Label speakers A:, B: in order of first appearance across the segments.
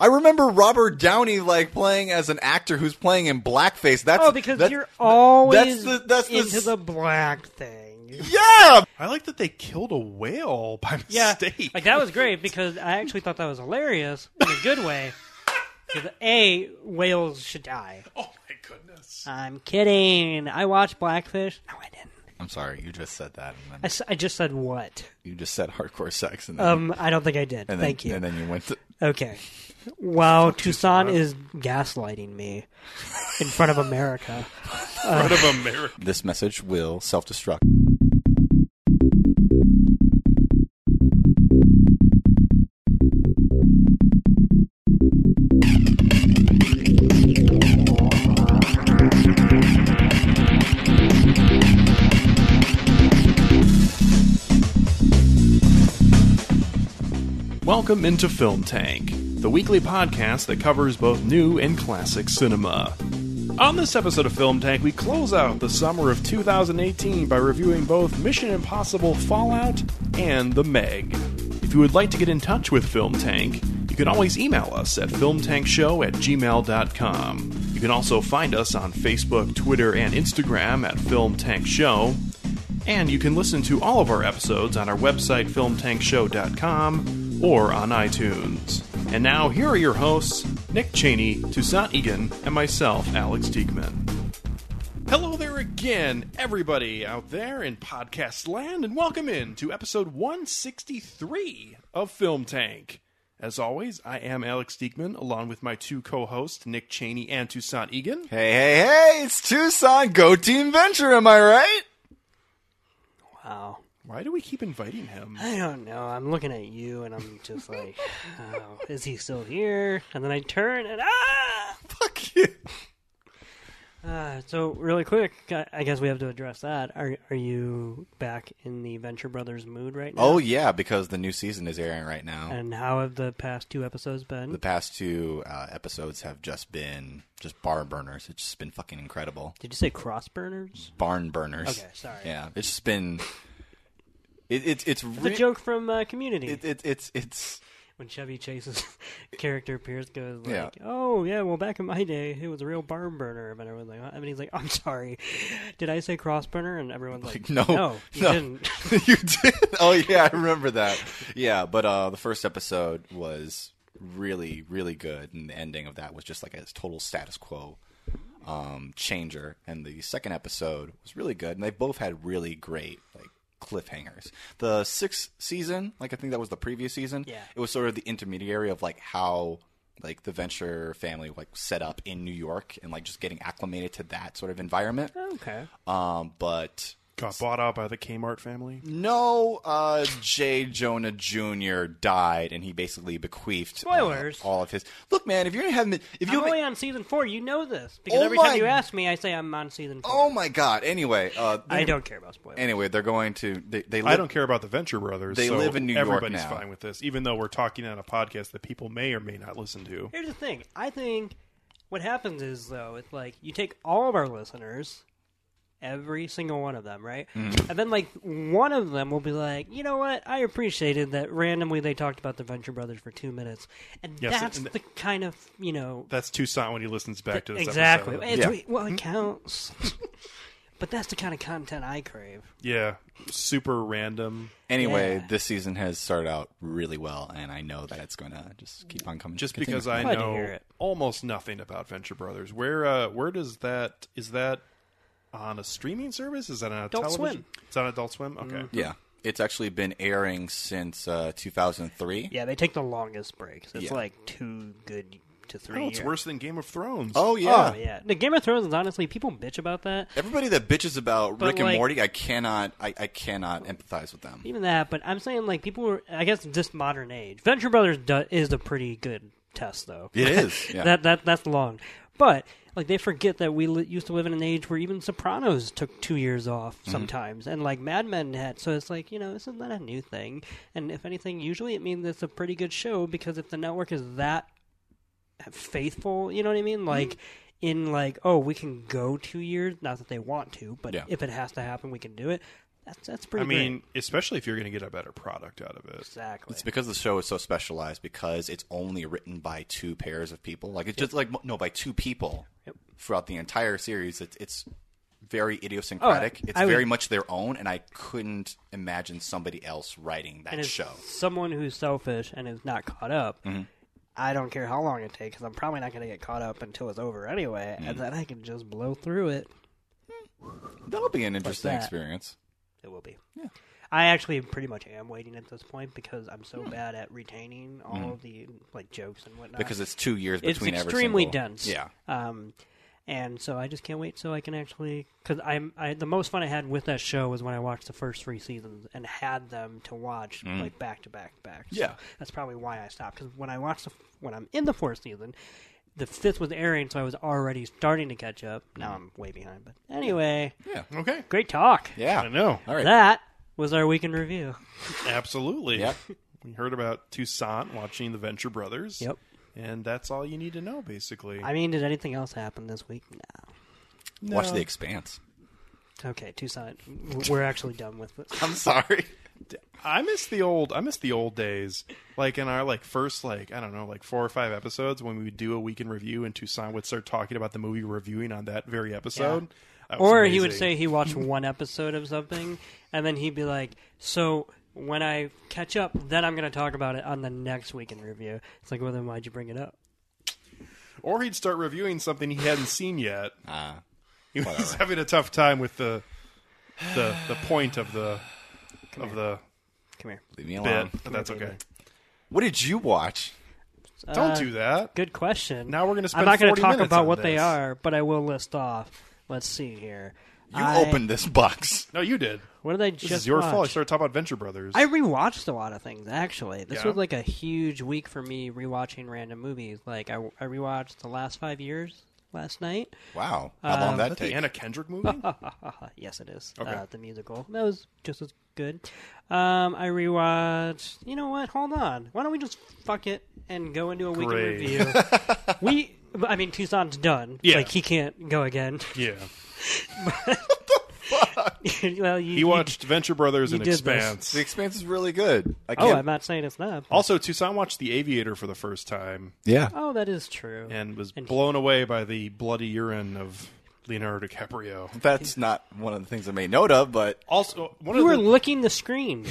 A: I remember Robert Downey like playing as an actor who's playing in blackface. That's
B: Oh, because
A: that's-
B: you're
A: that's
B: always
A: the- that's the
B: into
A: s-
B: the black thing.
A: yeah.
C: I like that they killed a whale by
B: Yeah,
C: mistake.
B: like that was great because I actually thought that was hilarious in a good way. 'Cause, A whales should die.
C: oh my goodness.
B: I'm kidding. I watched Blackfish. No, I didn't.
A: I'm sorry, you just said that, and
B: I,
A: then
B: s- I just said what?
A: you just said hardcore sex, and then,
B: Um, I don't think I did.
A: and then-
B: Thank you.
A: and then you went to
B: Okay. While Tucson is gaslighting me in front of America.
C: Out of America.
A: this message will self-destruct.
C: Welcome into Film Tank, the weekly podcast that covers both new and classic cinema. On this episode of Film Tank, we close out the summer of 2018 by reviewing both Mission Impossible Fallout and The Meg. If you would like to get in touch with Film Tank, you can always email us at filmtankshow at gmail.com. You can also find us on Facebook, Twitter, and Instagram at Film Tank Show. And you can listen to all of our episodes on our website, filmtankshow.com, or on iTunes. And now, here are your hosts, Nick Cheney, Toussaint Egan, and myself, Alex Diekman. Hello there again, everybody out there in podcast land, and welcome in to episode 163 of Film Tank. As always, I am Alex Diekman, along with my two co hosts, Nick Cheney and Toussaint Egan.
A: Hey, hey, hey! It's Tucson. Go Team Venture. Am I right?
B: Wow.
C: Why do we keep inviting him?
B: I don't know. I'm looking at you and I'm just like, oh, is he still here? And then I turn and ah!
A: Fuck you.
B: Uh, so, really quick, I I guess we have to address that. Are, are you back in the Venture Brothers mood right now?
A: Oh yeah, because the new season is airing right now.
B: And how have the past two episodes been?
A: the past two uh, episodes have just been just bar burners. It's just been fucking incredible.
B: Did you say crossburners?
A: Barn burners.
B: Okay, sorry.
A: Yeah, it's just been. It, it, it's
B: The
A: re-
B: joke from uh, Community
A: It, it, it's it's
B: when Chevy Chase's character Pierce goes
A: Yeah.
B: like, "Oh yeah, well back in my day, it was a real barn burner," but everyone's like, "Huh?" and he's like, "I'm sorry, did I say cross burner?" And everyone's like,
A: like no,
B: no, you didn't."
A: you did. Oh yeah, I remember that. Yeah, but uh, the first episode was really, really good, and the ending of that was just like a total status quo um, changer. And the second episode was really good, and they both had really great like cliffhangers. The sixth season, like I think that was the previous season.
B: Yeah.
A: it was sort of the intermediary of like how like the venture family like set up in New York and like just getting acclimated to that sort of environment.
B: okay,
A: Um, but
C: Got bought out by the Kmart family?
A: no, uh, J. Jonah Jr. died, and he basically bequeathed uh,
B: Spoilers.
A: all of his. Look, man, if you're gonna have, me- if
B: I'm
A: you,
B: only on season four. You know this because
A: Oh
B: every time
A: my-
B: you ask me, I say I'm on season four.
A: oh my god. Anyway, uh,
B: I don't care about spoilers.
A: Anyway, they're going to. They, they
C: I don't care about the Venture Brothers.
A: They
C: so
A: live in New York
C: everybody's
A: now.
C: fine with this, even though we're talking on a podcast that people may or may not listen to.
B: Here's the thing. I think what happens is though, it's like you take all of our listeners, every single one of them, right? And then like one of them will be like, you know what? I appreciated that randomly they talked about the Venture Brothers for two minutes, and
C: Yes,
B: that's
C: and-
B: the kind of you know
C: That's Toussaint when he listens back to this
B: exactly.
C: episode.
B: It's-
A: Yeah.
B: Well, it counts. But that's the kind of content I crave.
C: Yeah, super random.
A: Anyway,
B: Yeah.
A: this season has started out really well, and I know that it's going to just keep on coming.
C: Just
A: continue.
C: because I
B: Glad to hear
C: know
B: it.
C: almost nothing about Venture Brothers. Where uh, where does that is that on a streaming service? Is that on a
B: Adult
C: television?
B: Swim. Mm-hmm.
C: It's on Adult Swim. Okay.
A: yeah, it's actually been airing since uh, 2003.
B: Yeah, they take the longest breaks. It's
A: Yeah.
B: like two good to three.
C: Oh, it's
B: years.
C: worse Ah. than Game of Thrones.
A: Oh yeah.
B: Oh yeah, the Game of Thrones is honestly people bitch about that.
A: Everybody that bitches about
B: But,
A: Rick and
B: like-
A: Morty, I cannot, I, I cannot empathize with them.
B: Even that, but I'm saying like people were. I guess this modern age, Venture Brothers do, is a pretty good test, though.
A: It is. Yeah.
B: That that that's long, but like they forget that we li- used to live in an age where even Sopranos took two years off
A: Mm-hmm.
B: sometimes, and like Mad Men had. So it's like you know this is not a new thing, and if anything, usually it means it's a pretty good show because if the network is that faithful, you know what I
A: Mm-hmm.
B: mean, like. In like, oh, we can go two years. Not that they want to, but
A: Yeah.
B: if it has to happen, we can do it. That's that's pretty.
C: I mean, especially if you're going to get a better product out of it.
B: great. exactly.
A: It's because the show is so specialized because it's only written by two pairs of people. Like it's just like no, by two people
B: Yep.
A: throughout the entire series. It's it's very idiosyncratic.
B: Oh, I-
A: it's
B: I would-
A: very much their own, and I couldn't imagine somebody else writing that
B: and as
A: show. Mm-hmm.
B: someone who's selfish and is not caught up, I don't care how long it takes. I'm probably not going to get caught up until it's over anyway,
A: Mm-hmm.
B: and then I can just blow through it.
A: That'll be an interesting
B: that.
A: experience.
B: It will be. Yeah. I actually pretty much am waiting at this point because I'm
A: Hmm.
B: so bad at retaining all of the like jokes and whatnot.
A: Mm-hmm. Because it's two years
B: it's
A: between
B: extremely
A: every single,
B: dense.
A: Yeah,
B: Um, and so I just can't wait so I can actually because I'm I, the most fun I had with that show was when I watched the first three seasons and had them to watch
A: Mm.
B: like back to back to back. So
C: Yeah.
B: that's probably why I stopped because when I watched the, when I'm in the fourth season, the fifth was airing, so I was already starting to catch up.
A: Mm.
B: Now I'm way behind, but anyway,
C: Okay.
B: great talk.
A: yeah.
C: I know.
A: All right.
B: That was our weekend review.
C: Absolutely.
A: Yep.
C: We heard about Toussaint watching the Venture Brothers.
B: Yep.
C: And that's all you need to know, basically.
B: I mean, did anything else happen this week? No.
A: Watch The Expanse.
B: Okay, Tucson. w- We're actually done with this.
A: I'm sorry.
C: I miss the old. I miss the old days. Like in our like first like I don't know like four or five episodes when we would do a week in review and Toussaint would start talking about the movie we're reviewing on that very episode. That was
B: Or he would
C: amazing.
B: say he watched one episode of something, and then he'd be like, "So when I catch up, then I'm going to talk about it on the next week in review." It's like, well, then why'd you bring it up?
C: or he'd start reviewing something he hadn't seen yet.
A: Uh,
C: He was having a tough time with the the the point of the of the
B: Come here.
A: leave me alone.
C: bit, but that's okay.
A: What did you watch?
B: Uh,
C: Don't do that.
B: Good question.
C: Now we're gonna
B: I'm
C: spend
B: not gonna
C: 40
B: talk
C: minutes
B: about
C: on
B: what they
C: this.
B: are, but I will list off. Let's see here.
A: You
B: I-
A: opened this box.
C: No, you did.
B: What did I just?
C: This is your fault. I
B: watch?
C: started talking about Venture Brothers.
B: I rewatched a lot of things actually. This
C: Yeah?
B: was like a huge week for me rewatching random movies. Like I, I rewatched the last five years last night.
A: Wow. How
B: Um,
A: long that
C: the
A: take?
C: Anna Kendrick movie.
B: yes, it is
C: Okay.
B: uh, the musical. That was just as good. Um, I rewatched. You know what? Hold on. Why don't we just fuck it and go into a weekend
C: Great.
B: review? we, I mean, Tucson's done.
C: Yeah.
B: like he can't go again.
C: yeah,
B: well, you,
C: he
B: you-
C: watched Venture Brothers
B: you
C: and
B: did this.
C: Expanse.
A: the Expanse is really good. I
B: Oh,
A: can't.
B: I'm not saying it's not. but-
C: Also, Toussaint watched The Aviator for the first time
A: yeah.
B: oh, that is true.
C: and was blown away by the bloody urine of Leonardo DiCaprio.
A: That's not one of the things I made note of, but
C: Also, one
B: You
C: of
B: were
C: the
B: licking the screen.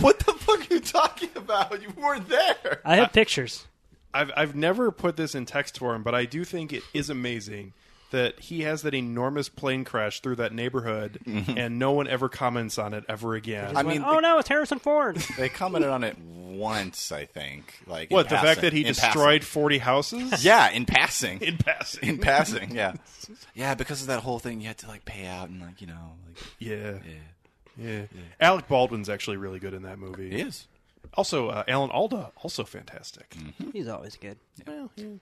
A: what the fuck are you talking about? You weren't there.
B: I have pictures.
C: I've I've never put this in text form, but I do think it is amazing that he has that enormous plane crash through that neighborhood,
A: Mm-hmm.
C: and no one ever comments on it ever again.
A: I
B: Went,
A: mean,
B: oh no, it's Harrison Ford.
A: they commented on it once, I think. Like in
C: what the fact
A: passing-
C: that he
A: in
C: destroyed forty houses?
A: passing. Yeah, in passing.
C: in passing.
A: in passing, yeah, yeah. Because of that whole thing, you had to like pay out and like you know, like
C: yeah.
A: yeah.
C: Yeah. Alec Baldwin's actually really good in that movie.
A: is.
C: Also, uh, Alan Alda, also fantastic.
B: He's always good.
C: Well, he,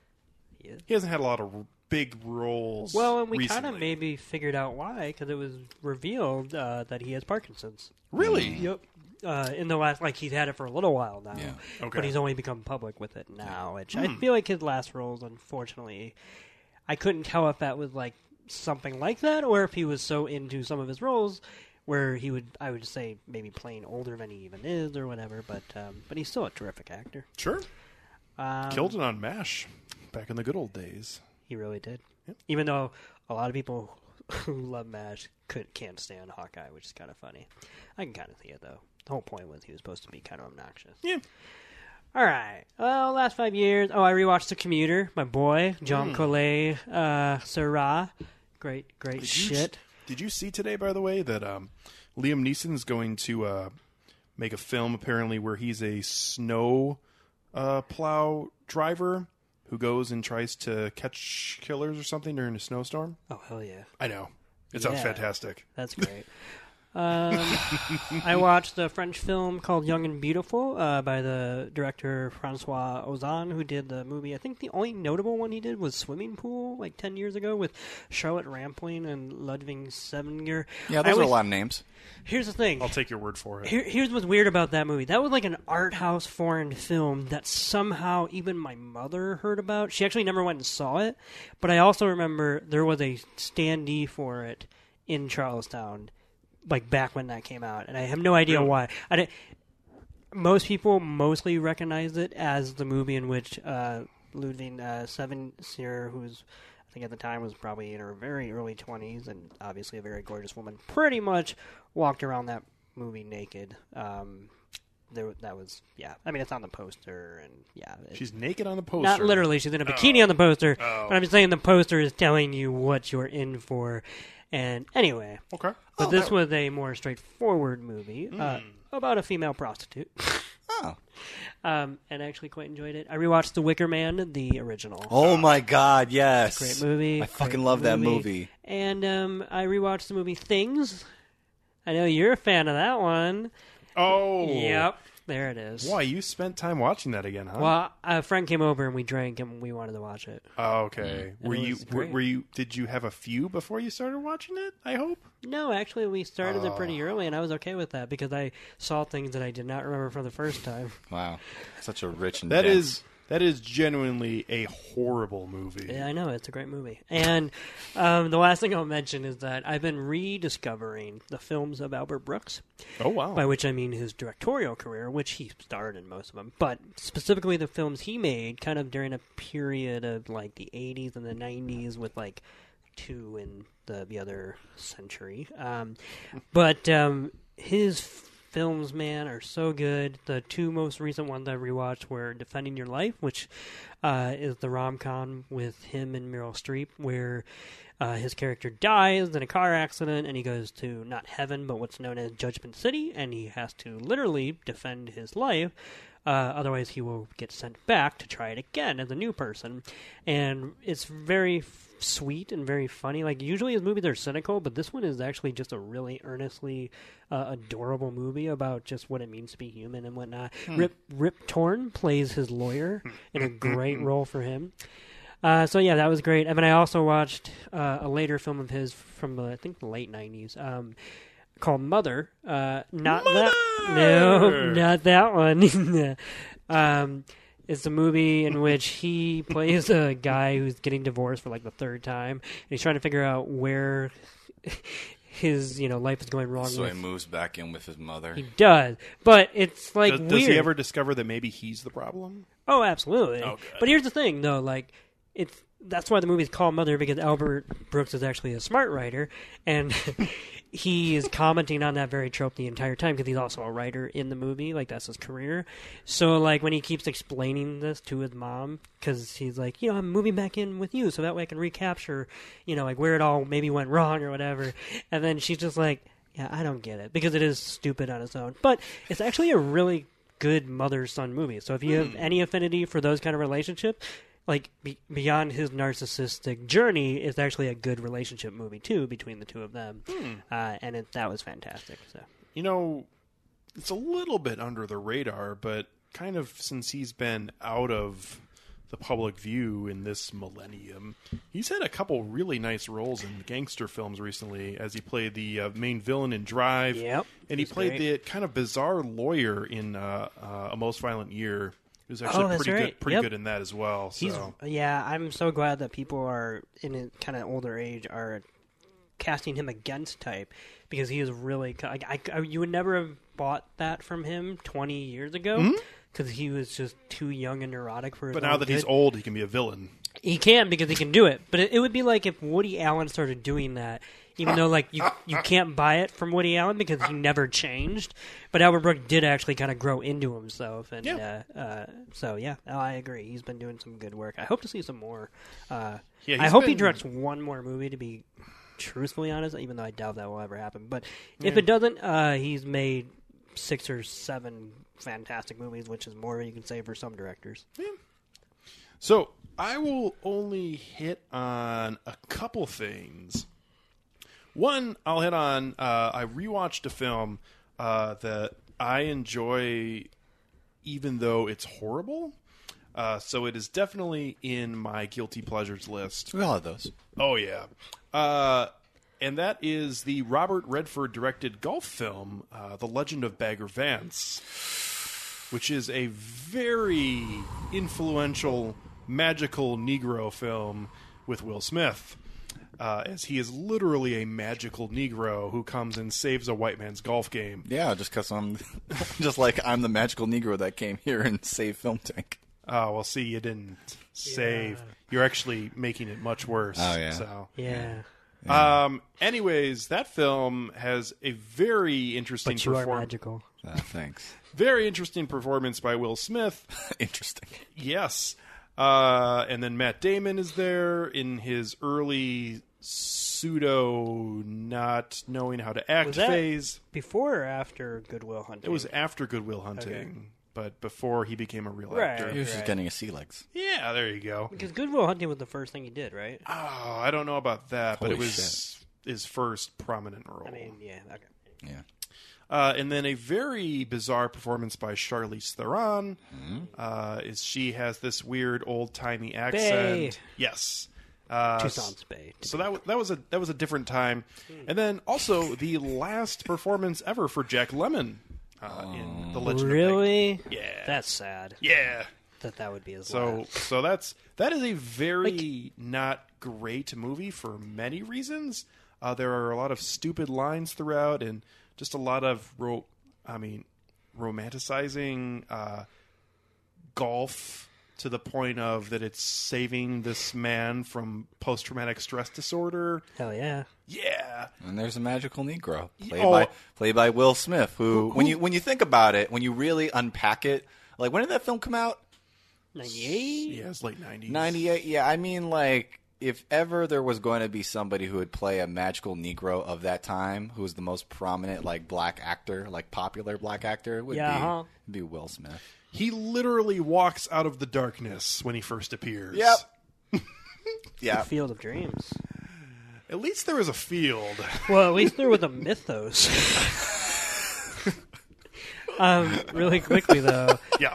B: He is.
C: he hasn't had a lot of r- big roles.
B: Well, and we kind
C: recently.
B: of maybe figured out why because it was revealed uh, that he has Parkinson's.
C: Really?
B: Yep. Uh, in the last, like he's had it for a little while now,
A: Yeah.
C: Okay.
B: but he's only become public with it now. Which I feel like his last roles, unfortunately, I couldn't tell if that was like something like that or if he was so into some of his roles where he would, I would say, maybe playing older than he even is or whatever. But um, but he's still a terrific actor.
C: Sure.
B: Um,
C: Killed it on MASH back in the good old days.
B: He really did. Even though a lot of people who love MASH could, can't stand Hawkeye, which is kind of funny. I can kind of see it, though. The whole point was he was supposed to be kind of obnoxious.
C: Yeah.
B: All right. Well, last five years. Oh, I rewatched The Commuter. My boy, John
A: Hmm.
B: Collet, uh, Sarah. Great, great shit.
C: Did you see today, by the way, that um, Liam Neeson's going to uh, make a film apparently where he's a snow uh, plow driver who goes and tries to catch killers or something during a snowstorm?
B: Oh, hell yeah.
C: I know. It sounds
B: Yeah.
C: fantastic.
B: That's great. um, I watched a French film called Young and Beautiful uh, by the director Francois Ozon, who did the movie. I think the only notable one he did was Swimming Pool, like 10 years ago, with Charlotte Rampling and Ludwig Sevinger.
A: Yeah,
B: I
A: those are a
B: always-
A: lot Oh, of names.
B: Here's the thing.
C: I'll take your word for it.
B: Here, here's what's weird about that movie. That was like an art house foreign film that somehow even my mother heard about. She actually never went and saw it, but I also remember there was a standee for it in Charlestown like back when that came out, and I have no idea why. I didn't, most people mostly recognize it as the movie in which uh, Ludwig uh, Seven Seer, who's I think at the time was probably in her very early twenties and obviously a very gorgeous woman, pretty much walked around that movie naked. Um, there, that was yeah. I mean, it's on the poster, and yeah, it-
C: She's naked on the poster. Oh.
B: not literally. She's in a bikini on the poster, but I'm just saying the poster is telling you what you're in for. And anyway,
C: Okay.
B: but this was a more straightforward movie uh,
C: Hmm.
B: about a female prostitute.
A: Oh.
B: Um, and I actually quite enjoyed it. I rewatched The Wicker Man, the original.
A: Oh my god, yes.
B: Great movie.
A: I fucking
B: great
A: love that movie.
B: And um, I rewatched the movie Things. I know you're a fan of that one.
C: Oh.
B: Yep. There it is.
C: Why you spent time watching that again, huh?
B: Well, a friend came over and we drank and we wanted to watch it.
C: Oh, okay. Were
B: mm, It
C: you
B: was
C: were,
B: great.
C: were you did you have a few before you started watching it? I hope.
B: No, actually, we started it pretty
A: Ah.
B: early, and I was okay with that because I saw things that I did not remember from the first time.
A: Wow. Such a rich and
C: That is
A: dense-
C: that is genuinely a horrible movie.
B: Yeah, I know it's a great movie. And um, the last thing I'll mention is that I've been rediscovering the films of Albert Brooks,
C: Oh wow.
B: by which I mean his directorial career, which he starred in most of them, but specifically the films he made kind of during a period of like the 80s and the 90s with like two in the, the other century. Um, but um, his films, man, are so good. The two most recent ones I rewatched were Defending Your Life, which uh, is the rom com with him and Meryl Streep, where uh, his character dies in a car accident and he goes to not heaven, but what's known as Judgment City, and he has to literally defend his life. Uh, otherwise, he will get sent back to try it again as a new person. And it's very f- sweet and very funny. Like, usually his movies are cynical, but this one is actually just a really earnestly uh, adorable movie about just what it means to be human and whatnot. Rip, Rip Torn plays his lawyer in a great role for him. Uh, so yeah, that was great. I mean, I also watched uh, a later film of his from the, I think the late '90s, um, called Mother. Uh, not that, no, not that one. um, it's a movie in which he plays a guy who's getting divorced for like the third time, and he's trying to figure out where his you know life is going wrong.
A: So he
B: with.
A: moves back in with his mother.
B: He does, but it's like
C: does,
B: weird.
C: does he ever discover that maybe he's the problem?
B: Oh, absolutely.
C: Oh, good.
B: But here's the thing, though. Like, it's that's why the movie's called Mother because Albert Brooks is actually a smart writer, and he is commenting on that very trope the entire time because he's also a writer in the movie. Like, that's his career. So, like, when he keeps explaining this to his mom, because he's like, you know, I'm moving back in with you, so that way I can recapture, you know, like where it all maybe went wrong or whatever. And then she's just like. Yeah, I don't get it because it is stupid on its own. But it's actually a really good mother son movie. So if you
C: Hmm.
B: have any affinity for those kind of relationship, like be- beyond his narcissistic journey, it's actually a good relationship movie too between the two of them,
C: Hmm.
B: uh, and it, that was fantastic. So
C: You know, it's a little bit under the radar, but kind of since he's been out of the public view in this millennium, he's had a couple really nice roles in gangster films recently. As he played the uh, main villain in Drive,
B: Yep.
C: and he
B: He's
C: played
B: great.
C: the kind of bizarre lawyer in uh, uh, A Most Violent Year. He was actually
B: Oh, that's
C: pretty good,
B: right.
C: pretty
B: Yep.
C: good in that as well.
B: he's
C: So
B: yeah, I'm so glad that people are in a kind of older age are casting him against type because he is really I, I, I- you would never have bought that from him 20 years ago because he was just too young and neurotic for his
C: Hmm? but
B: own
C: now that
B: good.
C: he's old, he can be a villain.
B: He can because he can do it. But it, it would be like if Woody Allen started doing that, even though like you you can't buy it from Woody Allen because he never changed. But Albert Brooks did actually kind of grow into himself, and
C: Yeah.
B: Uh, uh, so yeah, no, I agree. He's been doing some good work. I hope to see some more. Uh,
C: Yeah,
B: I
C: he's
B: hope he
C: been-
B: directs one more movie. To be truthfully honest, even though I doubt that will ever happen. But if it doesn't, uh, he's made six or seven fantastic movies, which is more than you can say for some directors.
C: So I will only hit on a couple things. One, I'll hit on. Uh, I rewatched a film uh, that I enjoy, even though it's horrible. Uh, so it is definitely in my guilty pleasures list.
A: we all have those.
C: Oh yeah, uh, and that is the Robert Redford directed golf film, uh, "The Legend of Bagger Vance," which is a very influential, magical Negro film with Will Smith. uh, as he is literally a magical Negro who comes and saves a white man's golf game.
A: Yeah, just because I'm just like I'm the magical Negro that came here and saved Film Tank.
C: Oh, well, see, you didn't save. You're actually making it much worse.
A: Oh, yeah.
C: So.
B: Yeah.
C: Um. Anyways, that film has a very interesting
B: But you are
C: performance.
B: magical.
A: Uh, thanks.
C: Very interesting performance by Will Smith.
A: Interesting.
C: Yes. Uh, and then Matt Damon is there in his early pseudo not knowing how to act
B: Was that-
C: phase.
B: Before or after Goodwill Hunting?
C: It was after Goodwill Hunting, but before he became a real
B: Right.
A: He
C: actor.
A: was just getting his sea legs.
C: Yeah, there you go.
B: because Goodwill Hunting was the first thing he did, right?
C: Oh, I don't know about that, but it
A: Holy
C: was his first prominent role.
B: I mean, yeah. Okay.
A: Yeah.
C: Uh, and then a very bizarre performance by Charlize Theron. Uh, is she has this weird old timey accent? Yes. Uh,
B: Tucson's Bay.
C: So that wa- that was a that was a different time, and then also the last performance ever for Jack Lemon uh, in the Legend. Of
B: Really?
C: Peg. Yeah.
B: That's sad
C: yeah.
B: that that would be his
C: So
B: last.
C: so that's that is a very not great movie for many reasons. Uh, there are a lot of stupid lines throughout, and just a lot of ro- I mean, romanticizing uh, golf to the point of that it's saving this man from post traumatic stress disorder.
B: Hell yeah.
C: Yeah,
A: And there's a magical Negro played
C: Oh.
A: by played by Will Smith, who, when you when you think about it, when you really unpack it, like when did that film come out?
B: 98?
C: yeah, it's late nineties.
A: 98 yeah i mean like if ever there was going to be somebody who would play a magical negro of that time who was the most prominent like black actor like popular black actor it would
B: Yeah,
A: be,
B: huh?
A: it'd be will smith
C: He literally walks out of the darkness when he first appears.
A: Yep. yeah
B: Field of Dreams.
C: At least there is a field.
B: Well, at least there was a mythos. um, really quickly though,
C: yeah.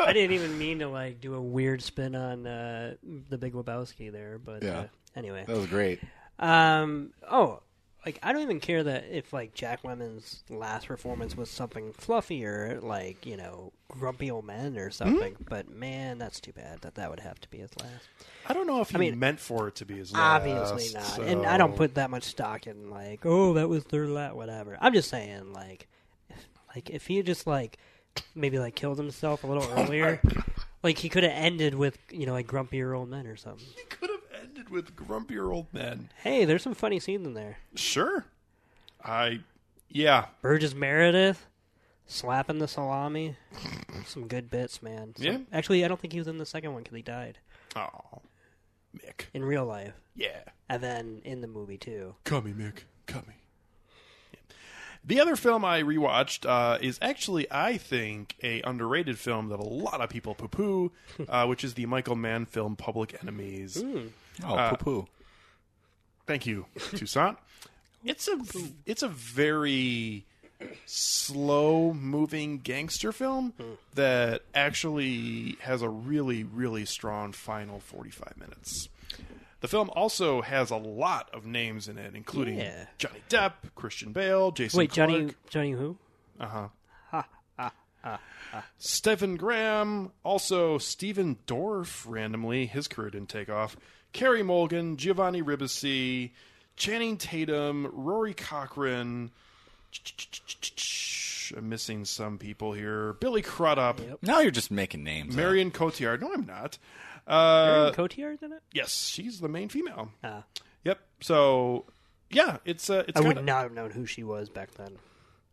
B: I didn't even mean to like do a weird spin on uh, the Big Lebowski there, but
A: Yeah.
B: uh, anyway,
A: that was great
B: Um. Oh, like I don't even care that if like Jack Lemon's last performance was something fluffier, like you know, grumpy old men or something. But man, that's too bad that that would have to be his last.
C: I don't know if he
B: mean,
C: meant for it to be his last.
B: Obviously not. And I don't
C: so-
B: put that much stock in like, oh, that was their last, whatever. I'm just saying like, if- like if he had just like maybe like killed himself a little earlier. Like he could have ended with you know like grumpier old men or something.
C: He could have ended with grumpier old men.
B: Hey, there's some funny scenes in there.
C: Sure. I. Yeah.
B: Burgess Meredith slapping the salami. Some good bits, man. So-
C: Yeah.
B: Actually, I don't think he was in the second one because he died
C: Oh, Mick.
B: in real life,
C: Yeah.
B: and then in the movie too.
C: Cummy, Mick. Cummy. The other film I rewatched uh, is actually, I think, a underrated film that a lot of people poo-poo, uh, which is the Michael Mann film Public Enemies.
A: oh poo poo
C: Thank you, Toussaint. It's a it's a very slow moving gangster film that actually has a really really strong final 45 minutes. The film also has a lot of names in it including
B: Yeah.
C: Johnny Depp, Christian Bale, Jason
B: Wait, Johnny,
C: Clarke,
B: Johnny who?
C: Stephen Graham, also Stephen Dorff, randomly, his career didn't take off. Carrie Mulligan, Giovanni Ribisi, Channing Tatum, Rory Cochrane. I'm missing some people here. Billy Crudup,
A: now you're just making names up.
C: Marion Cotillard. No, I'm not. Uh,
B: Marion Cotillard's in it.
C: yes, she's the main female.
B: Ah.
C: Yep. So, yeah, it's uh, it's.
B: I
C: Got
B: would
C: a,
B: not have known who she was back then.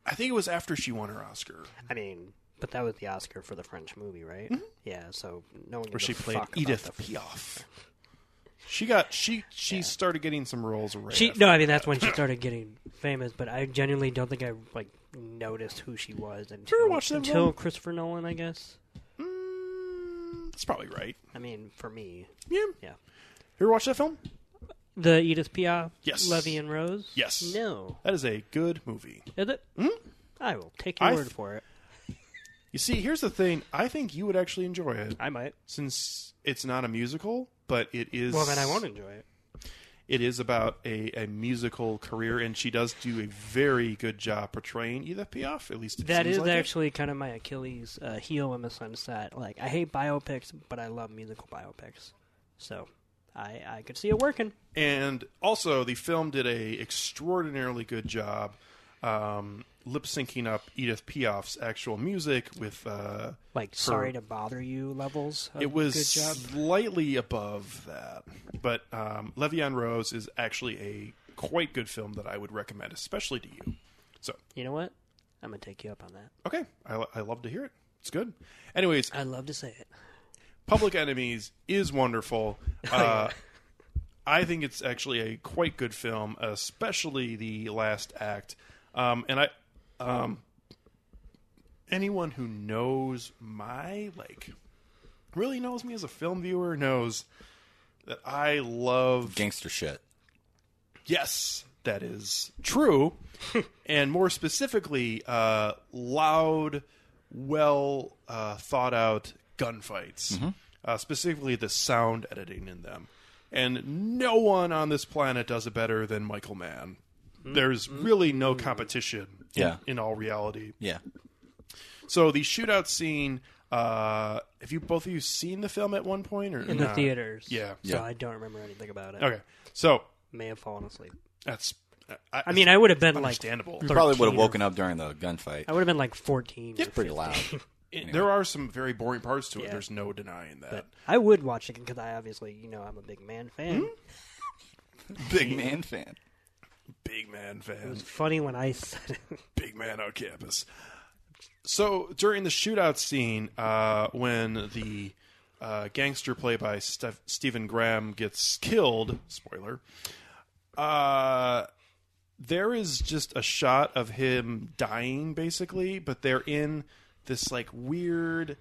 C: I think it was after she won her Oscar,
B: I mean, but that was the Oscar for the French movie, right? Yeah. So no one.
C: Mm-hmm. where she played
B: fuck about
C: Edith
B: the-
C: Piaf. She got she she started getting some roles. Right
B: She
C: after
B: no, I mean that's when she started getting famous. But I genuinely don't think I like noticed who she was until
C: watch that
B: until
C: film?
B: Christopher Nolan, I guess.
C: Mm, that's probably right.
B: I mean, for me,
C: Yeah.
B: yeah.
C: You ever watch that film?
B: The Edith Piaf,
C: Yes.
B: Levy and Rose.
C: Yes.
B: No.
C: That is a good movie.
B: Is it? I will take your
C: I
B: word
C: th-
B: for it.
C: You see, here's the thing. I think you would actually enjoy it
B: I might.
C: since it's not a musical, but it is.
B: Well, then I won't enjoy it.
C: It is about a, a musical career, and she does do a very good job portraying Edith Piaf. At least it
B: That
C: seems
B: is
C: like it.
B: actually kind of my Achilles uh, heel in the sunset. Like I hate biopics, but I love musical biopics. So I, I could see it working.
C: And also, the film did a extraordinarily good job um, lip syncing up Edith Piaf's actual music with. Uh,
B: Like,
C: her-
B: sorry to bother you levels. Of
C: It was
B: good job.
C: slightly above that, but um, Le'Veon Rose is actually a quite good film that I would recommend, especially to you. So
B: You know what? I'm gonna take you up on that.
C: okay, I, I love to hear it. It's good. Anyways,
B: I'd love to say it.
C: Public Enemies is wonderful. Uh, I think it's actually a quite good film, especially the last act. Um, and I, um, anyone who knows my like, really knows me as a film viewer knows that I love.
A: Gangster shit.
C: Yes, that is true, and more specifically, uh, loud, well uh, thought out gunfights. Uh, specifically, the sound editing in them, and no one on this planet does it better than Michael Mann. There's really no competition. in-
A: Yeah.
C: in all reality.
A: Yeah.
C: So the shootout scene. Uh, have you both of you seen the film at one point or
B: In the theaters.
C: Uh, Yeah.
B: So
A: Yeah.
B: I don't remember anything about it.
C: Okay, so
B: May have fallen asleep.
C: that's. I,
B: I mean, I would have been like
C: understandable.
A: Probably would
B: 13
A: have
B: or-
A: woken up during the gunfight.
B: I would have been like 14. or
A: Pretty loud.
C: It- There are some very boring parts to it.
B: Yeah.
C: There's no denying that.
B: I would watch it because I obviously, you know, I'm a big man fan.
A: Big man fan.
C: Big man fan.
B: It's funny when I said it.
C: Big man on campus. So during the shootout scene, uh, when the uh, gangster played by Steph- Stephen Graham gets killed, spoiler, uh, there is just a shot of him dying, basically, but they're in this like weird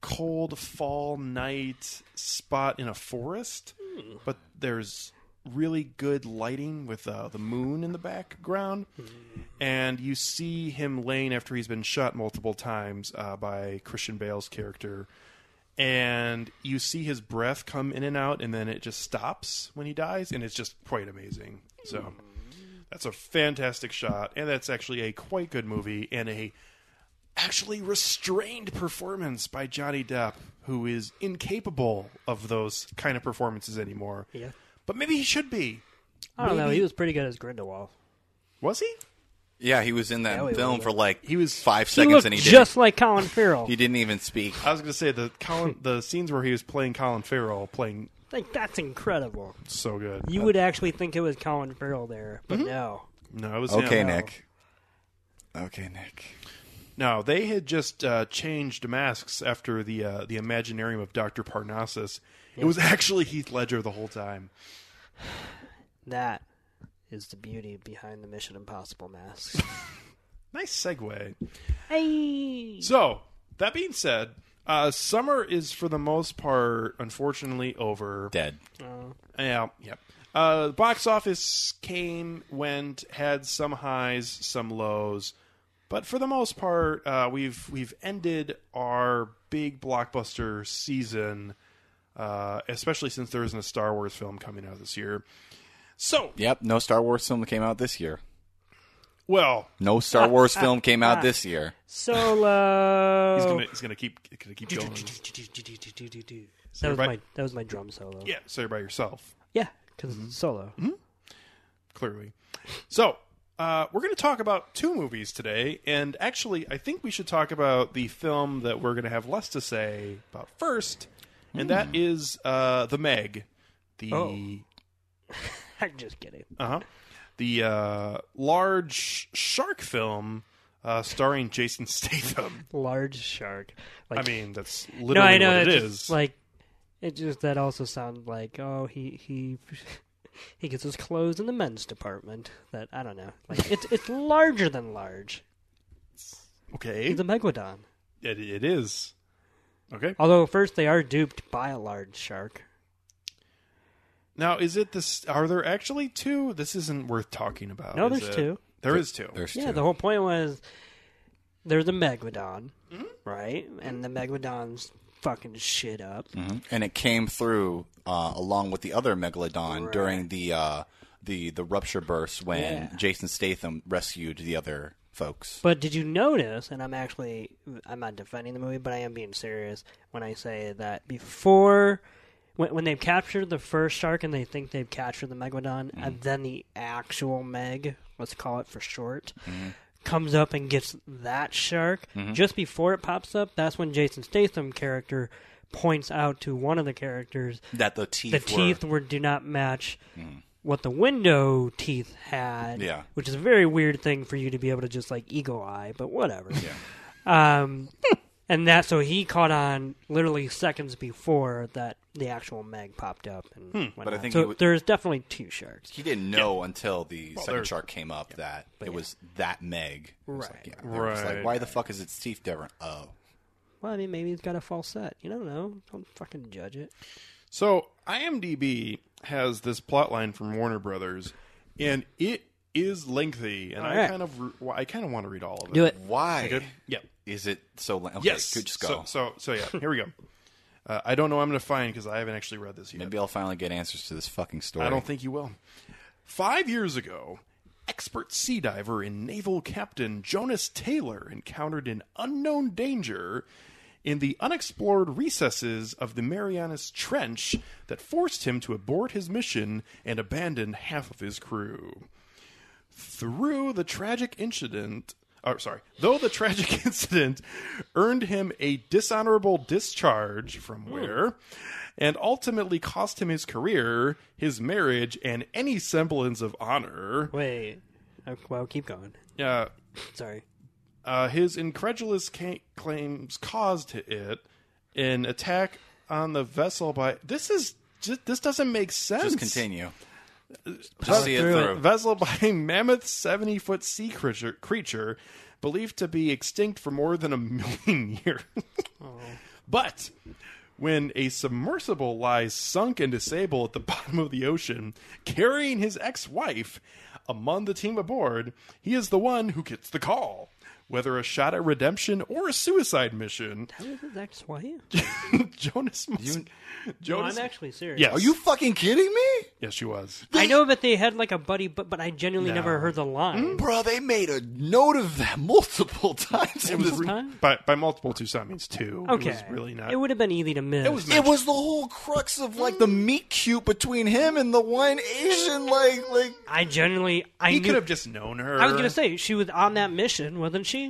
C: cold fall night spot in a forest, but there's really good lighting with uh, the moon in the background, and you see him laying after he's been shot multiple times uh, by Christian Bale's character, and you see his breath come in and out, and then it just stops when he dies, and it's just quite amazing. So. That's a fantastic shot, and that's actually a quite good movie and a actually restrained performance by Johnny Depp, who is incapable of those kind of performances anymore.
B: Yeah.
C: But maybe he should be.
B: I don't know.
C: Maybe-
B: He was pretty good as Grindelwald.
C: Was he?
A: Yeah, he was in that
B: Yeah, he
A: film
B: was.
A: for like
C: He was-
A: five
B: He
A: seconds,
B: looked
A: and he didn't.
B: just like Colin Farrell.
A: He didn't even speak.
C: I was going to say the Colin, the scenes where he was playing Colin Farrell, playing
B: like that's incredible.
C: so good.
B: You would actually think it was Colin Farrell there, but
C: Mm-hmm.
B: no.
C: no, it was him.
A: Okay,
B: no.
A: Nick. Okay, Nick.
C: No, they had just uh, changed masks after the uh, the Imaginarium of Doctor Parnassus. It was actually Heath Ledger the whole time.
B: That is the beauty behind the Mission Impossible masks.
C: Nice segue.
B: hey,
C: So that being said, uh, summer is for the most part, unfortunately, over.
A: Dead.
C: Yeah, yeah. Uh, the box office came, went, had some highs, some lows, but for the most part, uh, we've we've ended our big blockbuster season, uh, especially since there isn't a Star Wars film coming out this year. So,
A: Yep. No Star Wars film came out this year.
C: well,
A: No Star Wars film came out this year.
B: solo.
C: he's gonna he's gonna keep gonna keep going.
B: That was my
C: everybody-
B: that was my drum solo.
C: Yeah, Mm-hmm. so you're by yourself.
B: Yeah, because it's solo.
C: clearly. So, uh, we're going to talk about two movies today, and actually, I think we should talk about the film that we're going to have less to say about first, and that is uh, the Meg, the
B: Hmm. Oh. I'm just kidding.
C: uh-huh, the uh, large shark film uh, starring Jason Statham.
B: Large shark. Like,
C: I mean, that's literally
B: no, I know
C: what it
B: it's
C: is.
B: Like it just that also sounds like oh he he he gets his clothes in the men's department. That I don't know. Like it's it's larger than large.
C: okay,
B: He's a megalodon.
C: it, it is. Okay.
B: Although first they are duped by a large shark.
C: Now, is it this? Are there actually two? This isn't worth talking about.
B: No,
C: is
B: there's
C: it?
B: two.
C: There is two.
A: There's
B: Yeah,
A: two.
B: the whole point was there's a megalodon,
C: Mm-hmm.
B: right? And the megalodon's fucking shit up.
A: Mhm. And it came through uh, along with the other megalodon during the uh, the the rupture burst when
B: Yeah.
A: Jason Statham rescued the other folks.
B: But did you notice? And I'm actually I'm not defending the movie, but I am being serious when I say that before when, when they've captured the first shark and they think they've captured the megalodon, and then the actual meg, let's call it for short, comes up and gets that shark. Just before it pops up, that's when Jason Statham character points out to one of the characters
A: That the teeth.
B: the
A: were- Mm.
B: teeth were do not match what the window teeth had.
A: Yeah.
B: which is a very weird thing for you to be able to just like eagle eye, but whatever. Um, and that so he caught on literally seconds before that the actual Meg popped up and whatnot.
A: Hmm, I think
B: so
A: it would-
B: there's definitely two sharks.
A: He didn't know until the second
C: there's-
A: shark came up that it was that Meg. It was
B: Right,
A: Like, yeah, they were just
C: Right.
A: like, why the fuck is its teeth different? Oh.
B: Well, I mean, maybe he's got a falsette. You don't know. Don't fucking judge it.
C: So IMDb has this plotline from Warner Brothers, and it is lengthy, and
B: All
C: I
B: right.
C: kind of re- well, I kind of want to read all of it.
B: Do it.
A: Why?
C: Yeah.
A: Is it so long? Okay,
C: Yes.
A: Good, just go.
C: So, so so yeah. Here we go. Uh, I don't know. what I'm going to find because I haven't actually read this yet.
A: Maybe I'll finally get answers to this fucking story.
C: I don't think you will. Five years ago, expert sea diver and naval captain Jonas Taylor encountered an unknown danger in the unexplored recesses of the Marianas Trench that forced him to abort his mission and abandon half of his crew. Through the tragic incident, or sorry, though the tragic incident earned him a dishonorable discharge from
A: Hmm.
C: where, and ultimately cost him his career, his marriage, and any semblance of honor.
B: Wait. Oh, well, keep going.
C: Uh,
B: Sorry.
C: uh, his incredulous ca- claims caused it an attack on the vessel by. This is just, this doesn't make sense.
A: Just continue. Just see it
B: through it.
A: through.
C: Vessel by a mammoth 70 foot sea creature, creature believed to be extinct for more than a million years.
B: Oh.
C: But when a submersible lies sunk and disabled at the bottom of the ocean, carrying his ex wife among the team aboard, he is the one who gets the call. Whether a shot at redempption or a suicide mission,
B: That was his ex-wife.
C: Jonas must.
B: No,
C: Jonas,
B: I'm actually serious.
C: yes,
A: Are you fucking kidding me?
C: Yes, she was.
B: I know that they had like a buddy, but but I genuinely never heard
C: Hmm?
B: the line.
A: Bro, they made a note of that multiple times. It was,
B: re- time?
C: by, by multiple two that means two.
B: Okay,
C: it was really not.
B: It would have been easy to miss. It
C: was
A: it was the whole crux of like the meat cute between him and the one Asian. Like, like
B: I genuinely, I
C: he
B: knew.
C: could have just known her.
B: I was gonna say she was on that mission, wasn't she?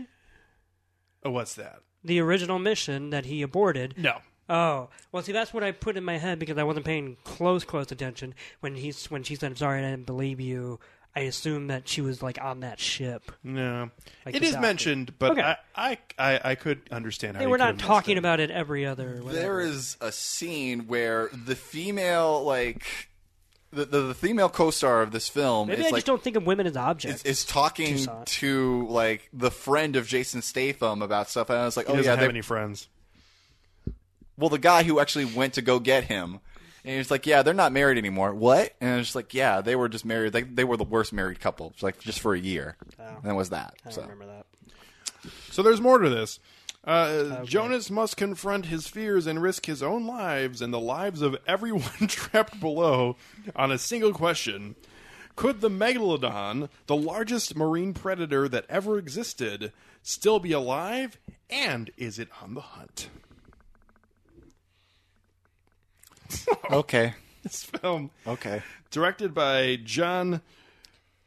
C: oh, what's that?
B: The original mission that he aborted.
C: No,
B: Oh, well, see, that's what I put in my head because I wasn't paying close, close attention when he's when she said, "I'm sorry, I didn't believe you." I assumed that she was like on that ship.
C: no.
B: Like
C: it
B: the
C: is
B: doctor.
C: mentioned, but
B: Okay.
C: I, I, I, I could understand how
B: They
C: he
B: were
C: could have
B: not
C: missed
B: talking
C: it.
B: about it every other. whatever.
A: there is a scene where the female, like the the, the female co-star of this film,
B: Maybe
A: is
B: I
A: like
B: just don't think of women as objects.
A: is, is talking
B: Tucson.
A: to like the friend of Jason Statham about stuff, and I was like,
C: He
A: oh
C: doesn't
A: yeah,
C: have
A: they,
C: any friends.
A: well the guy who actually went to go get him, and he's like, yeah, they're not married anymore. What? And I was just like, yeah, they were just married. They they were the worst married couple, It's like just for a year. And that was that.
B: Oh. I
A: So
B: don't remember that.
C: So there's more to this. Uh, Jonas must confront his fears and risk his own lives and the lives of everyone trapped below on a single question. Could the megalodon, the largest marine predator that ever existed, still be alive? And is it on the hunt?
A: okay,
C: This film,
A: okay.
C: directed by John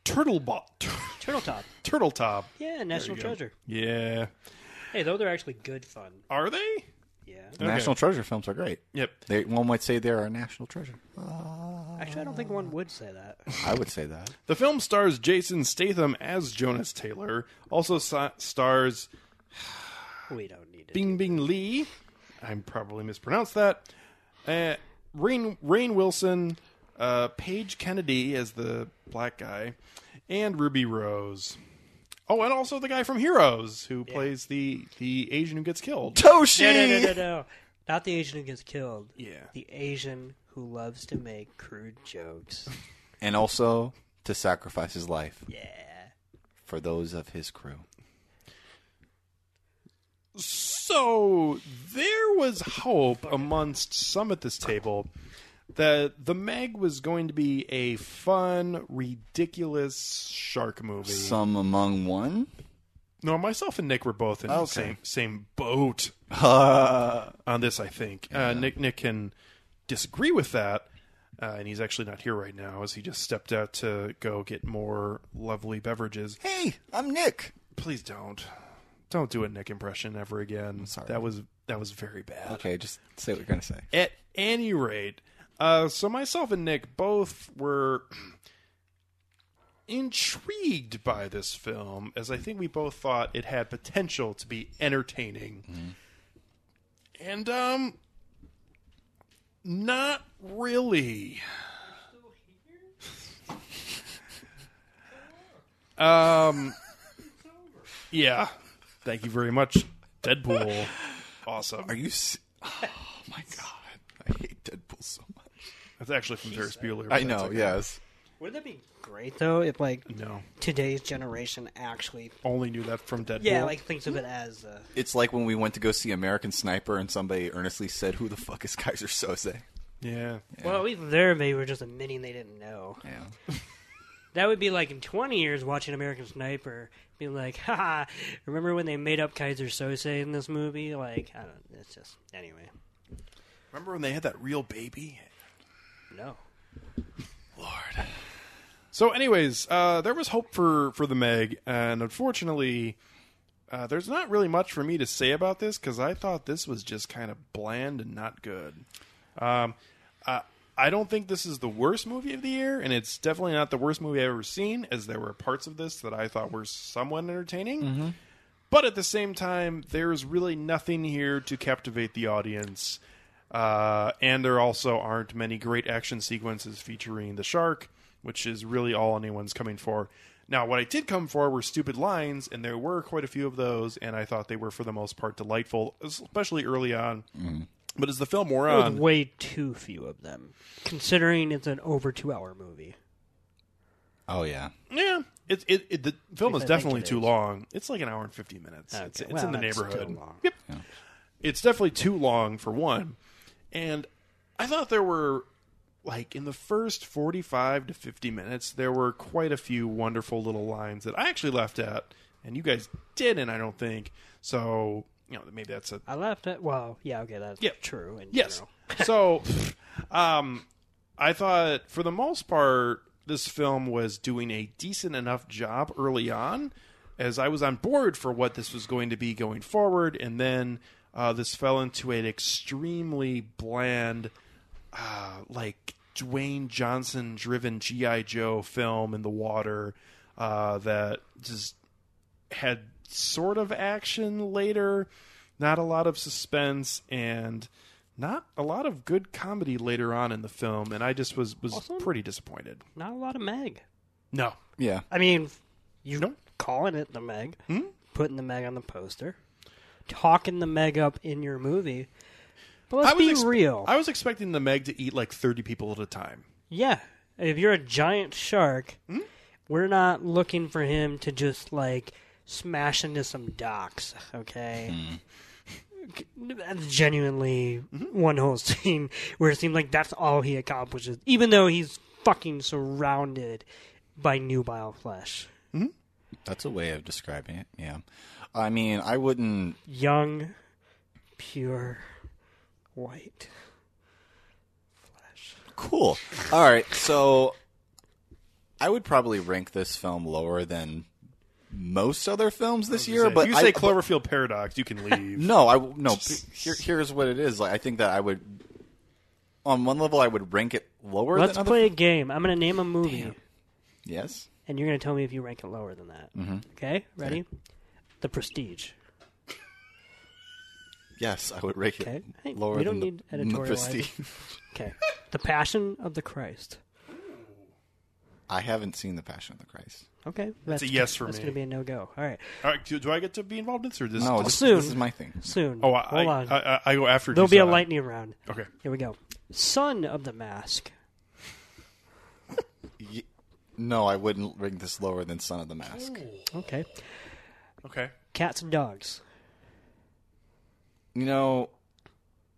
C: Turtlebot,
B: Turtle Top.
C: Turtletop.
B: Yeah, National Treasure.
C: Yeah,
B: Hey, those are actually good fun.
C: are they?
B: Yeah.
A: National treasure films are great.
C: Yep.
A: They, one might say they're a national treasure.
B: Actually, I don't think one would say that.
A: I would say that.
C: The film stars Jason Statham as Jonas Taylor. Also sa- stars
B: We don't need it.
C: Bing Bing Lee. I'm probably mispronounced that. Uh, Rain Rain Wilson, uh, Paige Kennedy as the black guy, and Ruby Rose. Oh, and also the guy from Heroes who plays the the Asian who gets killed.
A: Toshi.
B: No, no, no, no, no. Not the Asian who gets killed.
C: Yeah.
B: The Asian who loves to make crude jokes.
A: And also to sacrifice his life
B: Yeah.
A: for those of his crew.
C: So there was hope amongst some at this table that the Meg was going to be a fun, ridiculous shark movie.
A: Some among one.
C: no, myself and Nick were both in the
A: Okay.
C: same same boat on this. I think uh, Nick Nick can disagree with that. Uh, and he's actually not here right now, as he just stepped out to go get more lovely beverages.
A: Hey, I'm Nick.
C: Please don't, don't do a Nick impression ever again.
A: sorry.
C: That was that was very bad.
A: Okay, just say what you're gonna say.
C: At any rate, uh, so myself and Nick both were intrigued by this film, as I think we both thought it had potential to be entertaining. And, um, not really. um, yeah. Thank you very much, Deadpool. Awesome.
A: Are you? s oh my god, I hate Deadpool so much.
C: That's actually from Ferris Bueller.
A: I
C: but that's
A: know.
C: okay.
A: Yes.
B: Wouldn't that be great though? If like
C: No.
B: today's generation actually,
C: only knew that from Deadpool.
B: yeah, like thinks of it as uh,
A: It's like when we went to go see American Sniper and somebody earnestly said, "Who the fuck is Kaiser Soze?"
C: yeah.
B: well, even there maybe we're just admitting they didn't know.
A: Yeah.
B: That would be like in 20 years watching American Sniper, being like, haha, remember when they made up Kaiser Sose in this movie? Like, I don't, it's just, anyway,
C: Remember when they had that real baby?
B: no.
A: Lord.
C: So, anyways, uh, there was hope for for the Meg, and unfortunately, uh, there's not really much for me to say about this because I thought this was just kind of bland and not good. Um, I, I don't think this is the worst movie of the year, and it's definitely not the worst movie I've ever seen, as there were parts of this that I thought were somewhat entertaining. But at the same time, there's really nothing here to captivate the audience. Uh, and there also aren't many great action sequences featuring the shark, which is really all anyone's coming for. Now, what I did come for were stupid lines, and there were quite a few of those, and I thought they were, for the most part, delightful, especially early on. But as the film wore
B: There was
C: on,
B: way too few of them, considering it's an over two hour movie.
A: Oh yeah.
C: Yeah, it, it, it the film is
B: I think
C: definitely
B: it
C: too
B: is.
C: long. It's like an hour and fifty minutes.
B: Okay,
C: It's, it's
B: well,
C: in the
B: that's
C: neighborhood.
B: still long.
C: Yep, it's definitely too long for one. And I thought there were like in the first forty-five to fifty minutes, there were quite a few wonderful little lines that I actually left out, and you guys didn't. I don't think so. You know, maybe that's a
B: I laughed at, well, yeah, okay, that's
C: Yep.
B: true in
C: Yes.
B: general.
C: so, um, I thought for the most part, this film was doing a decent enough job early on, as I was on board for what this was going to be going forward, and then uh, this fell into an extremely bland, uh, like Dwayne Johnson driven GI Joe film in the water uh, that just had sort of action later, not a lot of suspense, and not a lot of good comedy later on in the film. And I just was was pretty disappointed.
B: Not a lot of Meg.
C: No,
A: Yeah.
B: I mean, you
C: Nope.
B: calling it the Meg,
C: Hmm?
B: putting the Meg on the poster, talking the Meg up in your movie. But let's
C: I was
B: be
C: ex-
B: real.
C: I was expecting the Meg to eat like thirty people at a time.
B: Yeah. If you're a giant shark, we're not looking for him to just like smash into some docks, okay? That's genuinely one whole scene where it seemed like that's all he accomplishes, even though he's fucking surrounded by nubile flesh.
A: That's a way of describing it. Yeah. I mean, I wouldn't.
B: Young, pure, white.
A: Cool. All right. So, I would probably rank this film lower than most other films this year.
C: if
A: But
C: you
A: I-
C: say
A: but-
C: Cloverfield paradox, you can leave.
A: No, I no. p- Here, here's what it is. Like, I think that I would, on one level, I would rank it lower
B: Let's
A: than other.
B: play a game. I'm going to name a movie.
A: Yes.
B: and you're going to tell me if you rank it lower than that. Okay, ready? The Prestige.
A: Yes, I would rank
B: Okay.
A: it
B: Hey,
A: lower
B: we don't
A: than the-
B: need
A: than the,
B: editorializing.
A: Prestige.
B: Okay, The Passion of the Christ.
A: I haven't seen The Passion of the Christ.
B: Okay,
C: That's a yes for
B: That's
C: me.
B: going to be a no go. All right,
C: All right, do, do I get to be involved in this or this?
A: No, this,
B: soon.
A: this is my thing.
B: soon.
C: Oh, I,
B: hold on.
C: I, I, I go after.
B: There'll be a
C: Dusan.
B: lightning round.
C: Okay.
B: Here we go. Son of the Mask.
A: Y- No, I wouldn't rank this lower than Son of the Mask.
B: Okay,
C: Okay.
B: Cats and Dogs.
A: You know,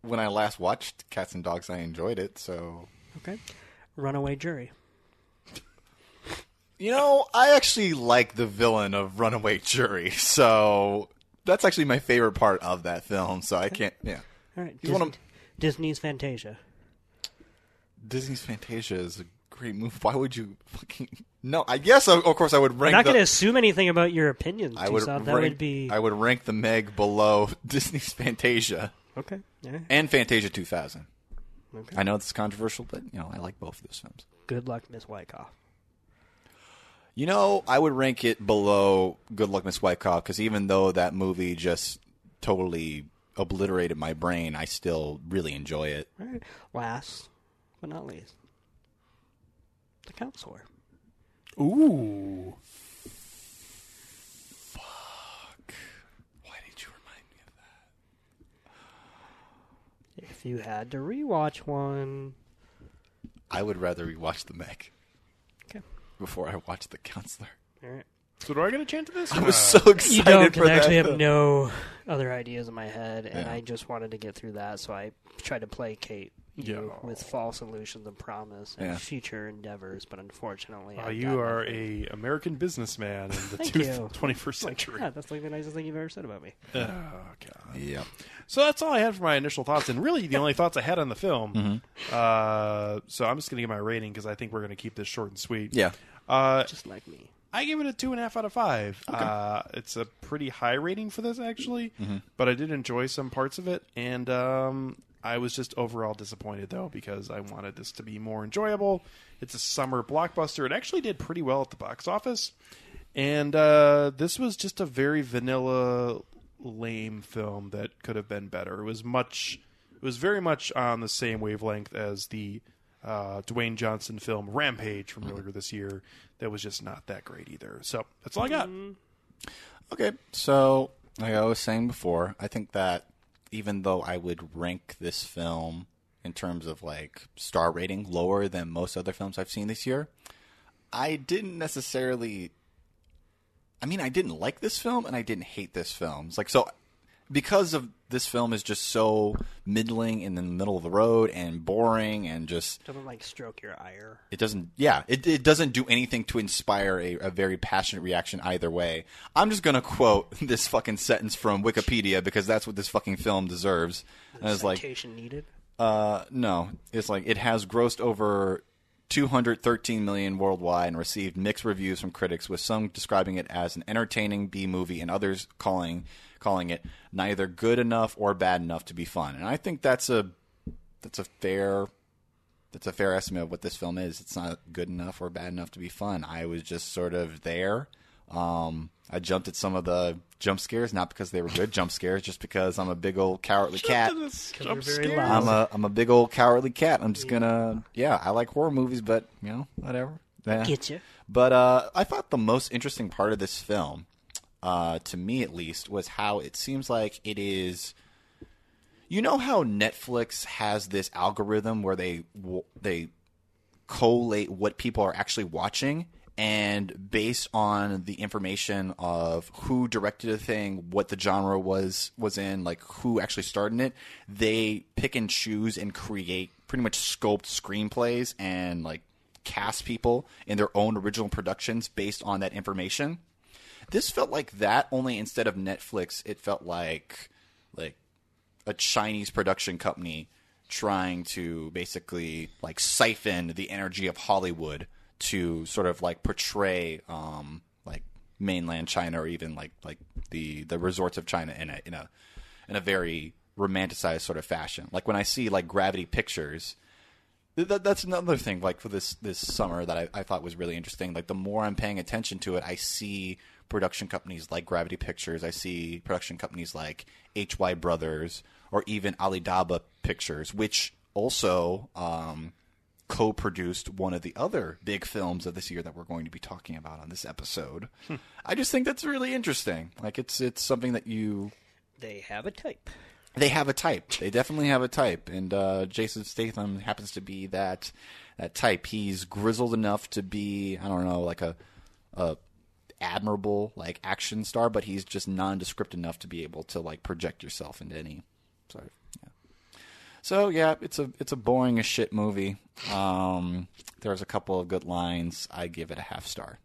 A: when I last watched Cats and Dogs, I enjoyed it. So,
B: Okay, Runaway Jury.
A: you know, I actually like the villain of Runaway Jury. So that's actually my favorite part of that film. So I can't. Yeah.
B: All right,
A: You wanna-
B: Disney- Disney's Fantasia.
A: Disney's Fantasia is a great movie. Why would you fucking no? I guess of of course I would rank.
B: I'm not
A: the,
B: going to assume anything about your opinions,
A: I would
B: Tucson.
A: rank,
B: That would be
A: I would rank the Meg below Disney's Fantasia
B: okay. Yeah.
A: and Fantasia 2000.
B: Okay.
A: I know it's controversial, but you know I like both of those films.
B: Good luck, Miss Wyckoff.
A: You know, I would rank it below Good Luck Miss Whitecock because even though that movie just totally obliterated my brain, I still really enjoy it.
B: All right. Last but not least, the counselor.
C: Ooh.
A: Why did you remind me of that?
B: If you had to rewatch one,
A: I would rather rewatch The Meg
B: okay.
A: before I watch The Counselor.
B: All right.
C: So do I get a chance at this? Uh,
A: I was so excited
B: Uh, You don't,
A: for
B: because I
A: that.
B: actually have no other ideas in my head, and
A: Yeah.
B: I just wanted to get through that, so I tried to placate you
C: Yeah.
B: with false illusions and promise and
A: Yeah.
B: future endeavors, but unfortunately,
C: Uh,
B: I
C: you are a American businessman in the
B: Thank
C: two-
B: you.
C: 21st century.
B: God, that's like the nicest thing you've ever said about me.
C: Oh, God.
A: yeah.
C: So that's all I had for my initial thoughts, and really the only thoughts I had on the film. Uh, so I'm just going to give my rating because I think we're going to keep this short and sweet.
A: Yeah.
C: Uh,
B: Just like me.
C: I give it a two and a half out of five. Uh, it's a pretty high rating for this, actually, but I did enjoy some parts of it, and um, I was just overall disappointed though because I wanted this to be more enjoyable. It's a summer blockbuster. It actually did pretty well at the box office, and uh, this was just a very vanilla, lame film that could have been better. It was much. It was very much on the same wavelength as the uh, Dwayne Johnson film Rampage from earlier this year that was just not that great either. So that's all I got.
B: Mm-hmm.
A: Okay. So, like I was saying before, I think that even though I would rank this film in terms of like star rating lower than most other films I've seen this year, I didn't necessarily. I mean, I didn't like this film and I didn't hate this film. It's like, so because of this film is just so middling and in the middle of the road and boring and just
B: Doesn't like stroke your ire.
A: it doesn't yeah it, it doesn't do anything to inspire a, a very passionate reaction either way i'm just gonna quote this fucking sentence from wikipedia because that's what this fucking film deserves and it's like
B: Citation needed.
A: uh no it's like it has grossed over 213 million worldwide and received mixed reviews from critics with some describing it as an entertaining b movie and others calling calling it neither good enough or bad enough to be fun and i think that's a that's a fair that's a fair estimate of what this film is. It's not good enough or bad enough to be fun. I was just sort of there. Um, I jumped at some of the jump scares, not because they were good jump scares, just because I'm a big old cowardly cat.
C: I'm
B: very
C: scared.
B: loud.
A: I'm a I'm a big old cowardly cat. I'm just gonna yeah. I like horror movies, but you know whatever. Yeah.
B: Get you.
A: But uh, I thought the most interesting part of this film, uh, to me at least, was how it seems like it is. You know how Netflix has this algorithm where they w- they collate what people are actually watching and based on the information of who directed a thing, what the genre was was in, like who actually starred in it, they pick and choose and create pretty much sculpt screenplays and like cast people in their own original productions based on that information. This felt like that only instead of Netflix, it felt like like a Chinese production company trying to basically like siphon the energy of Hollywood to sort of like portray um like mainland China or even like like the the resorts of China in a in a in a very romanticized sort of fashion. Like when I see like Gravity Pictures Th- that, that's another thing like for this this summer that I, I thought was really interesting like the more i'm paying attention to it i see production companies like gravity pictures i see production companies like hy brothers or even alidaba pictures which also um, co-produced one of the other big films of this year that we're going to be talking about on this episode i just think that's really interesting like it's it's something that you
B: They have a type.
A: they have a type. They definitely have a type, and uh, Jason Statham happens to be that that type. He's grizzled enough to be I don't know like a a admirable like action star, but he's just nondescript enough to be able to like project yourself into any sort of. Yeah. So yeah, it's a it's a boring as shit movie. Um, there's a couple of good lines. I give it a half star.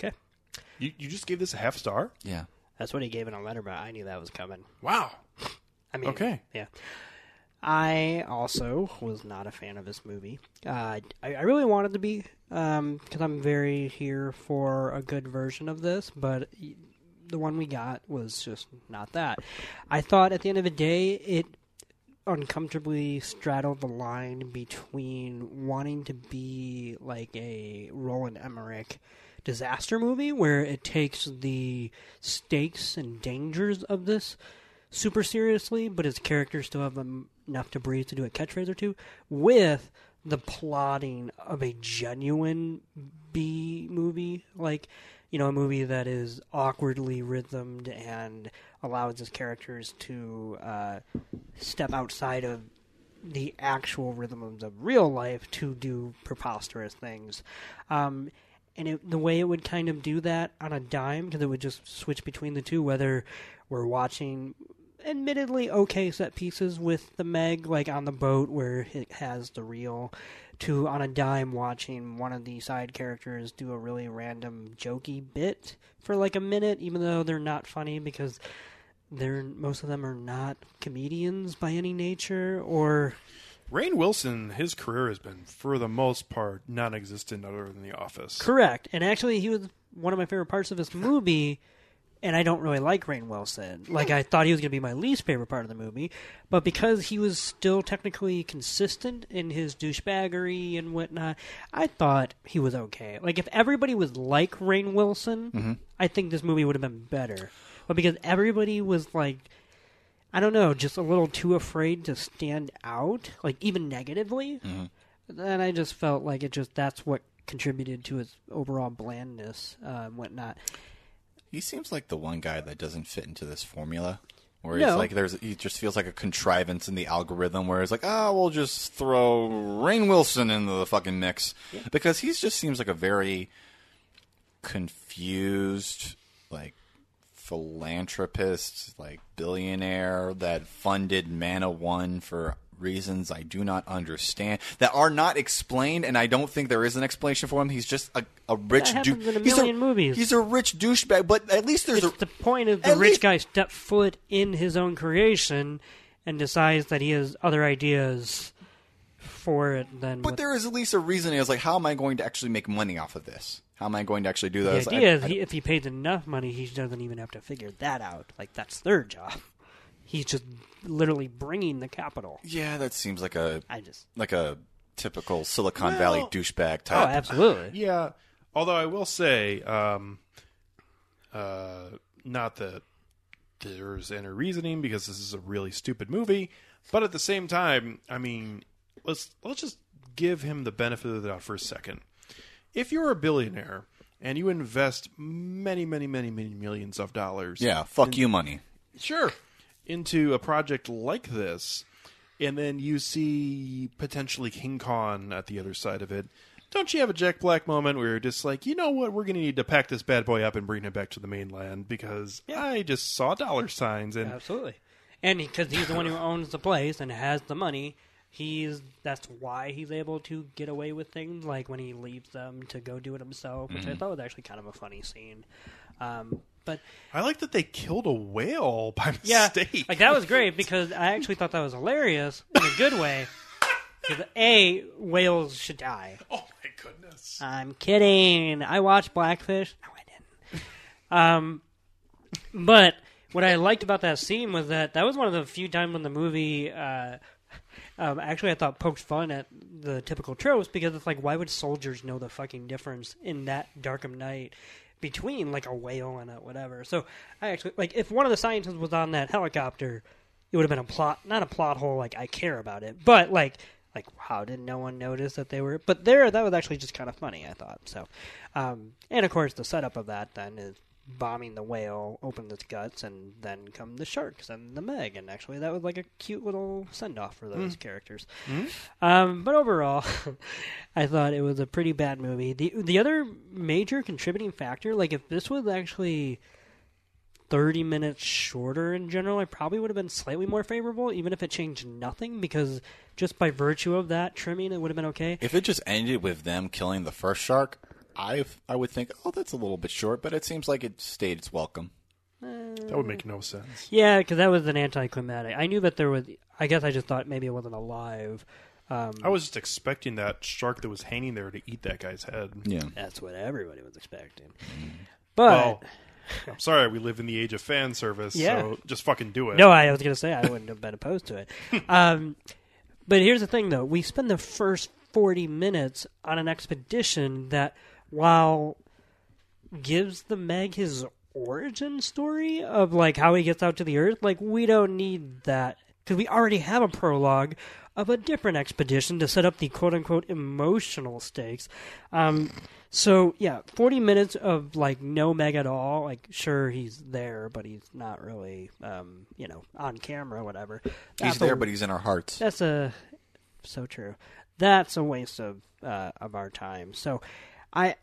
B: Okay.
C: You, you just gave this a half star?
A: Yeah.
B: That's what he gave in a letter, but I knew that was coming.
C: Wow.
B: I mean,
C: Okay.
B: yeah. I also was not a fan of this movie. Uh, I, I really wanted to be, because I'm very here for a good version of this, but the one we got was just not that. I thought at the end of the day, it uncomfortably straddled the line between wanting to be like a Roland Emmerich disaster movie where it takes the stakes and dangers of this super seriously, but its characters still have em- enough to breathe to do a catchphrase or two, with the plotting of a genuine B movie, like you know, a movie that is awkwardly rhythmed and allows its characters to uh, step outside of the actual rhythms of real life to do preposterous things. Um, and it, the way it would kind of do that on a dime, because it would just switch between the two, whether we're watching admittedly okay set pieces with the Meg, like on the boat where it has the reel, to on a dime watching one of the side characters do a really random jokey bit for like a minute, even though they're not funny because they're most of them are not comedians by any nature or
C: Rain Wilson, his career has been, for the most part, non existent other than The Office.
B: Correct. And actually, he was one of my favorite parts of this movie. And I don't really like Rain Wilson. Like I thought he was going to be my least favorite part of the movie, but because he was still technically consistent in his douchebaggery and whatnot, I thought he was okay. Like if everybody was like Rain Wilson, I think this movie would have been better. But because everybody was like I don't know, just a little too afraid to stand out, like even negatively. Then I just felt like it just that's what contributed to its overall blandness uh, and whatnot.
A: He seems like the one guy that doesn't fit into this formula. Where
B: No.
A: he's like, there's, he just feels like a contrivance in the algorithm. Where it's like, ah, we'll just throw Rain Wilson into the fucking mix because he just seems like a very confused, like philanthropist, like billionaire that funded Mana One for reasons I do not understand that are not explained, and I don't think there is an explanation for him. He's just a, a rich
B: That
A: dude.
B: happens in a million movies.
A: He's a rich douchebag, but at least there's
B: It's
A: a
B: the point of the
A: at
B: rich
A: least-
B: guy stepped foot in his own creation and decides that he has other ideas for it than
A: but
B: what
A: there is at least a reason. It's like, how am I going to actually make money off of this? How am I going to actually do
B: the
A: this? I-
B: idea is
A: I-
B: he, if he pays enough money, he doesn't even have to figure that out. Like that's their job. He's just literally bringing the capital.
A: yeah, that seems like a
B: I just
A: like a typical Silicon Valley douchebag type.
B: oh, absolutely.
C: Yeah. Although I will say, um, uh, not that there's any reasoning because this is a really stupid movie, but at the same time, I mean, let's let's just give him the benefit of the doubt for a second. If you're a billionaire and you invest many, many, many, many millions of dollars,
A: yeah, fuck you, money.
C: sure into a project like this and then you see potentially king kong at the other side of it don't you have a jack black moment where you're just like you know what we're going to need to pack this bad boy up and bring it back to the mainland because i just saw dollar signs and
B: Absolutely. And because he's the one who owns the place and has the money, he's that's why he's able to get away with things like when he leaves them to go do it himself, which I thought was actually kind of a funny scene. Um, but
C: i like that they killed a whale by
B: yeah,
C: mistake
B: like that was great because I actually thought that was hilarious in a good way. 'Cause, A whales should die.
C: oh my goodness
B: I'm kidding. I watched Blackfish. No, I didn't. Um, but what I liked about that scene was that that was one of the few times when the movie. Uh, um, actually, I thought poked fun at the typical tropes because it's like, why would soldiers know the fucking difference in that Darkham Night between like a whale and a whatever? So I actually like if one of the scientists was on that helicopter, it would have been a plot, not a plot hole. Like I care about it, but like, like how did no one notice that they were? But there, that was actually just kind of funny. I thought so, um, and of course the setup of that then is bombing the whale opens its guts and then come the sharks and the meg and actually that was like a cute little send off for those characters um, but overall i thought it was a pretty bad movie the the other major contributing factor like if this was actually 30 minutes shorter in general i probably would have been slightly more favorable even if it changed nothing because just by virtue of that trimming it would have been okay
A: If it just ended with them killing the first shark, I I would think, oh, that's a little bit short, but it seems like it stayed its welcome.
C: that would make no sense
B: Yeah, because that was an anticlimactic. I knew that there was. I guess I just thought maybe it wasn't alive. Um,
C: I was just expecting that shark that was hanging there to eat that guy's head.
A: Yeah.
B: that's what everybody was expecting.
C: Well,
B: But
C: I'm sorry, we live in the age of fan service,
B: Yeah.
C: so just fucking do it.
B: no, I was going to say I wouldn't have been opposed to it. Um, but here's the thing, though: we spend the first forty minutes on an expedition that, while gives the Meg his origin story of like how he gets out to the Earth, like we don't need that because we already have a prologue of a different expedition to set up the quote unquote emotional stakes. Um, so yeah, forty minutes of like no Meg at all. Like sure he's there, but he's not really um, you know on camera, whatever.
A: He's
B: That's a-
A: there, but he's in our hearts.
B: that's a so true. That's a waste of uh, of our time. So I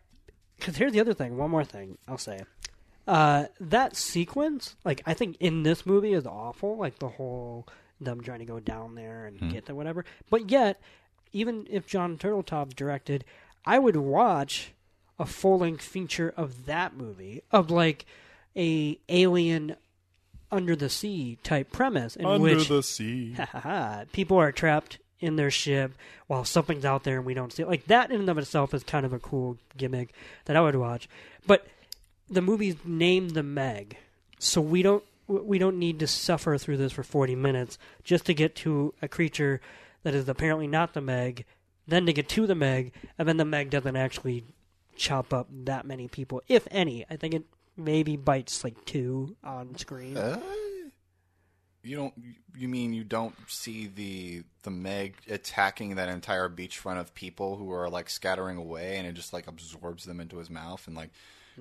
B: because here's the other thing. One more thing I'll say. Uh, that sequence, like I think in this movie, is awful. Like the whole them trying to go down there and get there, whatever. But yet, even if John Turteltaub directed, I would watch a full length feature of that movie of like a alien under the sea type premise in
C: Under
B: which
C: the sea.
B: ha, ha, ha. people are trapped in their ship while something's out there and we don't see it. Like that in and of itself is kind of a cool gimmick that I would watch. But the movie's named the Meg, so we don't we don't need to suffer through this for 40 minutes just to get to a creature that is apparently not the Meg, then to get to the Meg, and then the Meg doesn't actually chop up that many people, if any. I think it maybe bites like two on screen.
A: Uh, you don't. You mean you don't see the the Meg attacking that entire beachfront of people who are like scattering away, and it just like absorbs them into his mouth and like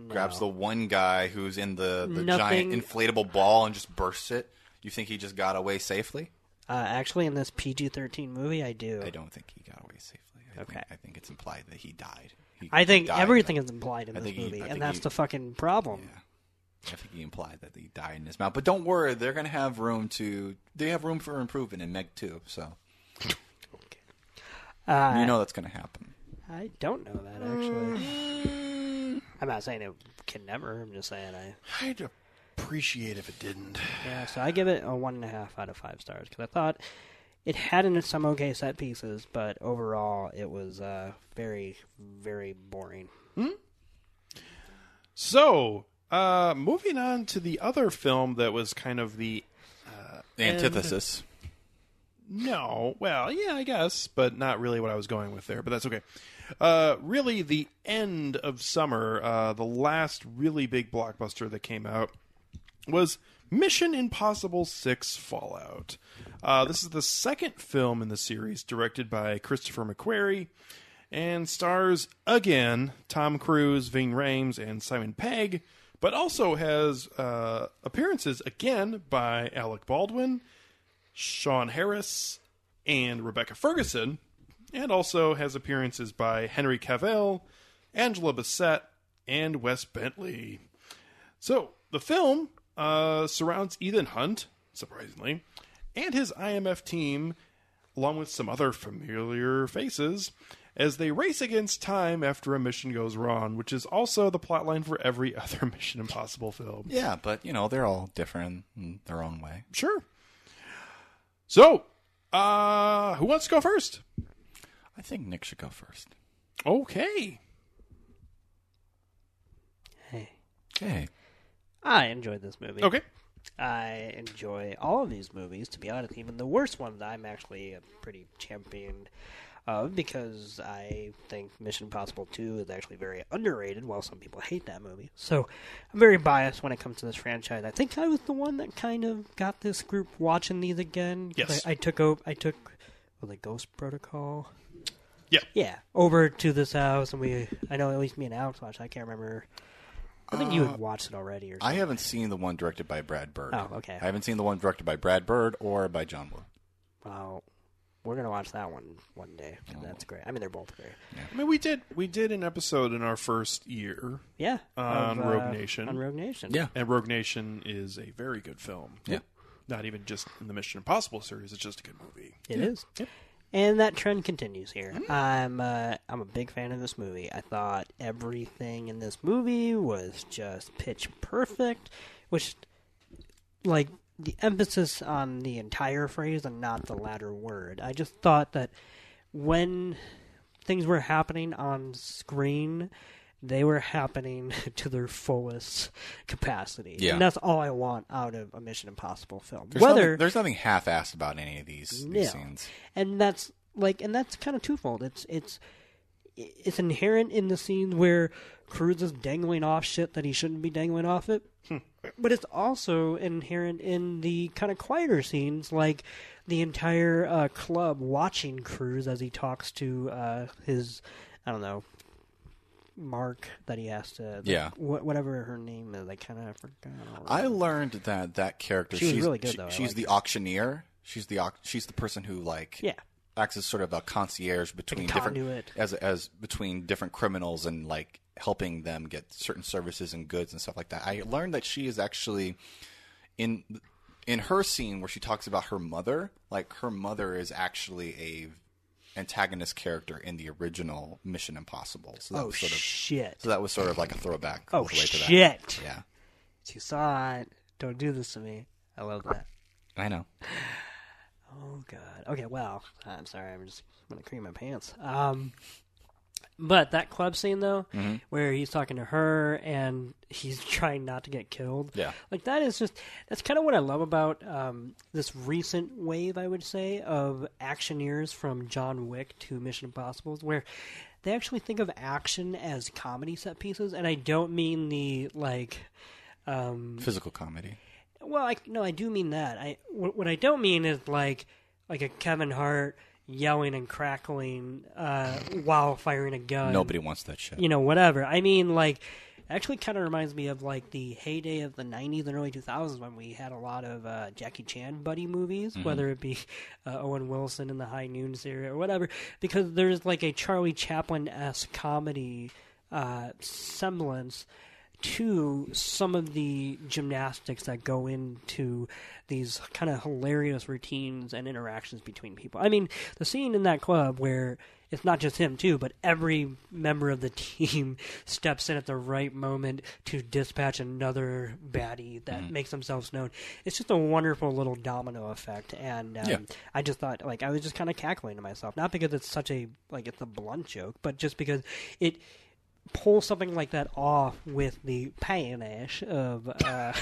A: grabs the one guy who's in the the giant
B: Nothing-
A: inflatable ball and just bursts it. You think he just got away safely?
B: Uh, actually, in this PG 13 movie, I do.
A: I don't think he got away safely. I
B: Okay.
A: Think, I think it's implied that he died. He,
B: I
A: he
B: think
A: died in
B: everything
A: that-
B: is implied in
A: I
B: this
A: think he-
B: movie,
A: I
B: and
A: think
B: that's
A: he-
B: the fucking problem.
A: I think he implied that he died in his mouth. But don't worry, they're gonna have room to. They have room for improvement in Meg Two, so
B: Uh,
A: you know that's gonna happen.
B: I don't know that actually. I'm not saying it can never. I'm just saying I.
C: I'd appreciate if it didn't.
B: Yeah, so I give it a one and a half out of five stars because I thought it had in it some okay set pieces, but overall it was uh, very, very boring.
C: So, uh, moving on to the other film that was kind of the
A: Antithesis.
C: No, well, yeah, I guess, but not really what I was going with there. But that's okay. Uh, really, the end of summer, uh, the last really big blockbuster that came out was Mission Impossible Six: Fallout. Uh, this is the second film in the series, directed by Christopher McQuarrie, and stars again Tom Cruise, Ving Rhames, and Simon Pegg. But also has uh, appearances again by Alec Baldwin, Sean Harris and Rebecca Ferguson, and also has appearances by Henry Cavill, Angela Bassett, and Wes Bentley. So the film uh, surrounds Ethan Hunt, surprisingly, and his IMF team, along with some other familiar faces, as they race against time after a mission goes wrong, which is also the plotline for every other Mission Impossible film.
A: Yeah, but you know they're all different in their own way.
C: Sure. So, uh, who wants to go first?
A: I think Nick should go first.
C: Okay.
B: Hey,
A: Okay.
B: I enjoyed this movie.
C: Okay.
B: I enjoy all of these movies, to be honest. Even the worst ones, I'm actually a pretty champion of because I think Mission Impossible 2 is actually very underrated, while some people hate that movie. So I'm very biased when it comes to this franchise. I think I was the one that kind of got this group watching these again. 'cause
C: Yes.
B: I, I took over. I took. Was it Ghost Protocol?
C: Yeah.
B: Yeah, over to this house, and we. I know at least me and Alex watched. I can't remember. I think
C: Uh,
B: you had watched it already, or
A: I haven't seen the one directed by Brad Bird.
B: Oh, okay.
A: I haven't seen the one directed by Brad Bird or by John Woo.
B: Well, we're gonna watch that one one day. and That's great. I mean, they're both great.
C: I mean, we did we did an episode in our first year,
B: Yeah. uh,
C: On Rogue Nation.
B: On Rogue Nation.
C: and Rogue Nation is a very good film.
A: Yeah.
C: Not even just in the Mission Impossible series; it's just a good movie.
B: it is. And that trend continues here.
A: Mm.
B: I'm uh, I'm a big fan of this movie. I thought everything in this movie was just pitch perfect, which like the emphasis on the entire phrase and not the latter word. I just thought that when things were happening on screen, they were happening to their fullest capacity.
A: Yeah.
B: And that's all I want out of a Mission Impossible film.
A: There's
B: Whether
A: nothing, there's nothing half-assed about any of these,
B: No.
A: these scenes.
B: and that's like and that's kind of twofold it's it's it's inherent in the scene where Cruz is dangling off shit that he shouldn't be dangling off it
A: Hmm.
B: but it's also inherent in the kind of quieter scenes like the entire uh, club watching Cruz as he talks to uh, his I don't know Mark that he has to like,
A: Yeah.
B: wh- whatever her name is I kind of forgot
A: I learned that that character.
B: She was
A: she's
B: really good,
A: she-
B: though. I
A: she's
B: liked
A: the auctioneer. She's the auc- she's the person who like
B: Yeah.
A: acts as sort of a concierge between different
B: conduit.
A: as as between different criminals and like helping them get certain services and goods and stuff like that. I learned that she is actually in in her scene where she talks about her mother. Like her mother is actually a antagonist character in the original Mission Impossible. So that
B: oh
A: was sort of
B: shit
A: so that was sort of like a throwback. all
B: oh
A: the way to that.
B: shit
A: Yeah,
B: You saw it. Don't do this to me. I love that.
A: I know.
B: Oh god. Okay. Well, I'm sorry. I'm just gonna cream my pants. Um, but that club scene though, where he's talking to her and he's trying not to get killed.
A: Yeah.
B: Like that is just that's kind of what I love about um, this recent wave, I would say, of actioneers from John Wick to Mission Impossible, where they actually think of action as comedy set pieces, and I don't mean the like. Um,
A: Physical comedy.
B: Well, I, no, I do mean that. I what, what I don't mean is like like a Kevin Hart yelling and crackling uh, while firing a gun.
A: Nobody wants that shit.
B: you know, whatever. I mean, like actually, kind of reminds me of like the heyday of the '90s and early 2000s when we had a lot of uh, Jackie Chan buddy movies, whether it be uh, Owen Wilson in the High Noon series or whatever, because there's like a Charlie Chaplin esque comedy uh, semblance to some of the gymnastics that go into these kind of hilarious routines and interactions between people. I mean, the scene in that club where it's not just him too, but every member of the team steps in at the right moment to dispatch another baddie that makes themselves known. It's just a wonderful little domino effect, and um,
A: Yeah.
B: I just thought like I was just kind of cackling to myself, not because it's such a like it's a blunt joke, but just because it pull something like that off with the panache of uh,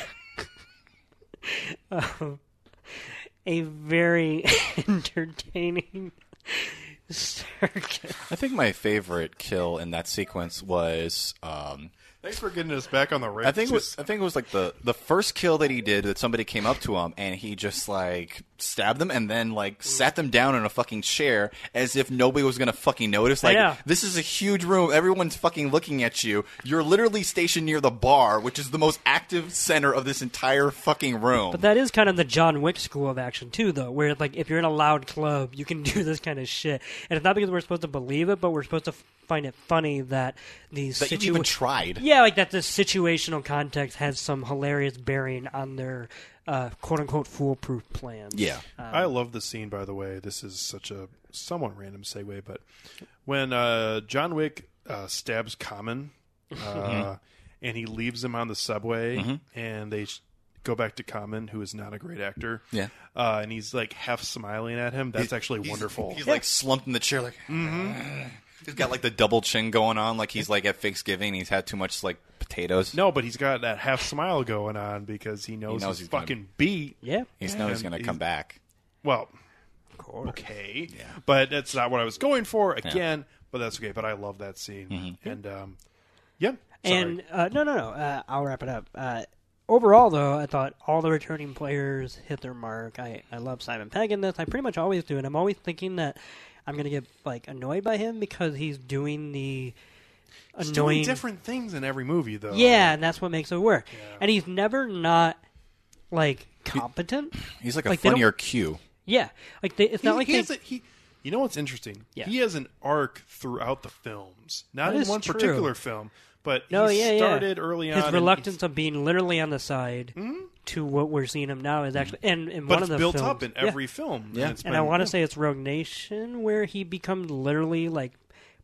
B: of a very entertaining circus.
A: I think my favorite kill in that sequence was um,
C: Thanks for getting us back on the rails.
A: I think it was I think it was like the the first kill that he did that somebody came up to him and he just like stabbed them and then like sat them down in a fucking chair as if nobody was gonna fucking notice. Like
B: know.
A: this is a huge room, everyone's fucking looking at you. You're literally stationed near the bar, which is the most active center of this entire fucking room.
B: But that is kind of the John Wick school of action too, though, where like if you're in a loud club, you can do this kind of shit, and it's not because we're supposed to believe it, but we're supposed to f- find it funny that these
A: that you even tried.
B: Yeah, like that the situational context has some hilarious bearing on their uh, quote unquote foolproof plans.
A: Yeah.
C: I love the scene, by the way. This is such a somewhat random segue, but when uh, John Wick uh, stabs Common,
A: Mm-hmm.
C: uh, and he leaves him on the subway, and they sh- go back to Common, who is not a great actor.
A: Yeah.
C: uh, and he's like half smiling at him. That's actually wonderful.
A: He's like slumped in the chair, like. Mm-hmm. He's got like the double chin going on, like he's like at Thanksgiving. He's had too much like potatoes.
C: no, but he's got that half smile going on because he knows,
A: knows
C: he's,
A: he's gonna-
C: fucking beat.
B: Yeah.
A: he's knows he's gonna
C: he's-
A: come back.
C: Well,
B: Of course.
C: okay, but that's not what I was going for again. But that's okay. But I love that scene,
A: Mm-hmm.
C: and um, yeah, sorry.
B: And uh, no, no, no. Uh, I'll wrap it up. Uh, overall, though, I thought all the returning players hit their mark. I, I love Simon Pegg in this. I pretty much always do, and I'm always thinking that I'm gonna get like annoyed by him because he's doing the
C: He's
B: annoying
C: doing different things in every movie, though.
B: Yeah, and that's what makes it work. And he's never not like competent.
A: He's like a
B: Like, they don't-
A: funnier Q.
B: Yeah, like they, it's
C: he,
B: not like
C: he
B: they-
C: has a, he. You know what's interesting?
B: Yeah.
C: He has an arc throughout the films, not
B: That
C: in
B: is
C: one
B: true.
C: particular film, but
B: No,
C: he
B: yeah, yeah.
C: started early on.
B: His
C: and Hmm?
B: reluctance of being literally on the side to what we're seeing him now is actually, and, and
C: but
B: one
C: it's
B: of the
C: built
B: films-
C: up in
B: Yeah.
C: every film.
A: Yeah.
C: and, it's
B: And
C: been-
B: I want to say it's Rogue Nation where he becomes literally like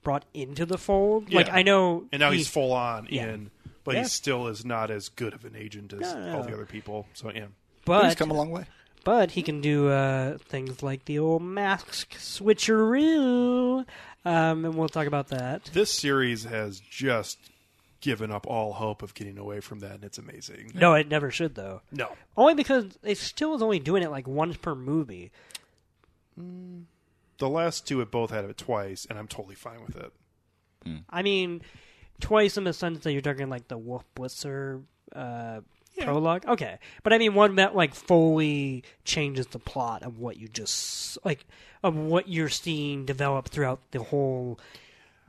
B: brought into the fold. Like
C: Yeah.
B: I know,
C: and now
B: he-
C: he's full on
B: Yeah.
C: in, but
B: Yeah.
C: he still is not as good of an agent as
B: No, no,
C: all
B: no.
C: the other people. So yeah,
A: But he's
B: But
A: come a long way.
B: but he can do uh, things like the old mask switcheroo, um, and we'll talk about that.
C: This series has just given up all hope of getting away from that, and it's amazing.
B: No, it never should though.
C: No.
B: Only because it still is only doing it like once per movie.
C: The last two have both had it twice, and I'm totally fine with it.
B: I mean, twice in the sense that you're talking like the Wolf Blitzer uh, prologue. Okay, but I mean one that like fully changes the plot of what you just like of what you're seeing develop throughout the whole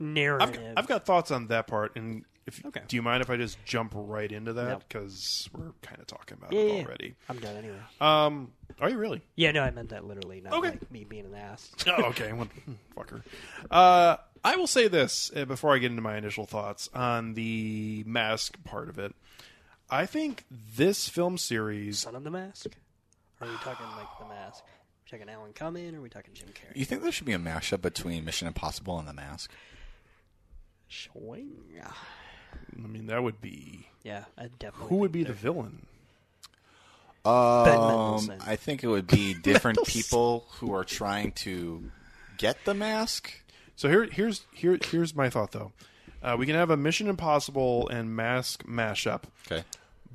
C: I've,
B: narrative.
C: I've got thoughts on that part, and if
B: Okay.
C: do you mind if I just jump right into that
B: No.
C: because we're kind of talking about
B: Yeah, yeah, yeah.
C: it already?
B: I'm done anyway.
C: Um, are you really?
B: Yeah, no, I meant that literally, not
C: Okay.
B: like me being an ass.
C: oh, okay. Well, hmm, fucker. Uh, I will say this uh, before I get into my initial thoughts on the mask part of it. I think this film series.
B: Son of the Mask? Or are we talking like the Mask? Are we talking Alan Cumming? Or are we talking Jim Carrey?
A: You think there should be a mashup between Mission Impossible and The Mask?
B: Swing.
C: I mean, that would be
B: Yeah, I definitely.
C: who would be the villain?
A: Um,
B: Mendelsohn.
A: I think it would be different people who are trying to get the mask.
C: So here, here's here, here's my thought though. Uh, we can have a Mission Impossible and mask mashup,
A: Okay.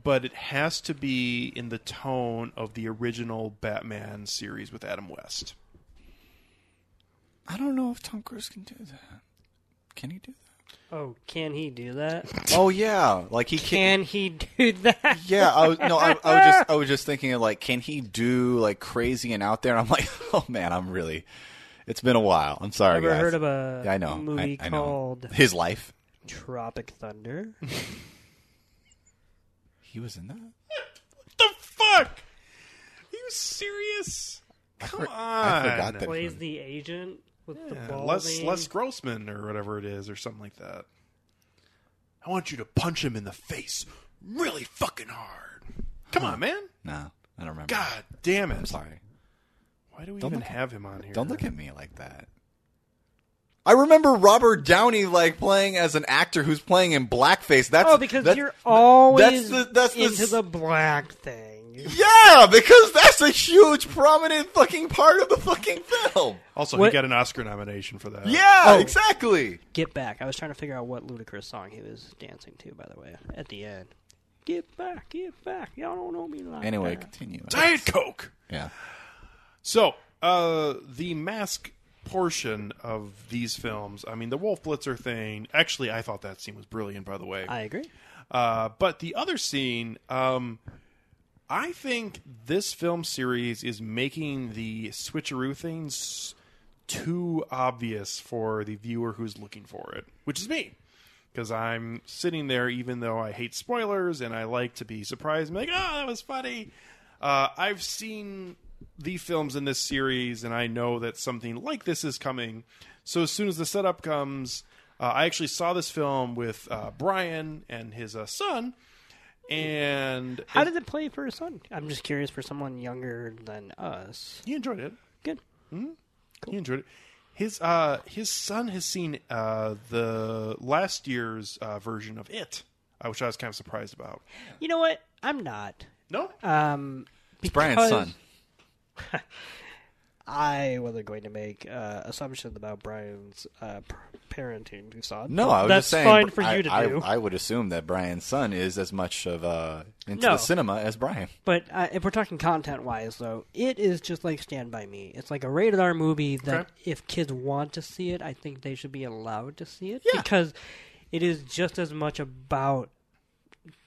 C: but it has to be in the tone of the original Batman series with Adam West.
A: I don't know if Tom Cruise can do that. Can he do
B: Oh, can he do that?
A: that? Oh yeah, like he
B: Can he do that?
A: Yeah, I was no, I, I was just I was just thinking of like, can he do like crazy and out there? And I'm like, oh man, I'm really. It's been a while. I'm sorry,
B: Ever
A: guys.
B: heard of a
A: yeah, I know.
B: movie
A: I, I know.
B: called
A: His Life.
B: Tropic Thunder?
A: He was in that.
C: The fuck? Are you serious? Come
A: for-
C: on.
A: I forgot that.
B: Plays the agent with the
C: Yeah,
B: ball.
C: Les Les Grossman or whatever it is or something like that. I want you to punch him in the face really fucking hard. Come on, man.
A: No, I don't remember.
C: God damn it.
A: I'm sorry.
C: Why do we
A: Don't
C: even
A: look at-
C: have him on here?
A: Don't look at me like that. I remember Robert Downey like playing as an actor who's playing in blackface. That's
B: Oh, because
A: that's-
B: you're
A: that's
B: always
A: the- that's the
B: into
A: s-
B: the black thing.
A: yeah, because that's a huge prominent fucking part of the fucking film.
C: Also,
B: What-
C: he got an Oscar nomination for that.
A: Yeah,
B: Oh.
A: exactly.
B: Get back. I was trying to figure out what ludicrous song he was dancing to, by the way, at the end. Get back, get back. Y'all don't know me like
A: Anyway,
B: that.
A: continue.
C: Diet Coke.
A: Yeah.
C: So, uh, the mask portion of these films, I mean, the Wolf Blitzer thing, actually, I thought that scene was brilliant, by the way.
B: I agree.
C: Uh, but the other scene, um, I think this film series is making the switcheroo things too obvious for the viewer who's looking for it, which is me. Because I'm sitting there, even though I hate spoilers and I like to be surprised and be like, oh, that was funny. Uh, I've seen the films in this series and I know that something like this is coming. So as soon as the setup comes, uh, I actually saw this film with uh, Brian and his uh, son. And
B: How did it play for his son? I'm just curious for someone younger than us.
C: he enjoyed it.
B: Good.
C: He enjoyed it. His uh, his son has seen uh, the last year's uh, version of it, uh, which I was kind of surprised about.
B: You know what? I'm not.
C: No,
B: Um,
A: It's Brian's
B: because
A: son.
B: I wasn't going to make uh, assumptions about Brian's uh, p- parenting son.
A: No, I was
B: That's
A: just saying.
B: fine for
A: I,
B: you to
A: I,
B: do.
A: I would assume that Brian's son is as much of uh, into
B: No.
A: the cinema as Brian.
B: But uh, if we're talking content wise, though, it is just like Stand By Me. It's like a rated R movie that
C: Okay.
B: if kids want to see it, I think they should be allowed to see it
A: Yeah.
B: because it is just as much about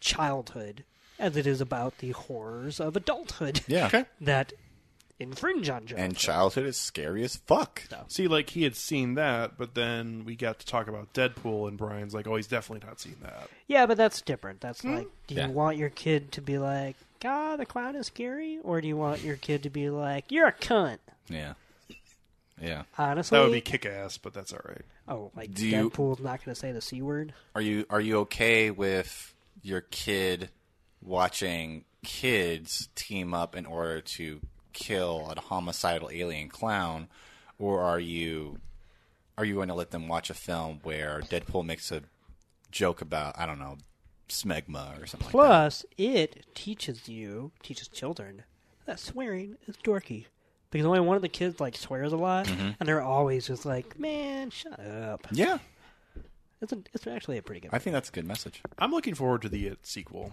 B: childhood as it is about the horrors of adulthood
A: Yeah.
C: Okay.
B: that infringe on childhood.
A: And childhood is scary as fuck.
C: see, like he had seen that, but then we got to talk about Deadpool, and Brian's like, "Oh, he's definitely not seen that."
B: yeah, but that's different. That's like, do
A: Yeah.
B: you want your kid to be like, God, the clown is scary? Or do you want your kid to be like, you're a cunt?
A: Yeah. Yeah.
B: Honestly,
C: That would be kick ass, but that's all right.
B: Oh, like
A: Do you-
B: Deadpool's not going to say the c word.
A: Are you are you okay with your kid watching kids team up in order to kill a homicidal alien clown, or are you are you going to let them watch a film where Deadpool makes a joke about I don't know smegma or something like that.
B: Plus, it teaches you, teaches children, that swearing is dorky. Because only one of the kids like swears a lot,
C: Mm-hmm.
B: and they're always just like, "Man, shut up."
A: Yeah,
B: It's a, it's actually a pretty good.
A: I think that's a good message.
C: I'm looking forward to the it sequel.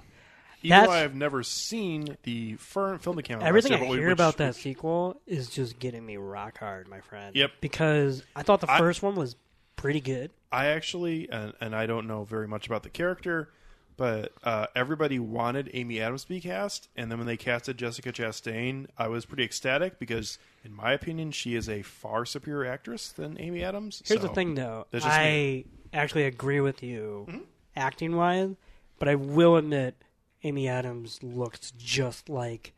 C: Even
B: That's-
C: though I've never seen the fir- film that came out.
B: Everything I
C: last year, but we-
B: hear
C: which-
B: about that sequel is just getting me rock hard, my friend.
C: Yep.
B: Because I thought the
C: I-
B: first one was pretty good.
C: I actually, and, and I don't know very much about the character, but uh, everybody wanted Amy Adams to be cast, and then when they casted Jessica Chastain, I was pretty ecstatic because, in my opinion, she is a far superior actress than Amy Adams.
B: Here's
C: so-
B: the thing, though.
C: that's just Mm-hmm.
B: I actually agree with you, acting wise, but I will admit Amy Adams looks just like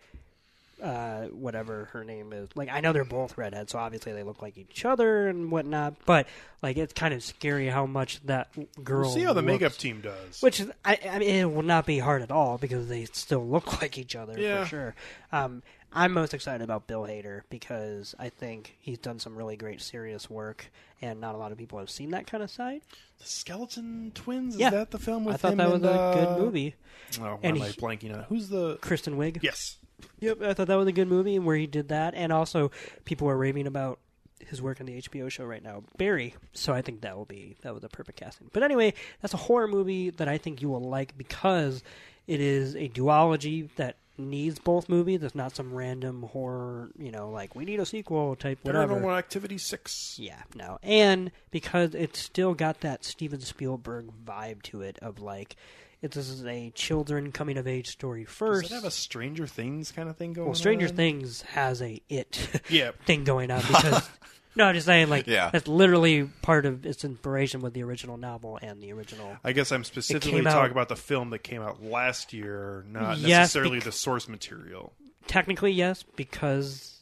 B: uh, whatever her name is. Like I know they're both redheads, so obviously they look like each other and whatnot. But like it's kind of scary how much that girl.
C: We'll see how the
B: looks.
C: makeup team does.
B: Which is, I, I mean, it will not be hard at all because they still look like each other
C: Yeah.
B: for sure. Um, I'm most excited about Bill Hader because I think he's done some really great serious work, and not a lot of people have seen that kind of side.
C: the Skeleton Twins is
B: Yeah.
C: that the film with
B: I thought
C: him
B: that was
C: and,
B: a
C: uh,
B: good movie.
C: Oh, why
B: And
C: am I
B: he-
C: blanking on it? Who's the?
B: Kristen Wiig.
C: Yes,
B: Yep, I thought that was a good movie where he did that, and also people are raving about his work on the HBO show right now, Barry. So I think that will be that was a perfect casting. But anyway, that's a horror movie that I think you will like because it is a duology that needs both movies. It's not some random horror, you know, like we need a sequel type whatever.
C: Paranormal Activity Six.
B: Yeah, no. And because it's still got that Steven Spielberg vibe to it of like it, this is a children coming of age story first.
C: Does it have a Stranger Things kind of thing going on?
B: Well, Stranger Things has a it
C: Yeah.
B: thing going on because no, I'm just saying like
A: Yeah.
B: that's literally part of its inspiration with the original novel and the original.
C: I guess I'm specifically
B: out-
C: talking about the film that came out last year, not
B: Yes,
C: necessarily
B: bec-
C: the source material.
B: Technically, yes, because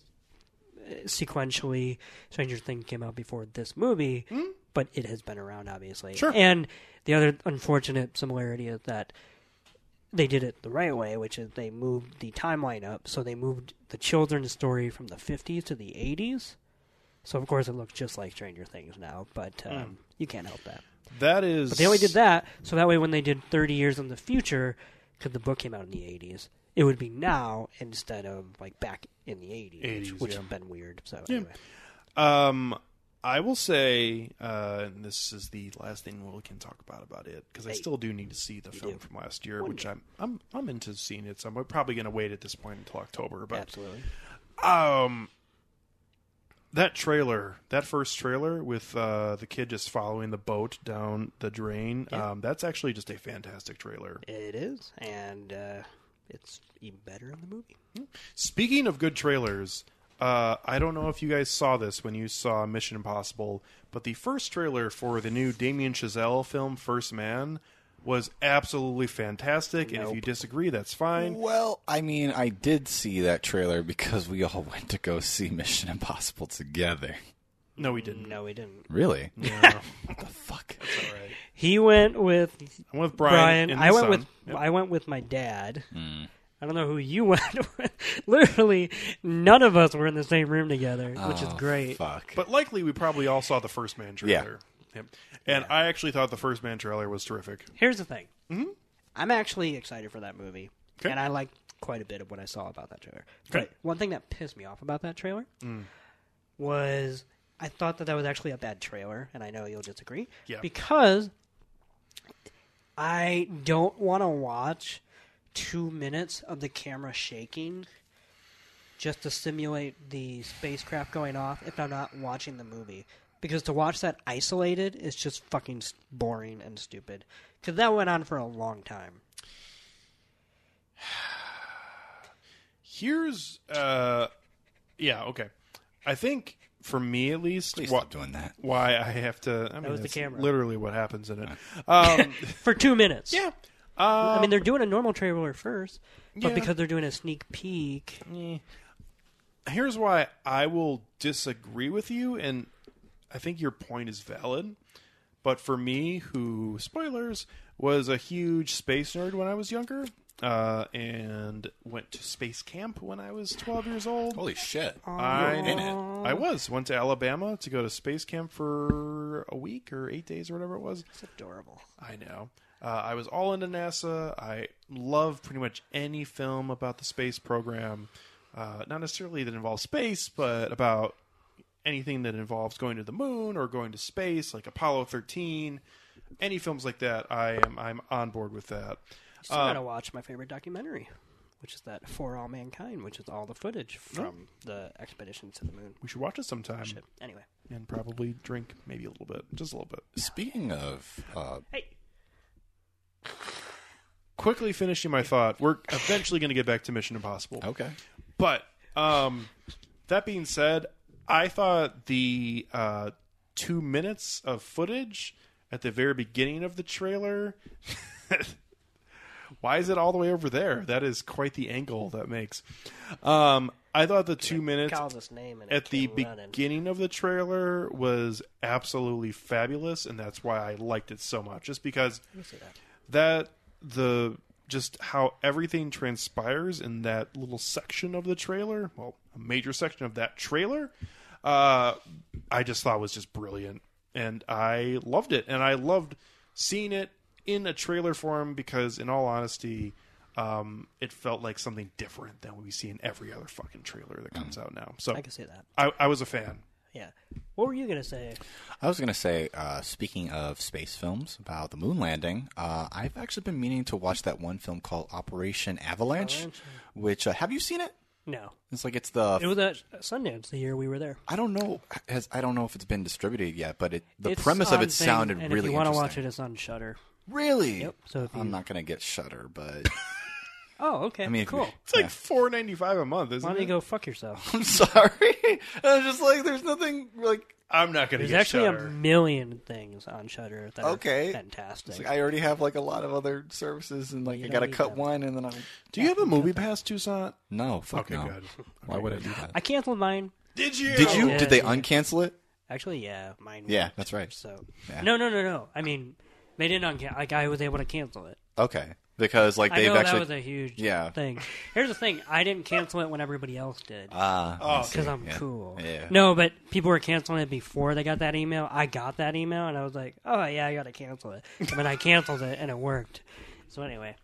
B: uh, sequentially, Stranger Things came out before this movie, but it has been around obviously.
C: Sure.
B: And the other unfortunate similarity is that they did it the right way, which is they moved the timeline up. So they moved the children's story from the 50s to the 80s. So of course it looks just like Stranger Things now, but um, you can't help that.
C: That is.
B: But they only did that so that way when they did 30 years in the future, because the book came out in the 80s, it would be now instead of like back in the 80s, which-
C: 80s,
B: which
C: yeah.
B: has been weird. So anyway,
C: Um, I will say, uh, and this is the last thing we can talk about about it because I
B: Hey.
C: still do need to see the film
B: do.
C: from last year, which I'm I'm I'm into seeing it. So I'm probably going to wait at this point until October. But
B: absolutely.
C: um, that trailer, that first trailer with uh, the kid just following the boat down the drain, um, that's actually just a fantastic trailer.
B: It is, and uh, it's even better in the movie.
C: Speaking of good trailers, uh, I don't know if you guys saw this when you saw Mission Impossible, but the first trailer for the new Damien Chazelle film, First Man, was absolutely fantastic. And if you disagree, that's fine.
A: Well, I mean, I did see that trailer because we all went to go see Mission Impossible together.
C: No, we didn't.
B: No, he didn't.
A: Really?
C: No.
A: What the fuck?
C: All right.
B: He went with
C: I'm with Brian.
B: Brian.
C: and
B: I
C: the
B: went
C: son.
B: with I went with my dad. I don't know who you went with. Literally, none of us were in the same room together, which is
A: Oh,
B: great.
A: Fuck.
C: But likely, we probably all saw the First Man trailer. Yep. And I actually thought the First Man trailer was terrific.
B: Here's the thing. Mm-hmm. I'm actually excited for that movie,
C: Okay.
B: and I like quite a bit of what I saw about that trailer.
C: Okay. Mm.
B: But one thing that pissed me off about that trailer was I thought that that was actually a bad trailer, and I know you'll disagree.
C: Yeah.
B: Because I don't want to watch two minutes of the camera shaking just to simulate the spacecraft going off if I'm not watching the movie. Because to watch that isolated is just fucking s- boring and stupid. Because that went on for a long time.
C: Here's, uh, yeah, okay. I think for me at least,
A: Please
C: wha-
A: stop doing that.
C: why I have to. I mean,
B: was the
C: that's
B: camera.
C: Literally, what happens in it. Um,
B: For two minutes.
C: yeah. Uh,
B: I mean, they're doing a normal trailer first, but
C: Yeah. Mm.
B: because they're doing a sneak peek,
C: here's why I will disagree with you, and I think your point is valid. But for me, who spoilers was a huge space nerd when I was younger, uh, and went to space camp when I was 12 years old.
A: Holy shit!
C: I,
A: in it.
C: I was went to Alabama to go to space camp for a week or eight days or whatever it was.
B: It's adorable.
C: I know. Uh, I was all into NASA. I love pretty much any film about the space program, uh, not necessarily that involves space, but about anything that involves going to the moon or going to space, like Apollo thirteen. Any films like that, I am I'm on board with that.
B: Still
C: Uh,
B: gotta watch my favorite documentary, which is that For All Mankind, which is all the footage from the expedition to the moon.
C: We should watch it sometime
B: Anyway,
C: and probably drink maybe a little bit, just a little bit.
A: Speaking of, uh,
B: hey,
C: Quickly finishing my thought, we're eventually going to get back to Mission Impossible.
A: okay,
C: But um, that being said, I thought the uh, two minutes of footage at the very beginning of the trailer. why is it all the way over there? That is quite the angle that makes. Um, I thought the two minutes
B: calls his name and it
C: at the
B: came running.
C: beginning of the trailer was absolutely fabulous, and that's why I liked it so much. Just because that the just how everything transpires in that little section of the trailer, well, a major section of that trailer, uh, I just thought was just brilliant, and I loved it, and I loved seeing it in a trailer form because, in all honesty. Um, it felt like something different than we see in every other fucking trailer that comes out now. So
B: Mm-hmm. I can say that.
C: I, I was a fan.
B: Yeah. What were you gonna say?
A: I was gonna say, uh, speaking of space films about the moon landing, uh, I've actually been meaning to watch that one film called Operation Avalanche, which uh, have you seen it?
B: No,
A: It's like it's the
B: it was at Sundance the year we were there.
A: I don't know has I don't know if it's been distributed yet, but it the
B: It's
A: premise of
B: on
A: it
B: thing,
A: sounded
B: and
A: really
B: If you
A: interesting.
B: to watch it, it's on Shutter.
A: Really?
B: Yep, so if you-
A: I'm not gonna get Shutter, but
B: Oh, okay.
A: I mean, if you-
B: cool.
C: It's like four ninety five a month, isn't
B: Why don't you
C: it?
B: go fuck yourself?
A: I'm sorry. I'm just like, there's nothing like
C: I'm not going to
B: There's
C: get
B: actually
C: Shudder.
B: a million things on Shutter that
A: Okay.
B: are fantastic.
A: I already have like a lot of other services, and like I gotta
B: need
A: cut
B: that.
A: one, and then I'm
C: Do you have a movie pass, Tucson?
A: no, fuck
C: Okay,
A: no.
C: good.
A: Why would I do that?
B: I canceled mine.
C: Did you?
A: Did you?
B: Yeah,
A: did they
B: yeah.
A: uncancel it?
B: Actually, yeah, mine.
A: Yeah,
B: went.
A: that's right.
B: So
A: Yeah.
B: no, no, no, no. I mean, they didn't uncan. Like I was able to cancel it.
A: Okay, because like
B: I
A: they've
B: know that was
A: actually
B: a huge
A: Yeah.
B: thing. Here's the thing: I didn't cancel it when everybody else did
A: ah
C: Oh,
B: because I'm
A: yeah.
B: cool.
A: Yeah.
B: No, but people were canceling it before they got that email. I got that email and I was like, "Oh yeah, I got to cancel it." But I canceled it and it worked. So anyway,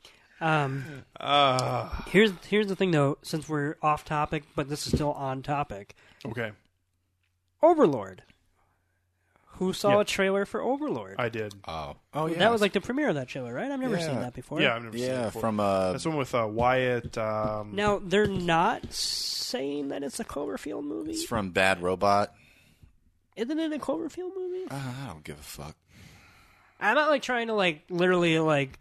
B: um,
C: uh,
B: here's here's the thing though. Since we're off topic, but this is still on topic.
C: okay.
B: Overlord. Who saw
C: Yeah.
B: a trailer for Overlord?
C: I did.
A: oh oh yeah
B: That was like the premiere of that trailer, right? I've never
A: Yeah.
B: seen that before.
C: Yeah, I've never seen it
A: yeah
C: before.
A: from uh
C: That's one with uh, Wyatt. Um,
B: Now they're not saying that it's a Cloverfield movie.
A: it's from Bad Robot.
B: Isn't it a Cloverfield movie?
A: Uh, I don't give a fuck.
B: I'm not like trying to like literally like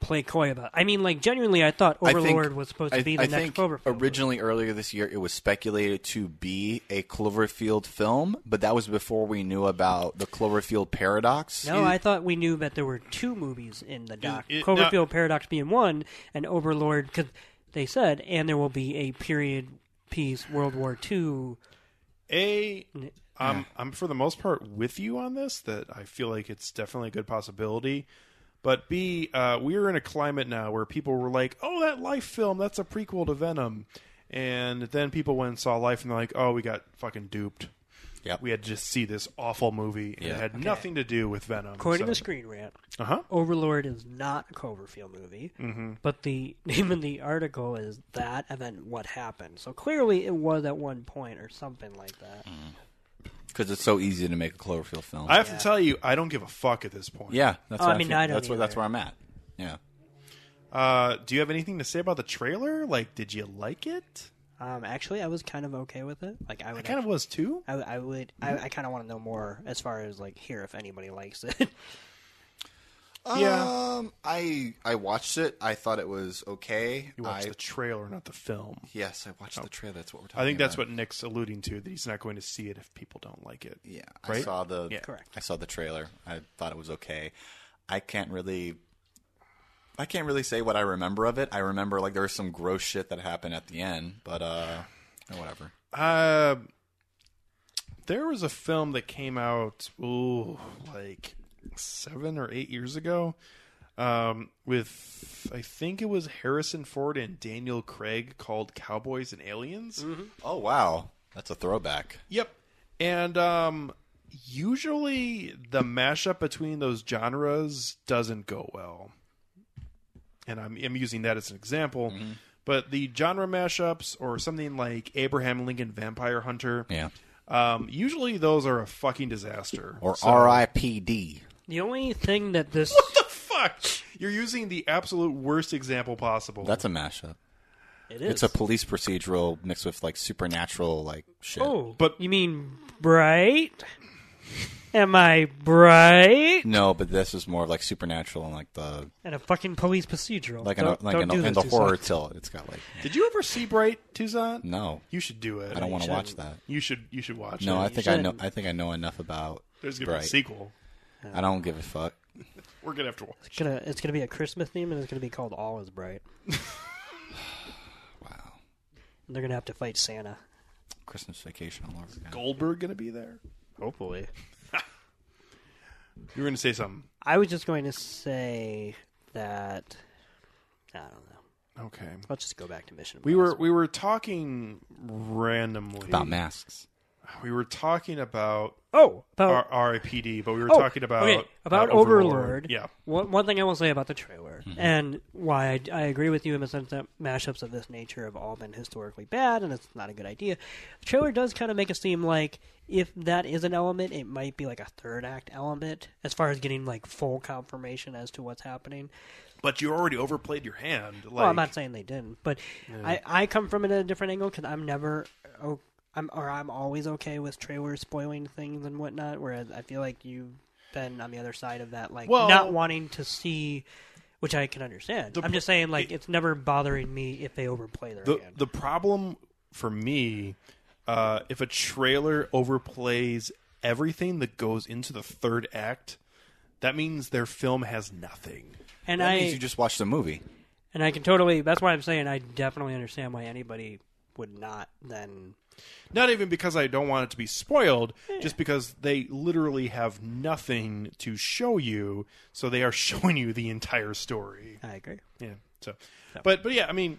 B: play coy about. It. I mean, like genuinely, I thought
A: I think-
B: Overlord was supposed to be the
A: I
B: next
A: think
B: Cloverfield. movie.
A: Originally, earlier this year, it was speculated to be a Cloverfield film, but that was before we knew about the Cloverfield paradox.
B: No, I thought we knew that there were two movies in the doc.
C: it-
B: Cloverfield
C: no.
B: Paradox being one, and Overlord because they said, and there will be a period piece World War II.
C: A, I'm I'm for the most part with you on this. That I feel like it's definitely a good possibility. But B, uh, we're in a climate now where people were like, "Oh, that Life film, that's a prequel to Venom," and then people went and saw Life, and they're like, "Oh, we got fucking duped.
A: Yep.
C: We had to just see this awful movie, and
A: Yeah.
C: it had nothing to do with Venom."
B: According to Screen Rant,
C: uh
A: Uh-huh.
C: huh.
B: Overlord is not a Cloverfield movie,
A: Mm-hmm.
B: but the name of the article is that and then what happened. So clearly, it was at one point or something like that.
A: because it's so easy to make a Cloverfield film.
C: I have to tell you, I don't give a fuck at this point.
A: yeah, that's
B: Oh,
A: what
B: I
A: I
B: mean,
A: feel-
B: I don't
A: that's where that's
B: either.
A: where I'm at. Yeah,
C: Uh, do you have anything to say about the trailer? Like, did you like it?
B: Um, actually, I was kind of okay with it. Like, I would.
C: I kind of was too.
B: I, I would. I, I kind of want to know more as far as like hear if anybody likes it.
C: Yeah.
A: Um, I I watched it. I thought it was okay.
C: You watched
A: I,
C: the trailer, not the film.
A: yes, I watched the trailer. That's what we're talking.
C: I think that's
A: about.
C: what Nick's alluding to. That he's not going to see it if people don't like it.
A: Yeah, I
C: Right?
A: saw the
C: Yeah.
B: Correct.
A: I saw the trailer. I thought it was okay. I can't really I can't really say what I remember of it. I remember like there was some gross shit that happened at the end, but uh whatever.
C: Uh, there was a film that came out, ooh, like seven or eight years ago. um, with I think it was Harrison Ford and Daniel Craig called Cowboys and Aliens.
A: Oh wow, that's a throwback.
C: Yep. And um, usually the mashup between those genres doesn't go well. And I'm, I'm using that as an example. But the genre mashups or something like Abraham Lincoln Vampire Hunter,
A: Yeah.
C: um, usually those are a fucking disaster.
A: Or
C: So-
A: R.I.P.D.
B: The only thing that this
C: What the fuck? You're using the absolute worst example possible.
A: That's a mashup.
B: it is.
A: It's a police procedural mixed with like supernatural like shit.
B: oh,
C: but-
B: but you mean bright? Am I bright?
A: No, but this is more of like supernatural and like the
B: And a fucking police procedural.
A: like
B: don't,
A: an, like
B: don't
A: an,
B: do
A: and the
B: this to
A: horror
B: yourself.
A: tilt. It's got like
C: Did you ever see Bright Tucson?
A: no,
C: You should do it.
A: I don't want to
B: shouldn't.
A: watch that.
C: You should. You should watch
A: No,
C: it.
A: I think I know.
B: shouldn't.
A: I think I know enough about.
C: There's gonna be
A: Bright.
C: a sequel.
A: I don't give a fuck.
C: We're gonna have to watch.
B: It's gonna it's gonna be a Christmas theme, and it's gonna be called All Is Bright.
A: Wow,
B: And they're gonna have to fight Santa.
A: Christmas vacation all over again.
C: Goldberg going to be there?
B: Hopefully.
C: You were going to say something.
B: I was just going to say that. I don't know.
C: Okay.
B: Let's just go back to Mission.
C: We were we were talking randomly.
A: About masks.
C: We were talking about
B: oh about
C: our RIPD, but we were
B: Oh,
C: talking about
B: okay, about
C: uh,
B: Overlord.
C: Yeah.
B: One, one thing I will say about the trailer, and why I, I agree with you in the sense that mashups of this nature have all been historically bad, and it's not a good idea. The trailer does kind of make it seem like if that is an element, it might be like a third act element, as far as getting like full confirmation as to what's happening.
C: But you already overplayed your hand. Like,
B: well, I'm not saying they didn't, but I, I come from it at a different angle because I'm never, oh, I'm or I'm always okay with trailers spoiling things and whatnot. Whereas I feel like you've been on the other side of that, like
C: Well-
B: not wanting to see, which I can understand. I'm just saying, like it's never bothering me if they overplay their
C: the
B: hand.
C: the problem for me, uh, if a trailer overplays everything that goes into the third act, that means their film has nothing.
B: and
A: That
B: I
A: means you just watched the movie.
B: and I can totally. That's why I'm saying I definitely understand why anybody would not then
C: Not even because I don't want it to be spoiled, just because they literally have nothing to show you, so they are showing you the entire story.
B: i agree
C: Yeah. So, but but yeah, I mean,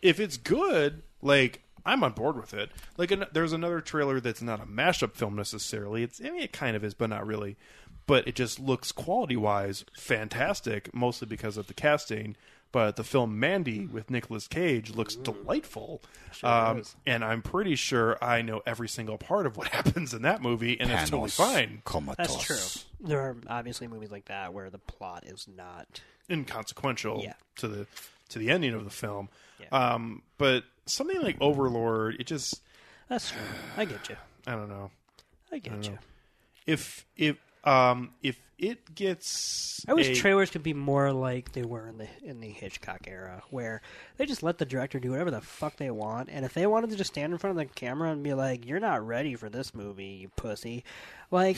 C: if it's good, like I'm on board with it. Like an, there's another trailer that's not a mashup film necessarily. It's I mean it kind of is, but not really. But it just looks quality wise fantastic, mostly because of the casting. But the film Mandy with Nicolas Cage looks delightful, um, and I'm pretty sure I know every single part of what happens in that movie, and it's totally
A: Thanos,
C: fine,
A: Comatose.
B: that's true there are obviously movies like that where the plot is not
C: inconsequential
B: Yeah.
C: to the to the ending of the film. Um, but something like Overlord, it just
B: that's true i get you
C: I don't know
B: i get you
C: if if um if it gets
B: I wish
C: a-
B: trailers could be more like they were in the in the Hitchcock era, where they just let the director do whatever the fuck they want, and if they wanted to just stand in front of the camera and be like, "You're not ready for this movie, you pussy," like,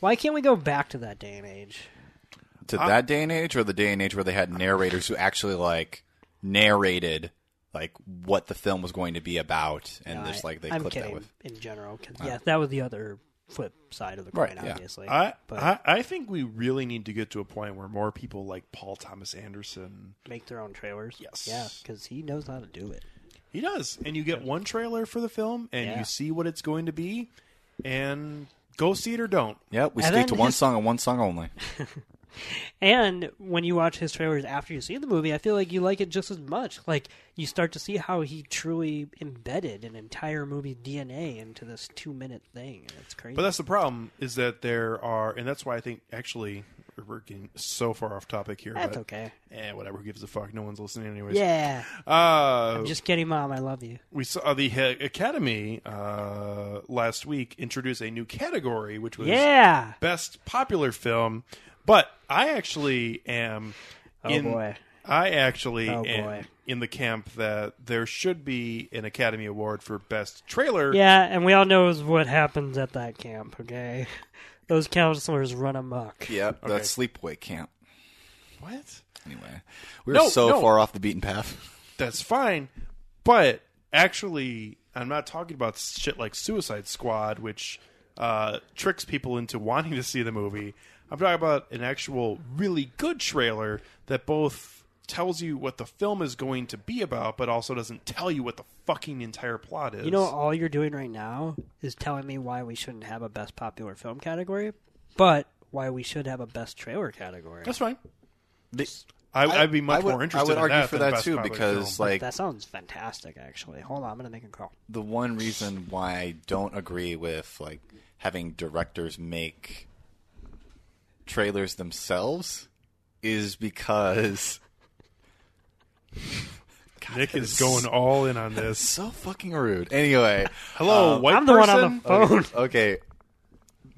B: why can't we go back to that day and age?
A: To that day and age, or the day and age where they had narrators who actually like narrated like what the film was going to be about, and
B: No,
A: just
B: I-
A: like they
B: I'm
A: clipped that
B: kidding
A: with.
B: in general, 'cause, yeah, that was the other flip side of the coin,
A: Right, yeah.
B: obviously.
C: I,
B: but
C: I I think we really need to get to a point where more people like Paul Thomas Anderson.
B: make their own trailers,
C: Yes.
B: yeah, because he knows how to do it.
C: He does, and you get one trailer for the film, and
B: Yeah.
C: you see what it's going to be, and go see it or don't.
A: Yep, we
B: And
A: stick to
B: then
A: one
B: his-
A: song and one song only.
B: And when you watch his trailers after you see the movie, I feel like you like it just as much. Like you start to see how he truly embedded an entire movie DNA into this two-minute thing, and it's crazy.
C: But that's the problem is that there are, and that's why I think actually we're getting so far off topic here.
B: That's
C: but,
B: okay.
C: Eh, whatever. Who gives a fuck? No one's listening anyways.
B: Yeah,
C: Uh,
B: just kidding, mom. I love you.
C: we saw the uh, Academy uh, last week introduce a new category, which was
B: Yeah.
C: best popular film. But I actually am.
B: Oh,
C: in-
B: boy.
C: I actually
B: Oh,
C: am
B: boy.
C: in the camp that there should be an Academy Award for best trailer.
B: Yeah, and we all know what happens at that camp. Okay, those counselors run amok.
A: Yep, the that's sleepaway camp.
C: What?
A: Anyway, we're
C: No,
A: so
C: no.
A: far off the beaten path.
C: that's fine. But actually, I'm not talking about shit like Suicide Squad, which uh, tricks people into wanting to see the movie. I'm talking about an actual really good trailer that both tells you what the film is going to be about, but also doesn't tell you what the fucking entire plot is.
B: You know, all you're doing right now is telling me why we shouldn't have a best popular film category, but why we should have a best trailer category.
C: that's fine.
A: The-
C: I, I, would be much
A: I would-
C: more interested.
A: I would
C: in
A: argue
C: that
A: for
C: than
A: that
C: Best
A: too
C: Popular
A: because,
C: Film.
A: like,
B: that sounds fantastic, actually. Hold on, I'm going to make a call.
A: the one reason why I don't agree with like having directors make trailers themselves is because
C: Nick is going all in on this.
A: so fucking rude. Anyway, Uh,
C: Hello, white
B: I'm the
C: person,
B: one on the
A: Oh,
B: phone.
A: okay,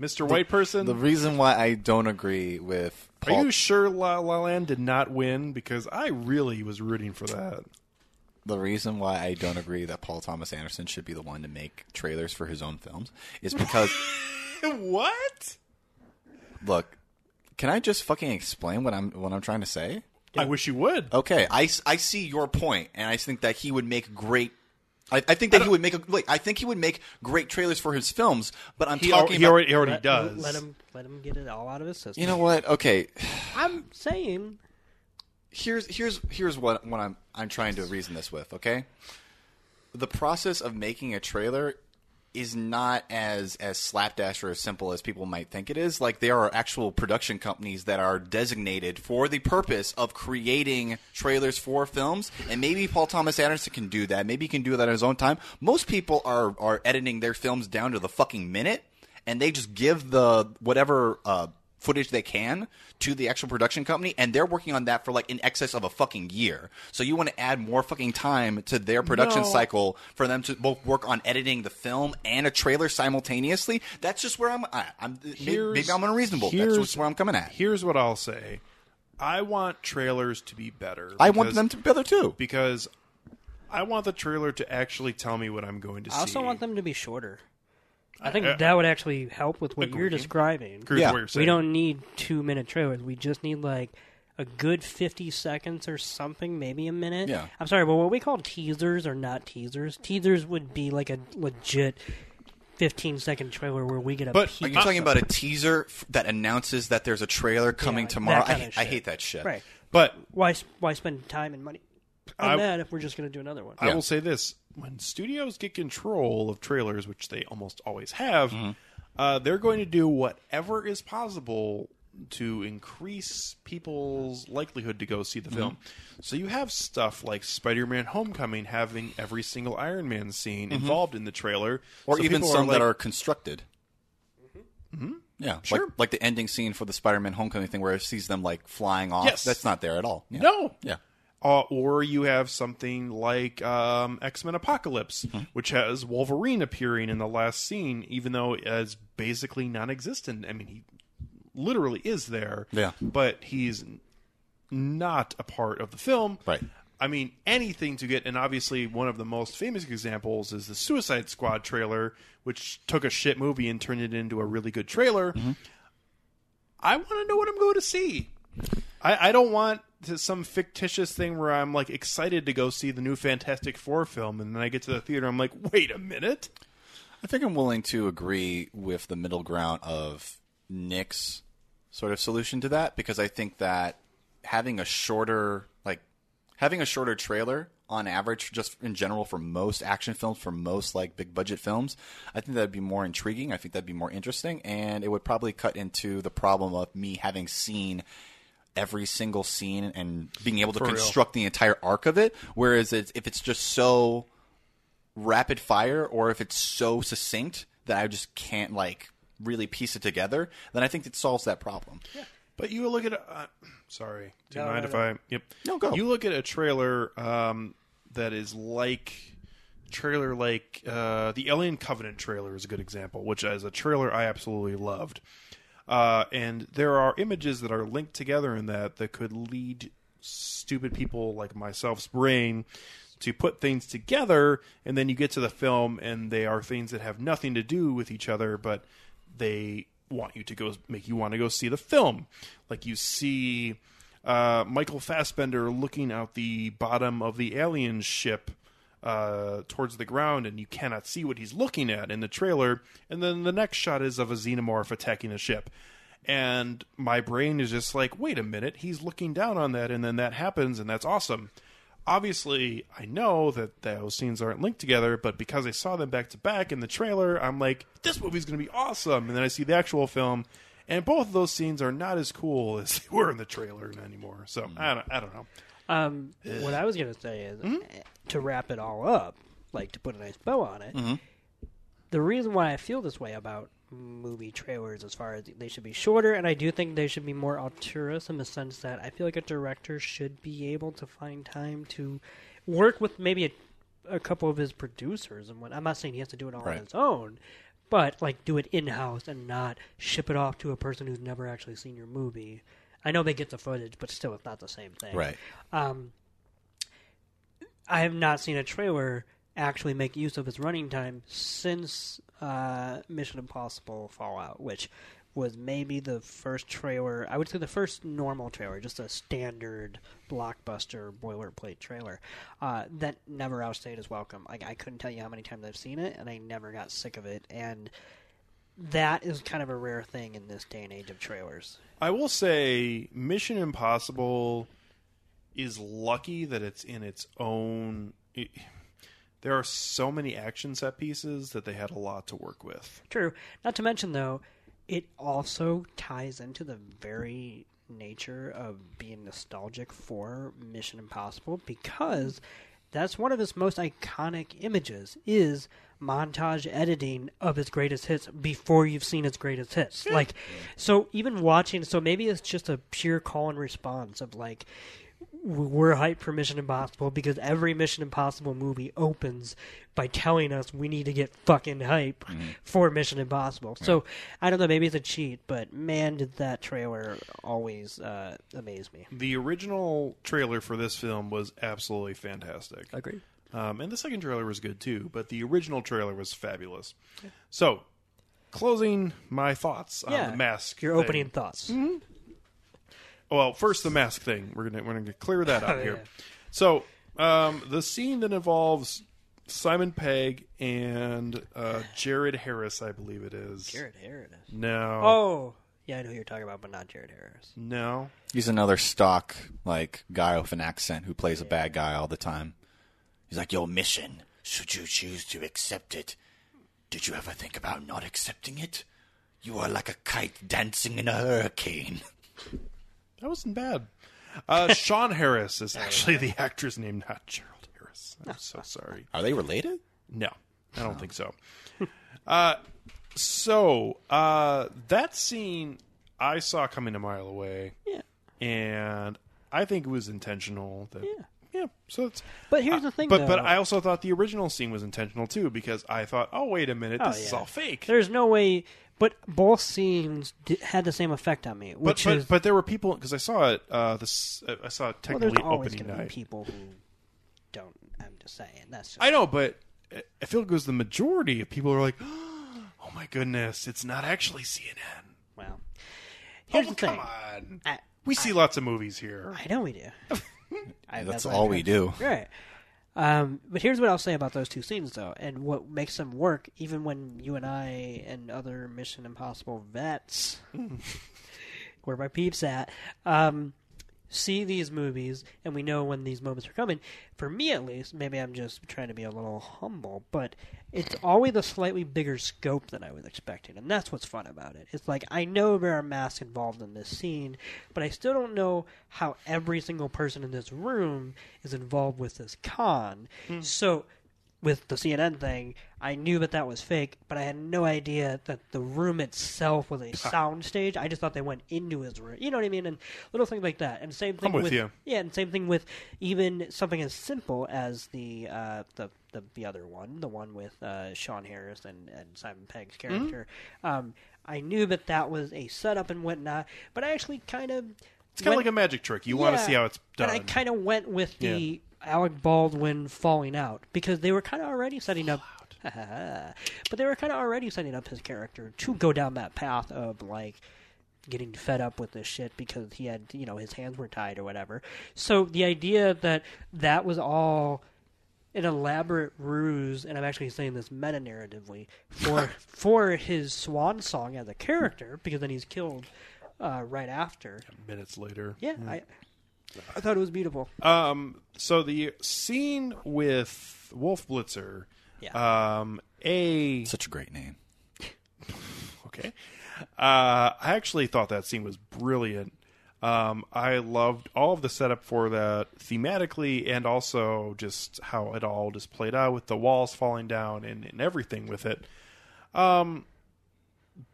C: Mr. White person.
A: the reason why I don't agree with Paul,
C: Are you sure La La Land did not win? Because I really was rooting for that.
A: the reason why I don't agree that Paul Thomas Anderson should be the one to make trailers for his own films is because
C: What?
A: look, can I just fucking explain what I'm what I'm trying to say?
C: I wish you would.
A: Okay, I, s- I see your point, and I think that he would make great. I, I think that he would make a wait. I think he would make great trailers for his films. But I'm
C: He, al-
A: talking
C: he
A: about.
C: already, he already
B: Let-
C: does.
B: Let him, let him get it all out of his system.
A: you know what? Okay,
B: I'm saying
A: here's here's here's what what I'm I'm trying to reason this with. Okay, the process of making a trailer is not as as slapdash or as simple as people might think it is. Like there are actual production companies that are designated for the purpose of creating trailers for films, and maybe Paul Thomas Anderson can do that. Maybe he can do that in his own time. Most people are are editing their films down to the fucking minute, and they just give the whatever. Uh, footage they can to the actual production company and they're working on that for like in excess of a fucking year so you want to add more fucking time to their production
C: No.
A: cycle for them to both work on editing the film and a trailer simultaneously that's just where i'm I, i'm maybe,
C: Here's-
A: maybe i'm unreasonable that's
C: here's-
A: just where i'm coming at
C: Here's what I'll say. I want trailers to be better.
A: i want
C: because-
A: them to be better too
C: because I want the trailer to actually tell me what I'm going to see.
B: I also want them to be shorter. I think
C: I-
B: that would actually help with what you're
C: Agreed.
B: describing.
C: Agree with
A: Yeah.
C: what you're saying.
B: We don't need two minute trailers. We just need like a good 50 seconds or something, maybe a minute.
A: Yeah.
B: I'm sorry, but what we call teasers are not teasers. Teasers would be like a legit 15 second trailer where we get a
C: But
A: are
B: peek.
A: you talking about a teaser f- that announces that there's a trailer coming
B: like that
A: tomorrow? I,
B: kinda
A: I
B: shit.
A: hate that shit.
B: Right.
C: But
B: Why, s- why spend time and money on
C: I-
B: that if we're just going to do another one?
C: I
A: Yeah.
C: will say this: when studios get control of trailers, which they almost always have,
A: Mm-hmm.
C: uh, they're going to do whatever is possible to increase people's likelihood to go see
A: Mm-hmm.
C: the film. So you have stuff like Spider-Man: Homecoming having every single Iron Man scene involved in the trailer,
A: Mm-hmm. Or
C: So
A: even
C: people
A: some
C: like, Mm-hmm.
A: that are constructed. Mm-hmm. Yeah,
C: Sure.
A: like, like the ending scene for the Spider-Man Homecoming thing, where it sees them like flying off.
C: Yes.
A: that's not there at all. Yeah.
C: no,
A: Yeah.
C: Uh, or you have something like um, X Men Apocalypse, which has Wolverine appearing in the last scene, even though it's basically non existent. I mean, he literally is there,
A: Yeah.
C: but he's not a part of the film.
A: Right.
C: I mean, anything to get, and obviously one of the most famous examples is the Suicide Squad trailer, which took a shit movie and turned it into a really good trailer. I want to know what I'm going to see. I, I don't want to, some fictitious thing where I'm like excited to go see the new Fantastic Four film, and then I get to the theater, I'm like, wait a minute.
A: I think I'm willing to agree with the middle ground of Nick's sort of solution to that because I think that having a shorter like having a shorter trailer on average just in general for most action films for most like big budget films i think that'd be more intriguing i think that'd be more interesting and it would probably cut into the problem of me having seen every single scene and being able to
C: real.
A: construct the entire arc of it whereas it's, if it's just so rapid fire or if it's so succinct that I just can't like really piece it together, then I think it solves that problem.
C: But you look at a, uh, sorry, do you
B: No,
C: mind
B: no,
C: if
B: no.
C: I? Yep.
A: No, go.
C: You look at a trailer um, that is like trailer like uh, the Alien Covenant trailer is a good example, which is a trailer I absolutely loved. Uh, and there are images that are linked together in that that could lead stupid people like myself's brain to put things together, and then you get to the film, and they are things that have nothing to do with each other, but they want you to go make you want to go see the film. Like you see uh, Michael Fassbender looking out the bottom of the alien ship uh, towards the ground, and you cannot see what he's looking at in the trailer. And then the next shot is of a xenomorph attacking a ship. And my brain is just like, wait a minute, he's looking down on that, and then that happens, and that's awesome. Obviously, I know that those scenes aren't linked together, but because I saw them back to back in the trailer, I'm like, this movie's going to be awesome. And then I see the actual film, and both of those scenes are not as cool as they were in the trailer anymore. So I, don't, I don't know.
B: Um, what I was going to say is
A: Mm-hmm.
B: eh, to wrap it all up, like to put a nice bow on it.
A: Mm-hmm.
B: The reason why I feel this way about movie trailers, as far as they should be shorter, and I do think they should be more altruist in the sense that I feel like a director should be able to find time to work with maybe a, a couple of his producers and what. I'm not saying he has to do it all
A: Right.
B: on his own. But like, do it in house and not ship it off to a person who's never actually seen your movie. I know they get the footage, but still, it's not the same thing.
A: Right.
B: Um, I have not seen a trailer actually make use of its running time since uh, Mission Impossible Fallout, which was maybe the first trailer. I would say the first normal trailer, just a standard blockbuster boilerplate trailer uh, that never outstayed its welcome. Like I couldn't tell you how many times I've seen it, and I never got sick of it. And that is kind of a rare thing in this day and age of trailers.
C: I will say Mission Impossible is lucky that it's in its own. It, there are so many action set pieces that they had a lot to work with.
B: True. Not to mention, though, it also ties into the very nature of being nostalgic for Mission Impossible because that's one of his most iconic images is montage editing of his greatest hits before you've seen his greatest hits. Like so even watching so maybe it's just a pure call and response of like we're hyped for Mission Impossible because every Mission Impossible movie opens by telling us we need to get fucking hype
C: Mm-hmm.
B: for Mission Impossible. So I don't know, maybe it's a cheat, but man, did that trailer always uh, amaze me.
C: The original trailer for this film was absolutely fantastic.
B: Agree.
C: Um, and the second trailer was good too, but the original trailer was fabulous. So, closing my thoughts
B: Yeah,
C: on Uh, the mask.
B: Your
C: thing.
B: opening thoughts.
C: Well, first the mask thing. We're gonna we're gonna clear that up
B: Oh,
C: here.
B: yeah.
C: So um, the scene that involves Simon Pegg and uh, Jared Harris, I believe it is.
B: Jared Harris.
C: No.
B: Oh, yeah, I know who you're talking about, but not Jared Harris.
C: No.
A: He's another stock like guy with an accent who plays a bad guy all the time. He's like, "Your mission, should you choose to accept it, did you ever think about not accepting it? You are like a kite dancing in a hurricane."
C: That wasn't bad. Uh, Sean Harris is actually the actor's name, not Gerald Harris. I'm so sorry.
A: Are they related?
C: No, I don't think so. Uh, so uh, that scene I saw coming a mile away,
B: Yeah.
C: and I think it was intentional. That,
B: Yeah.
C: yeah. So it's
B: But here's the thing,
C: but
B: though.
C: but I also thought the original scene was intentional too because I thought, oh wait a minute,
B: Oh,
C: this is
B: yeah.
C: all fake.
B: There's no way, but both scenes di had the same effect on me,
C: but,
B: which
C: but,
B: is
C: but there were people because I saw it. Uh, this uh, I saw it
B: well,
C: technically
B: there's always
C: opening
B: going to be
C: night.
B: people who don't. I'm just saying that's just
C: I know, but I- I feel like it was the majority of people are like, oh my goodness, it's not actually CNN.
B: well. Here's
C: oh,
B: the thing.
C: come on.
B: I,
C: We see lots of movies here.
B: I know we do. I,
A: That's
B: what
A: all
B: I-
A: we do.
B: Right. Um, but here's what I'll say about those two scenes, though, and what makes them work, even when you and I and other Mission Impossible vets, where my peeps at, um, see these movies and we know when these moments are coming. For me, at least, maybe I'm just trying to be a little humble, but it's always a slightly bigger scope than I was expecting, and that's what's fun about it. It's like I know there are masks involved in this scene, but I still don't know how every single person in this room is involved with this con. So with the CNN thing, I knew that that was fake, but I had no idea that the room itself was a soundstage. I just thought they went into his room. You know what I mean? And little things like that. And same thing
C: with you.
B: yeah, and same thing with even something as simple as the uh, the, the the other one, the one with uh, Sean Harris and, and Simon Pegg's
C: Mm-hmm.
B: character. Um, I knew that that was a setup and whatnot, but I actually kind of
C: It's kind of like a magic trick. You want to see how it's done.
B: but I kind of went with the Alec Baldwin falling out because they were kind of already setting up. but they were kind of already setting up his character to go down that path of like getting fed up with this shit because he had you know his hands were tied or whatever. So the idea that that was all an elaborate ruse, and I'm actually saying this meta narratively for for his swan song as a character, because then he's killed uh, right after.
C: Minutes later.
B: Yeah, I I thought it was beautiful.
C: Um, so the scene with Wolf Blitzer.
B: Yeah.
C: Um, a
A: Such a great name.
C: okay. Uh, I actually thought that scene was brilliant. Um, I loved all of the setup for that thematically, and also just how it all just played out with the walls falling down and, and everything with it. Um,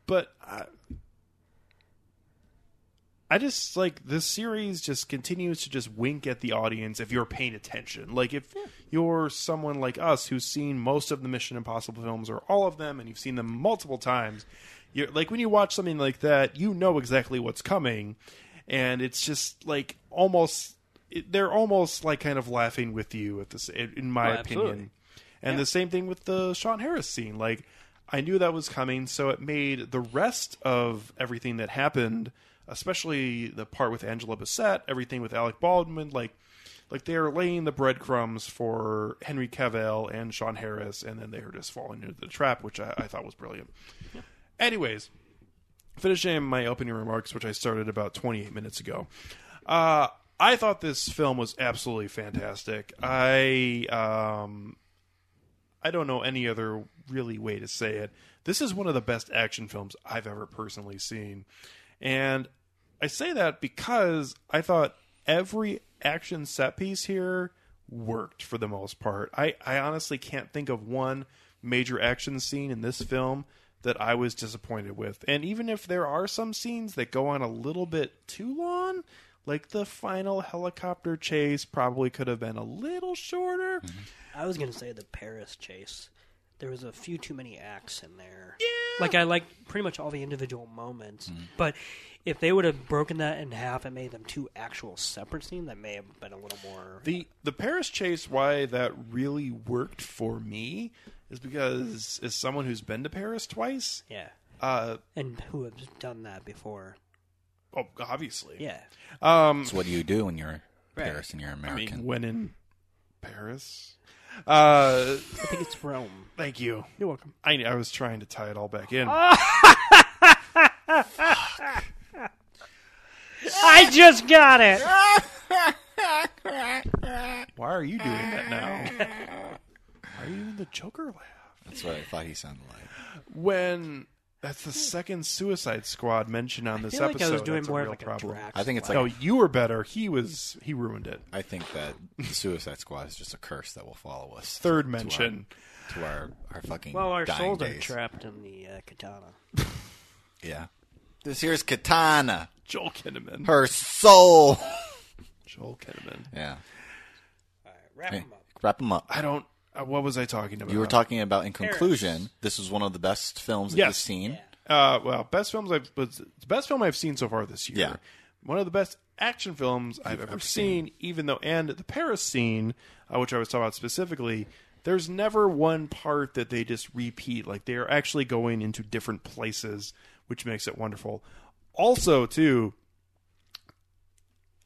C: but I, I just like this series just continues to just wink at the audience if you're paying attention. Like if you're someone like us who's seen most of the Mission Impossible films or all of them and you've seen them multiple times, you're like when you watch something like that, you know exactly what's coming and it's just like almost it, they're almost like kind of laughing with you at this in in my
B: Oh, absolutely.
C: opinion. And the same thing with the Sean Harris scene. Like, I knew that was coming, so it made the rest of everything that happened, especially the part with Angela Bassett, everything with Alec Baldwin, like, like they are laying the breadcrumbs for Henry Cavill and Sean Harris, and then they are just falling into the trap, which I, I thought was brilliant. Anyways, finishing my opening remarks, which I started about 28 minutes ago. Uh, I thought this film was absolutely fantastic. I um, I don't know any other really way to say it. This is one of the best action films I've ever personally seen. And I say that because I thought every action set piece here worked for the most part. I, I honestly can't think of one major action scene in this film that I was disappointed with. And even if there are some scenes that go on a little bit too long, like the final helicopter chase probably could have been a little shorter.
B: I was gonna say the Paris chase. There was a few too many acts in there. Yeah. Mm. Like I like pretty much all the individual moments, but if they would have broken that in half and made them two actual separate scenes, that may have been a little more.
C: The the Paris chase, why that really worked for me is because as someone who's been to Paris twice,
B: yeah.
C: uh
B: And who has done that before?
C: oh obviously.
B: Yeah.
C: Um
A: It's what do you do when you're
B: Right.
A: Paris and you're
C: I
A: American?
C: mean when in Paris. Uh
B: I think it's Rome.
C: thank you.
B: You're welcome. Ah!
C: I I was trying to tie it all back in.
B: I just got it.
C: Why are you doing that now? Why are you doing the Joker laugh?
A: That's what I thought he sounded like.
C: When that's the second Suicide Squad mentioned on
B: I
C: this
B: feel like
C: episode.
B: I was doing
C: that's
B: more
C: a
B: of
C: real
B: like
C: problem.
B: a Drax.
A: I think it's like
C: no, you were better. He was he ruined it.
A: I think that the Suicide Squad is just a curse that will follow us.
C: Third
A: to our-
C: mention.
A: to our our fucking
B: well, our
A: dying
B: souls are
A: days.
B: trapped in the uh, katana.
A: Yeah, this here's Katana,
C: Joel Kinnaman.
A: her soul.
C: Joel Kinnaman.
A: Yeah,
B: All right, wrap
A: hey,
B: them up.
A: wrap them up.
C: I don't. Uh, what was I talking about?
A: You were talking about in conclusion.
B: Paris.
A: This was one of the best films that
C: Yes.
A: you've seen.
C: Uh, well, best films I've was the best film I've seen so far this year.
A: Yeah.
C: One of the best action films I've ever seen, even though, and the Paris scene, uh, which I was talking about specifically, there's never one part that they just repeat. Like they are actually going into different places, which makes it wonderful. Also, too,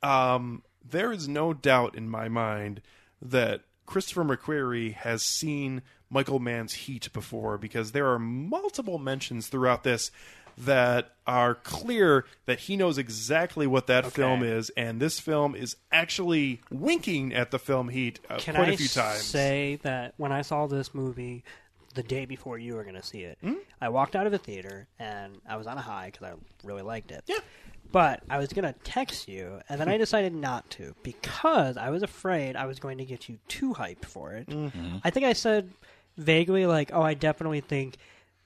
C: um, there is no doubt in my mind that Christopher McQuarrie has seen Michael Mann's Heat before because there are multiple mentions throughout this that are clear that he knows exactly what that film is, and this film is actually winking at the film Heat uh,
B: Can
C: quite
B: I
C: a few times.
B: say that when I saw this movie the day before you were going to see it,
C: Hmm?
B: I walked out of the theater and I was on a high because I really liked it. Yeah. But I was going to text you, and
C: Hmm.
B: then I decided not to because I was afraid I was going to get you too hyped for it.
C: Mm-hmm.
B: I think I said vaguely, like, oh, I definitely think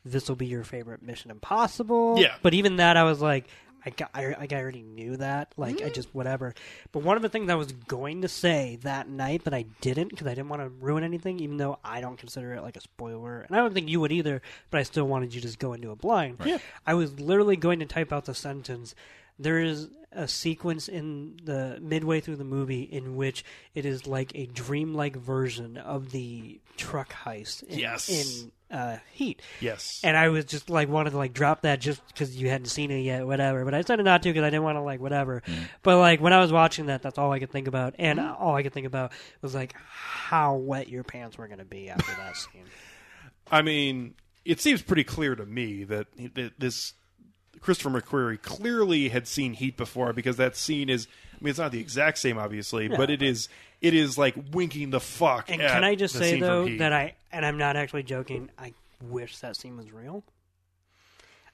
B: this will be your favorite Mission Impossible.
C: Yeah.
B: But even that, I was like, I, got, I, like, I already knew that. Like, I just, whatever. But one of the things I was going to say that night that I didn't, because I didn't want to ruin anything, even though I don't consider it like a spoiler, and I don't think you would either, but I still wanted you to just go into a blind. Yeah. I was literally going to type out the sentence. There is a sequence in the midway through the movie in which it is like a dreamlike version of the truck heist in,
C: Yes.
B: in uh, Heat.
C: Yes.
B: And I was just like wanted to like drop that just because you hadn't seen it yet, whatever. But I decided not to because I didn't want to like whatever.
C: Mm.
B: But like when I was watching that, that's all I could think about, and
C: Mm-hmm.
B: all I could think about was like how wet your pants were going to be after that scene.
C: I mean, it seems pretty clear to me that, that this Christopher McQuarrie clearly had seen Heat before because that scene is. I mean, it's not the exact same, obviously, but it is. It is like winking the fuck.
B: And
C: at
B: can I just
C: the
B: say
C: scene from
B: though
C: Heat.
B: that I and I'm not actually joking. I wish that scene was real.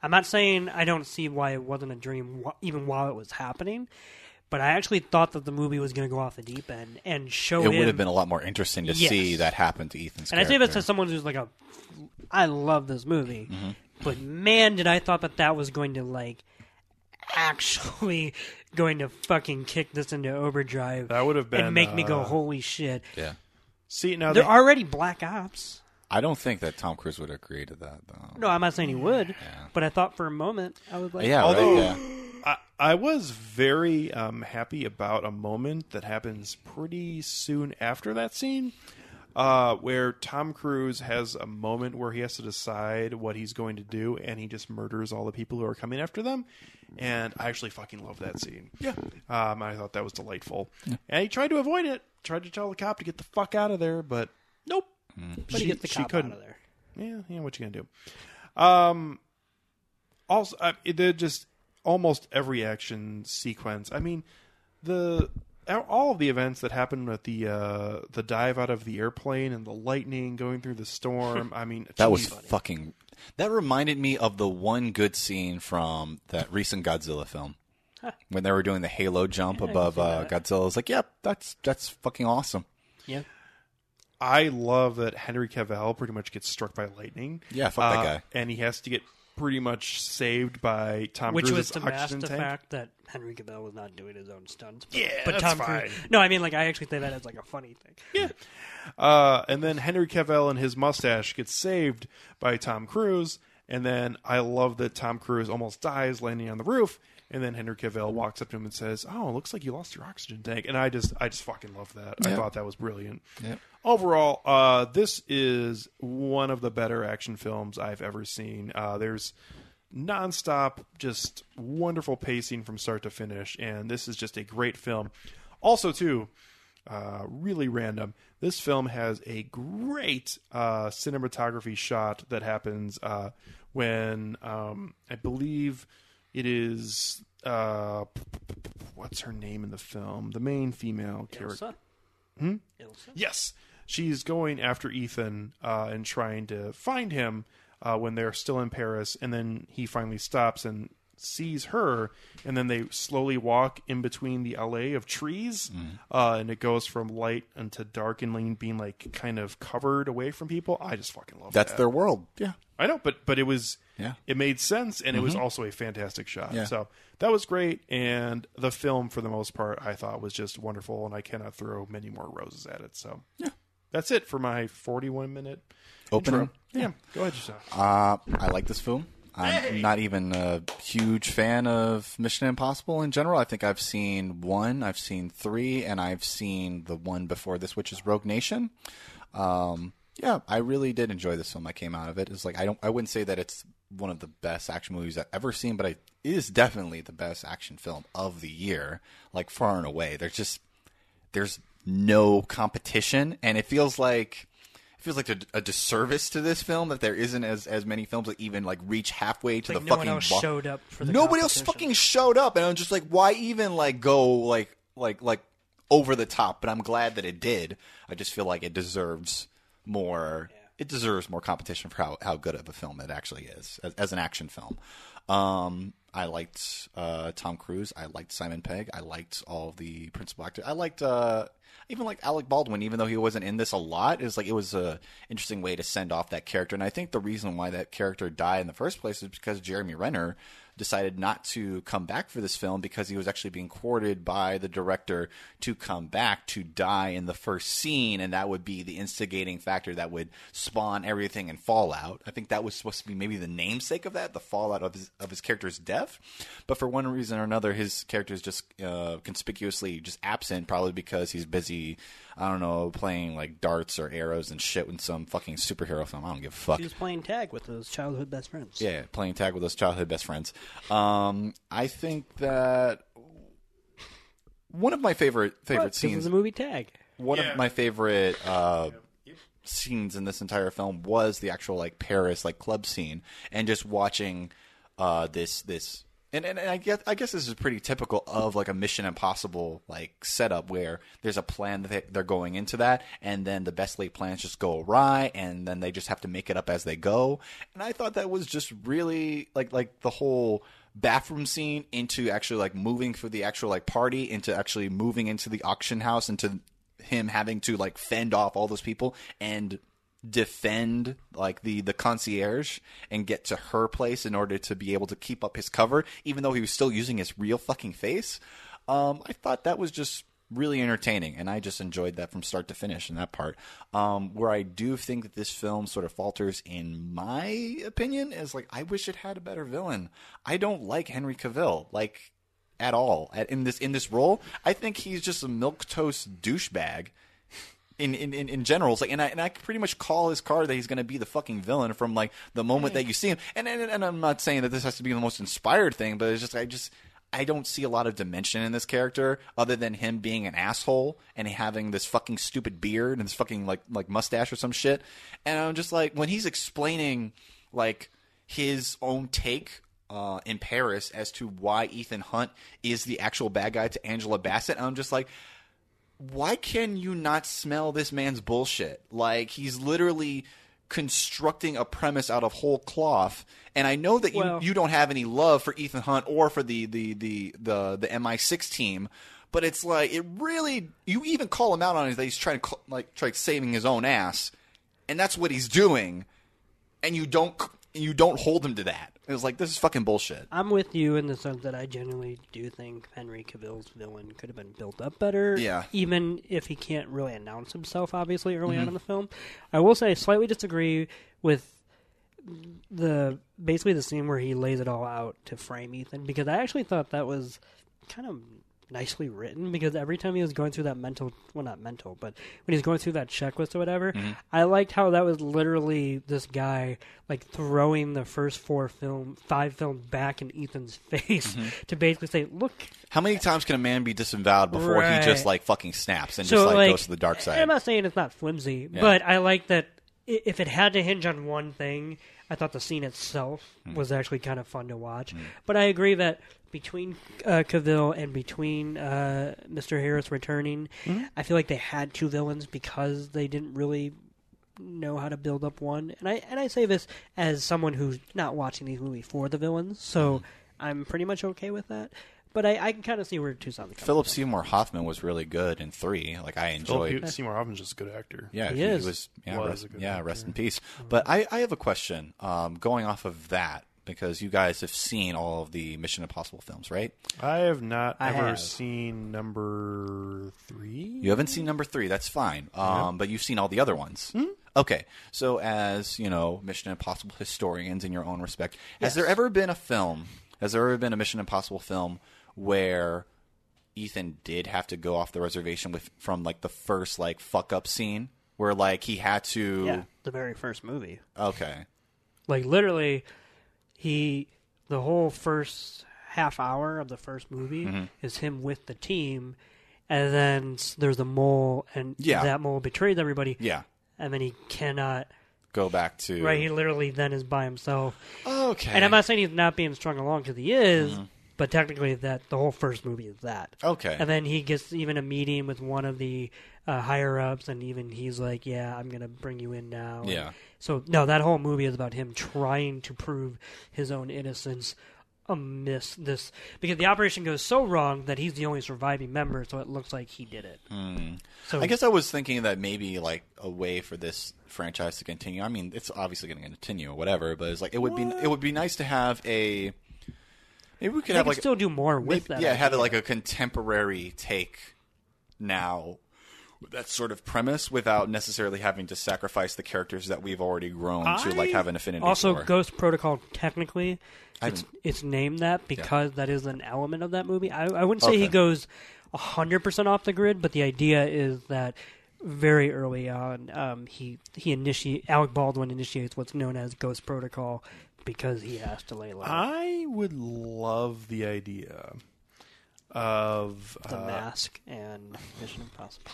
B: I'm not saying I don't see why it wasn't a dream, wh- even while it was happening. But I actually thought that the movie was going to go off the deep end and show
A: It would
B: him-
A: have been a lot more interesting to
B: Yes.
A: see that happen to Ethan's
B: And I say
A: character.
B: that to someone who's like a, I love this movie,
C: Mm-hmm.
B: but man, did I thought that that was going to like actually going to fucking kick this into overdrive.
C: That would have been,
B: and make me go
C: uh,
B: holy shit.
A: yeah.
C: see now.
B: They're
C: they-
B: already black ops.
A: I don't think that Tom Cruise would have created that though.
B: No, I'm not saying he would, but I thought for a moment I was like,
A: Yeah,
C: Although-
A: right. Yeah.
C: I, I was very um, happy about a moment that happens pretty soon after that scene, uh, where Tom Cruise has a moment where he has to decide what he's going to do, and he just murders all the people who are coming after them. And I actually fucking love that scene. Yeah, um, I thought that was delightful. And he tried to avoid it, tried to tell the cop to get the fuck out of there, but nope.
B: but
C: she-
B: he gets the
C: she
B: cop out
C: couldn't.
B: of there.
C: Yeah, yeah, what you gonna do? Um, also, uh, it- they're just almost every action sequence. I mean, the all of the events that happen with the uh, the dive out of the airplane and the lightning going through the storm. I mean,
A: That was
C: geez.
A: fucking. That reminded me of the one good scene from that recent Godzilla film. When they were doing the Halo jump above uh, Godzilla, I was like, "Yep, that's that's fucking awesome."
B: Yeah,
C: I love that Henry Cavill pretty much gets struck by lightning. Uh,
A: Yeah, fuck that guy.
C: and he has to get pretty much saved by Tom
B: which was
C: Cruise's
B: to mask
C: oxygen
B: the
C: tank.
B: fact that Henry Cavill was not doing his own stunts. But,
C: Yeah,
B: but
C: that's
B: Tom Cruise.
C: fine.
B: No, I mean like I actually say that as like a funny thing.
C: Uh, and then Henry Cavill and his mustache gets saved by Tom Cruise. And then I love that Tom Cruise almost dies landing on the roof. And then Henry Cavill walks up to him and says, "Oh, looks like you lost your oxygen tank." And I just, I just fucking love that. I
A: Yeah.
C: thought that was brilliant.
A: Yeah.
C: Overall, uh, this is one of the better action films I've ever seen. Uh, there's nonstop, just wonderful pacing from start to finish, and this is just a great film. Also, too, uh, really random. This film has a great uh, cinematography shot that happens uh, when um, I believe it is uh, what's her name in the film? The main female character.
B: Ilsa?
C: Hmm?
B: Ilsa?
C: Yes, she's going after Ethan uh, and trying to find him uh, when they're still in Paris, and then he finally stops and sees her, and then they slowly walk in between the alley of trees, uh, and it goes from light into dark and lean being like kind of covered away from people. I just fucking love
A: That's
C: that.
A: their world. Yeah,
C: I know, but but it was
A: Yeah. Mm-hmm.
C: it made sense and it was also a fantastic shot.
A: Yeah.
C: So that was great and the film for the most part I thought was just wonderful and I cannot throw many more roses at it. So
A: Yeah.
C: That's it for my 41 minute
A: Opening.
C: intro. Yeah. Go ahead yourself.
A: Uh, I like this film. I'm not even a huge fan of Mission Impossible in general. I think I've seen one, I've seen three, and I've seen the one before this, which is Rogue Nation. Um, yeah, I really did enjoy this film. I came out of it. It's like I don't, I wouldn't say that it's one of the best action movies I've ever seen, but I, it is definitely the best action film of the year, like far and away. There's just there's no competition, and it feels like it feels like a, a disservice to this film that there isn't as as many films that even like reach halfway to
B: Like
A: the
B: no
A: fucking
B: one else
A: bar-
B: showed up for the
A: nobody else
B: competition.
A: fucking showed up and i'm just like why even like go like like like over the top but i'm glad that it did i just feel like it deserves more it deserves more competition for how, how good of a film it actually is as, as an action film um i liked uh tom cruise i liked simon pegg i liked all the principal actors i liked uh I even liked Alec Baldwin, even though he wasn't in this a lot, it was like it was a interesting way to send off that character. And I think the reason why that character died in the first place is because Jeremy Renner decided not to come back for this film because he was actually being courted by the director to come back to die in the first scene, and that would be the instigating factor that would spawn everything in Fallout. I think that was supposed to be maybe the namesake of that, the fallout of his of his character's death. But for one reason or another, his character is just uh, conspicuously just absent, probably because he's busy, I don't know, playing like darts or arrows and shit in some fucking superhero film. I don't give a fuck.
B: She was playing tag with those childhood best friends.
A: Yeah, playing tag with those childhood best friends. Um, I think that one of my favorite favorite
B: What? This is
A: scenes,
B: the movie Tag.
A: one
C: Yeah.
A: of my favorite uh, scenes in this entire film was the actual like Paris like club scene, and just watching uh, this this. And, and, and I guess I guess this is pretty typical of like a Mission Impossible like setup where there's a plan that they, they're going into that, and then the best laid plans just go awry, and then they just have to make it up as they go. And I thought that was just really like like the whole bathroom scene into actually like moving for the actual like party into actually moving into the auction house into him having to like fend off all those people and defend like the the concierge and get to her place in order to be able to keep up his cover even though he was still using his real fucking face um i thought that was just really entertaining and i just enjoyed that from start to finish in that part um where i do think that this film sort of falters in my opinion is like i wish it had a better villain i don't like henry cavill like at all at, in this in this role. I think he's just a milk toast douchebag. In, in, in, in general, it's like, and I and I could pretty much call his card that he's going to be the fucking villain from like the moment that you see him. And, and and I'm not saying that this has to be the most inspired thing, but it's just I just I don't see a lot of dimension in this character other than him being an asshole and having this fucking stupid beard and this fucking like like mustache or some shit. And I'm just like when he's explaining like his own take uh, in Paris as to why Ethan Hunt is the actual bad guy to Angela Bassett. And I'm just like, why can you not smell this man's bullshit? Like he's literally constructing a premise out of whole cloth. And I know that you,
B: Well-
A: you don't have any love for Ethan Hunt or for the the the the, the MI6 team. But it's like it really. You even call him out on it that he's trying to cl- like try saving his own ass, and that's what he's doing and you don't you don't hold him to that. It was like this is fucking bullshit.
B: I'm with you in the sense that I genuinely do think Henry Cavill's villain could have been built up better.
A: Yeah.
B: Even if he can't really announce himself, obviously, early
A: Mm-hmm.
B: on in the film. I will say I slightly disagree with the basically the scene where he lays it all out to frame Ethan because I actually thought that was kind of nicely written because every time he was going through that mental well not mental but when he's going through that checklist or whatever I liked how that was literally this guy like throwing the first four film five films back in Ethan's face to basically say look
A: How many times can a man be disavowed before
B: Right.
A: he just like fucking snaps and
B: so
A: just like,
B: like
A: goes to the dark side?
B: I'm not saying it's not flimsy but I like that i- if it had to hinge on one thing I thought the scene itself
A: Hmm.
B: was actually kind of fun to watch but I agree that between uh, Cavill and between uh, Mr. Harris returning
A: Hmm?
B: I feel like they had two villains because they didn't really know how to build up one. And I and I say this as someone who's not watching these movies for the villains, so
A: Hmm.
B: I'm pretty much okay with that. But I, I can kind of see where Tucson comes.
A: Philip Seymour Hoffman was really good in three. Like I
C: Philip
A: enjoyed.
C: Hu- Seymour Hoffman's just a good actor.
A: Yeah,
B: He
A: he,
B: is.
A: was. Yeah,
C: Was
A: rest,
C: a good
A: yeah,
C: actor.
A: rest in peace. But I, I have a question. Um, going off of that because you guys have seen all of the Mission Impossible films, right?
C: I have not
B: I
C: ever
B: have.
C: seen number three.
A: You haven't seen number three. That's fine. Um, But you've seen all the other ones.
B: Hmm?
A: Okay. So, as you know, Mission Impossible historians in your own respect, has there ever been a film? Has there ever been a Mission Impossible film where Ethan did have to go off the reservation with from like the first like fuck up scene where like he had to?
B: From. Yeah, the very first movie.
A: Okay.
B: Like literally, he the whole first half hour of the first movie
A: Mm-hmm.
B: is him with the team, and then s- there's a mole, and
A: Yeah.
B: that mole betrays everybody,
A: Yeah.
B: and then he cannot.
A: Go back to
B: Right, he literally then is by himself.
A: Okay.
B: And I'm not saying he's not being strung along because he is,
A: Mm-hmm.
B: but technically that the whole first movie is that.
A: Okay.
B: And then he gets even a meeting with one of the uh, higher ups, and even he's like, "Yeah, I'm gonna bring you in now." And
A: Yeah.
B: so no, that whole movie is about him trying to prove his own innocence amidst this because the operation goes so wrong that he's the only surviving member, so it looks like he did it. So
A: Hmm. I guess I was thinking that maybe like a way for this franchise to continue. I mean, it's obviously going to continue or whatever, but it's like it would be it would be nice to have a maybe we could
B: they
A: have
B: can
A: like
B: still do more with
A: maybe-
B: that.
A: yeah, have
B: idea.
A: like a contemporary take now with that sort of premise without necessarily having to sacrifice the characters that we've already grown to like
C: I-
A: have an affinity
B: Also,
A: for.
B: Ghost Protocol technically,
A: I
B: it's
A: haven't-
B: it's named that because that is an element of that movie. I, I wouldn't say he
A: Okay.
B: goes 100% off the grid, but the idea is that very early on, um, he he initiate Alec Baldwin initiates what's known as Ghost Protocol because he has to lay
A: Ah.
B: low.
C: I would love the idea of
B: the
C: uh,
B: Mask and Mission Impossible.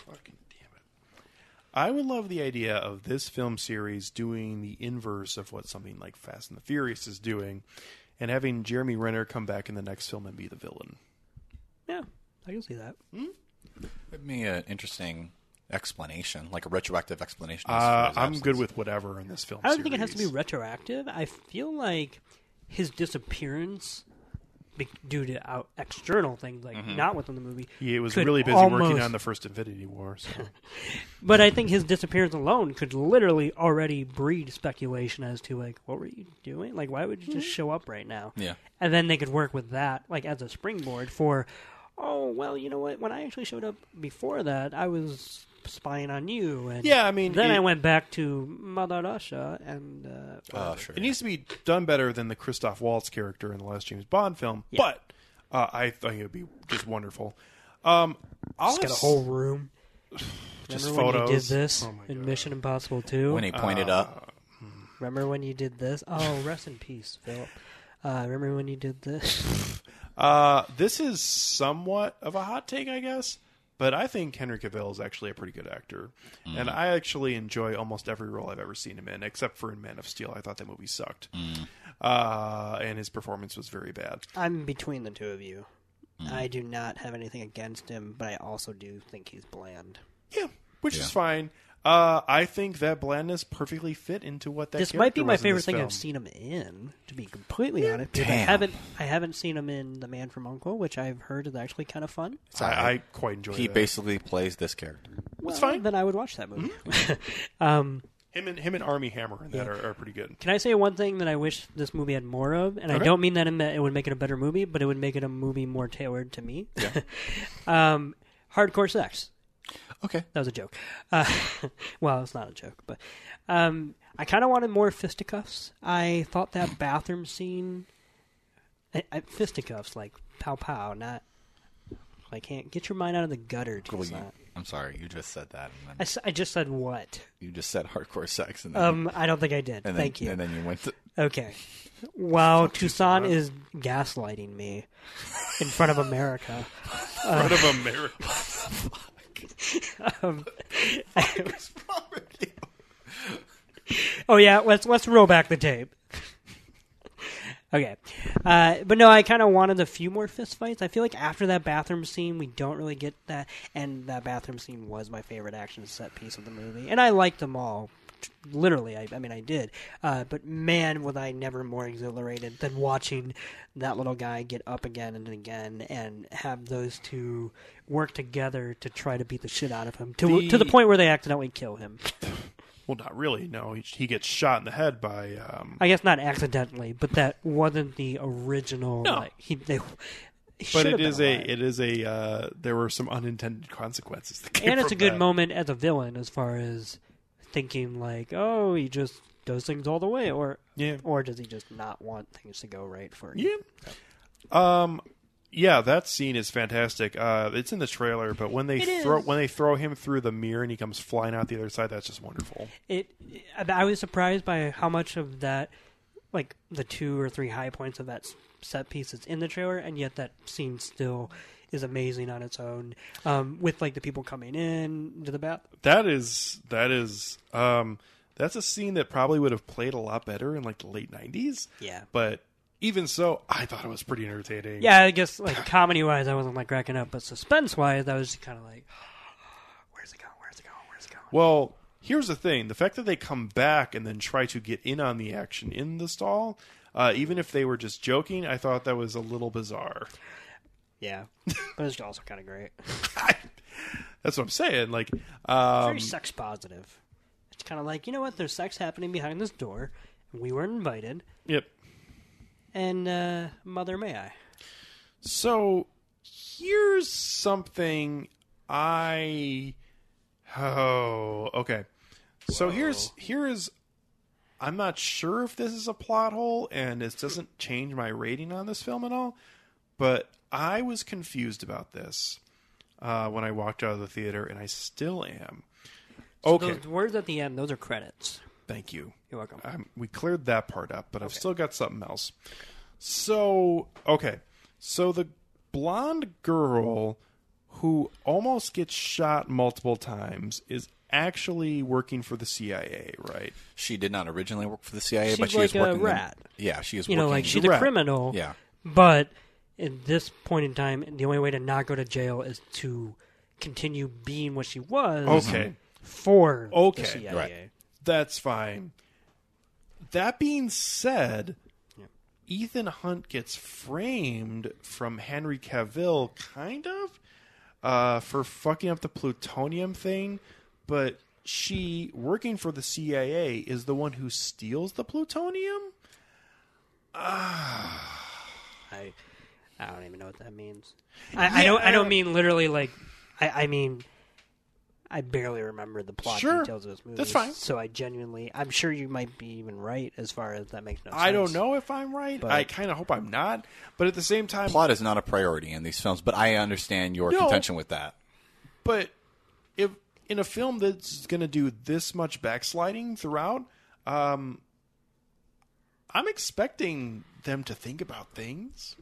C: I would love the idea of this film series doing the inverse of what something like Fast and the Furious is doing, and having Jeremy Renner come back in the next film and be the villain.
B: Yeah, I can see that.
A: It'd be an interesting explanation, like a retroactive explanation. as far
C: Uh,
A: as
C: I'm
A: absence.
C: good with whatever in this film.
B: I don't think it has to be
C: series.
B: retroactive. I feel like his disappearance, be- due to out- external things like
C: Mm-hmm.
B: not within the movie,
C: He was
B: could
C: really busy working
B: almost-
C: on the first Infinity War. So.
B: But I think his disappearance alone could literally already breed speculation as to like what were you doing? Like why would you
C: Hmm.
B: just show up right now?
A: Yeah.
B: And then they could work with that like as a springboard for oh well, you know what, when I actually showed up before that, I was spying on you and
C: Yeah, I mean,
B: then
C: it-
B: I went back to Mother Russia and uh,
A: Oh, sure.
C: It needs to be done better than the Christoph Waltz character in the last James Bond film, but uh, I think it would be just wonderful. Um, I'll
B: just got a
C: ass-
B: whole room.
C: Just
B: Remember when you did
C: photos.
B: this
C: Oh my
B: in
C: God.
B: Mission Impossible 2?
A: when he pointed up.
B: Remember when you did this? Oh, rest in peace, Philip. Uh, remember when you did this?
C: Uh, this is somewhat of a hot take, I guess, but I think Henry Cavill is actually a pretty good actor, and I actually enjoy almost every role I've ever seen him in, except for in Man of Steel. I thought that movie sucked, uh, and his performance was very bad.
B: I'm between the two of you.
A: Mm.
B: I do not have anything against him, but I also do think he's bland.
C: Yeah, which is fine. Uh, I think that blandness perfectly fit into what that.
B: this might be
C: character
B: my
C: was in
B: favorite
C: this
B: thing
C: film.
B: I've seen him in, to be completely honest. because I
A: Damn.
B: haven't I haven't seen him in The Man from Uncle, which I've heard is actually kind of fun.
C: I, I quite enjoy.
A: He
C: that.
A: basically plays this character.
B: Well,
C: fine.
B: Then I would watch that movie.
A: Mm-hmm.
B: Um,
C: Him and him and Army Hammer in that are, are pretty good.
B: Can I say one thing that I wish this movie had more of? And I
C: Okay.
B: don't mean that in that it would make it a better movie, but it would make it a movie more tailored to me. um, hardcore sex.
A: Okay.
B: That was a joke. Uh, well, it's not a joke, but um, I kind of wanted more fisticuffs. I thought that bathroom scene, I, I, fisticuffs like pow pow, not. I can't get your mind out of the gutter.
A: Well, you-
B: Tucson.
A: I'm sorry, you just said that. And
B: I,
A: then
B: s- I just said what?
A: you just said hardcore sex, and then,
B: Um, I don't think I did.
A: and then
B: Thank you.
A: And then you went. To,
B: Okay. While Tucson is gaslighting me in front of America, Uh.
C: Out of America,
B: um, Oh yeah, let's let's roll back the tape. okay, uh, but no, I kind of wanted a few more fist fights. I feel like after that bathroom scene, we don't really get that, and that bathroom scene was my favorite action set piece of the movie, and I liked them all. Literally, I, I mean, I did. Uh, but man, was I never more exhilarated than watching that little guy get up again and again, and have those two work together to try to beat the shit out of him to to the
C: The-
B: point where they accidentally kill him.
C: well, not really. No, he, he gets shot in the head by. Um,
B: I guess not accidentally, but that wasn't the original.
C: No.
B: like, he, they, he
C: but
B: should have
C: it
B: been
C: is a
B: alive.
C: it is a uh, there were some unintended consequences. That came
B: and it's a
C: from
B: good
C: that.
B: moment as a villain as far as thinking like, oh, he just does things all the way, or
C: Yeah.
B: or does he just not want things to go right for him?
C: Yeah. Um. Yeah, that scene is fantastic. Uh, it's in the trailer, but when they
B: It
C: throw
B: is.
C: when they throw him through the mirror and he comes flying out the other side, that's just wonderful.
B: It, I I was surprised by how much of that, like the two or three high points of that s- set piece is in the trailer, and yet that scene still is amazing on its own. Um, with like the people coming in to the bath,
C: That is that is um that's a scene that probably would have played a lot better in like the late nineties.
B: Yeah.
C: But even so, I thought it was pretty entertaining.
B: Yeah, I guess like comedy wise, I wasn't like cracking up, but suspense wise, I was just kind of like, where's it going? Where's it going? Where's it going?
C: Well, here's the thing: the fact that they come back and then try to get in on the action in the stall, uh, even if they were just joking, I thought that was a little bizarre.
B: Yeah, but it's also kind of great.
C: That's what I'm saying. Like, um,
B: Very sex positive. It's kind of like you know what? There's sex happening behind this door. and We weren't invited,
C: yep.
B: and uh, mother may I?
C: So here's something I oh okay. So here's here is I'm not sure if this is a plot hole and this doesn't change my rating on this film at all, but I was confused about this. uh, when I walked out of the theater, and I still am.
B: So
C: Okay,
B: Those words at the end, those are credits.
C: thank you.
B: You're welcome.
C: Um, we cleared that part up, but I've still got something else. So, okay. So the blonde girl who almost gets shot multiple times is actually working for the CIA, right?
A: She did not originally work for the CIA,
B: She's
A: but she
B: like
A: was working.
B: a
A: in-
B: rat.
A: yeah, she is.
B: you
A: working,
B: know, like she's
C: Right.
B: a criminal.
A: Yeah.
B: But at this point in time, the only way to not go to jail is to continue being what she was
C: Okay.
B: for
C: Okay,
B: the CIA.
A: right.
C: That's fine. That being said, Ethan Hunt gets framed from Henry Cavill, kind of, uh, for fucking up the plutonium thing, but she, working for the CIA, is the one who steals the plutonium?
B: I, I don't even know what that means. I, I don't. I don't
C: uh,
B: mean literally like. I, I mean, I barely remember the plot
C: Sure.
B: details of this movie.
C: That's fine.
B: So I genuinely, I'm sure you might be even right as far as that makes no sense.
C: I don't know if I'm right. I kind of hope I'm not. But at the same time,
A: Plot is not a priority in these films, but I understand your
C: No.
A: contention with that.
C: But if in a film that's going to do this much backsliding throughout, um, I'm expecting them to think about things.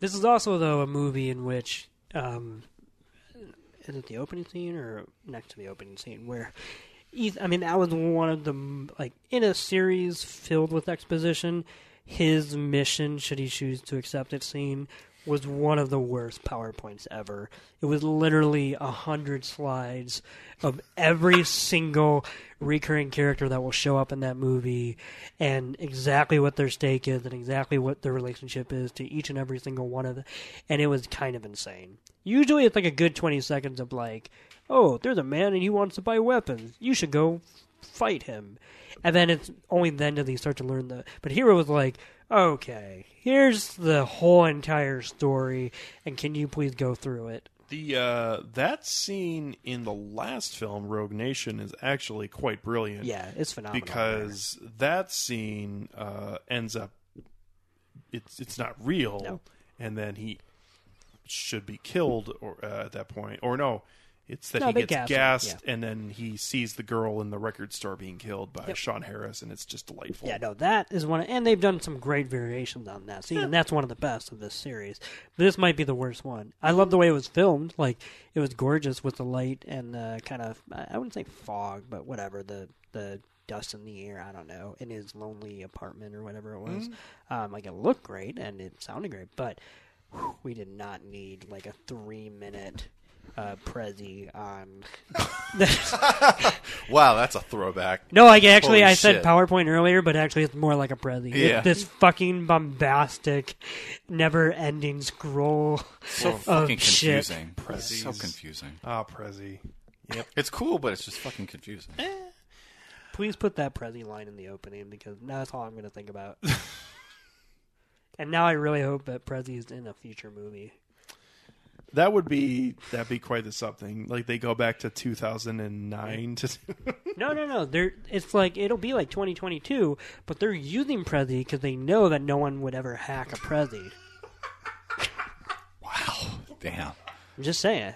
B: This is also though a movie in which, um, is it the opening scene or next to the opening scene where, Eth- I mean that was one of the m- like in a series filled with exposition, his mission should he choose to accept it scene was one of the worst powerpoints ever. It was literally a hundred slides of every single recurring character that will show up in that movie and exactly what their stake is and exactly what their relationship is to each and every single one of them. And it was kind of insane. Usually it's like a good 20 seconds of like, oh, there's a man and he wants to buy weapons. You should go fight him. And then it's only then do they start to learn the. But Hero was like, okay, here's the whole entire story and can you please go through it?
C: The uh, that scene in the last film, Rogue Nation, is actually quite brilliant.
B: Yeah, it's phenomenal.
C: because that scene uh, ends up it's it's not real,
B: No.
C: and then he should be killed or uh, at that point, or no, it's that
B: No,
C: he
B: they
C: gets
B: gas him,
C: gassed, and then he sees the girl in the record store being killed by Sean Harris, and it's just delightful.
B: Yeah, no, that is one, and they've done some great variations on that scene, and that's one of the best of this series. This might be the worst one. I love the way it was filmed; like it was gorgeous with the light and the kind of I I wouldn't say fog, but whatever the the dust in the air. I don't know in his lonely apartment or whatever it was. Um, like it looked great and it sounded great, but whew, we did not need like a three minute uh, prezi on
A: Wow, that's a throwback.
B: No, like actually,
A: Holy
B: I said
A: shit.
B: PowerPoint earlier, but actually, it's more like a Prezi. It's
A: Yeah.
B: this fucking bombastic, never-ending scroll.
A: so fucking
B: Oh, shit.
A: confusing. It's So confusing.
C: Ah, Prezi.
A: It's cool, but it's just fucking confusing.
B: Eh. Please put that Prezi line in the opening because now that's all I'm going to think about. and now I really hope that Prezi is in a future movie.
C: That would be that'd be quite the something. Like they go back to 2009 to
B: No, no, no. They're it's like it'll be like 2022, but they're using Prezi because they know that no one would ever hack a Prezi.
A: Wow, damn.
B: I'm just saying.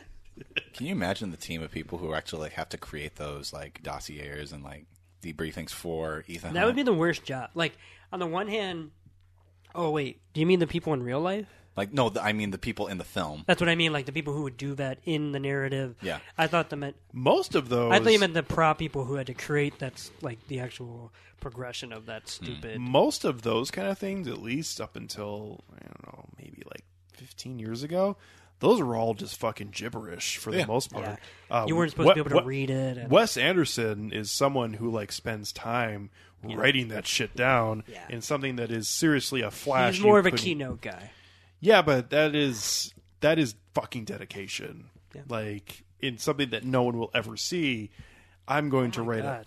A: Can you imagine the team of people who actually like have to create those like dossiers and like debriefings for Ethan?
B: That would be the worst job. Like on the one hand, oh wait, do you mean the people in real life?
A: like no, the, I mean the people in the film.
B: That's what I mean, like the people who would do that in the narrative.
A: Yeah.
B: I thought that meant
C: most of those.
B: I thought you meant the prop people who had to create that's like the actual progression of
C: Hmm.
B: that stupid.
C: most of those kind of things, at least up until I don't know, maybe like 15 years ago, those were all just fucking gibberish for the
A: Yeah.
C: most part.
B: Yeah.
C: Uh,
B: you weren't supposed
C: what-
B: to be able to
C: what-
B: read it. And,
C: Wes Anderson is someone who like spends time writing that shit down
B: Yeah.
C: in something that is seriously a flash.
B: He's
C: you
B: more of a
C: couldn't-
B: keynote guy.
C: Yeah, but that is that is fucking dedication. Like in something that no one will ever see. I'm going to write a
B: Oh God,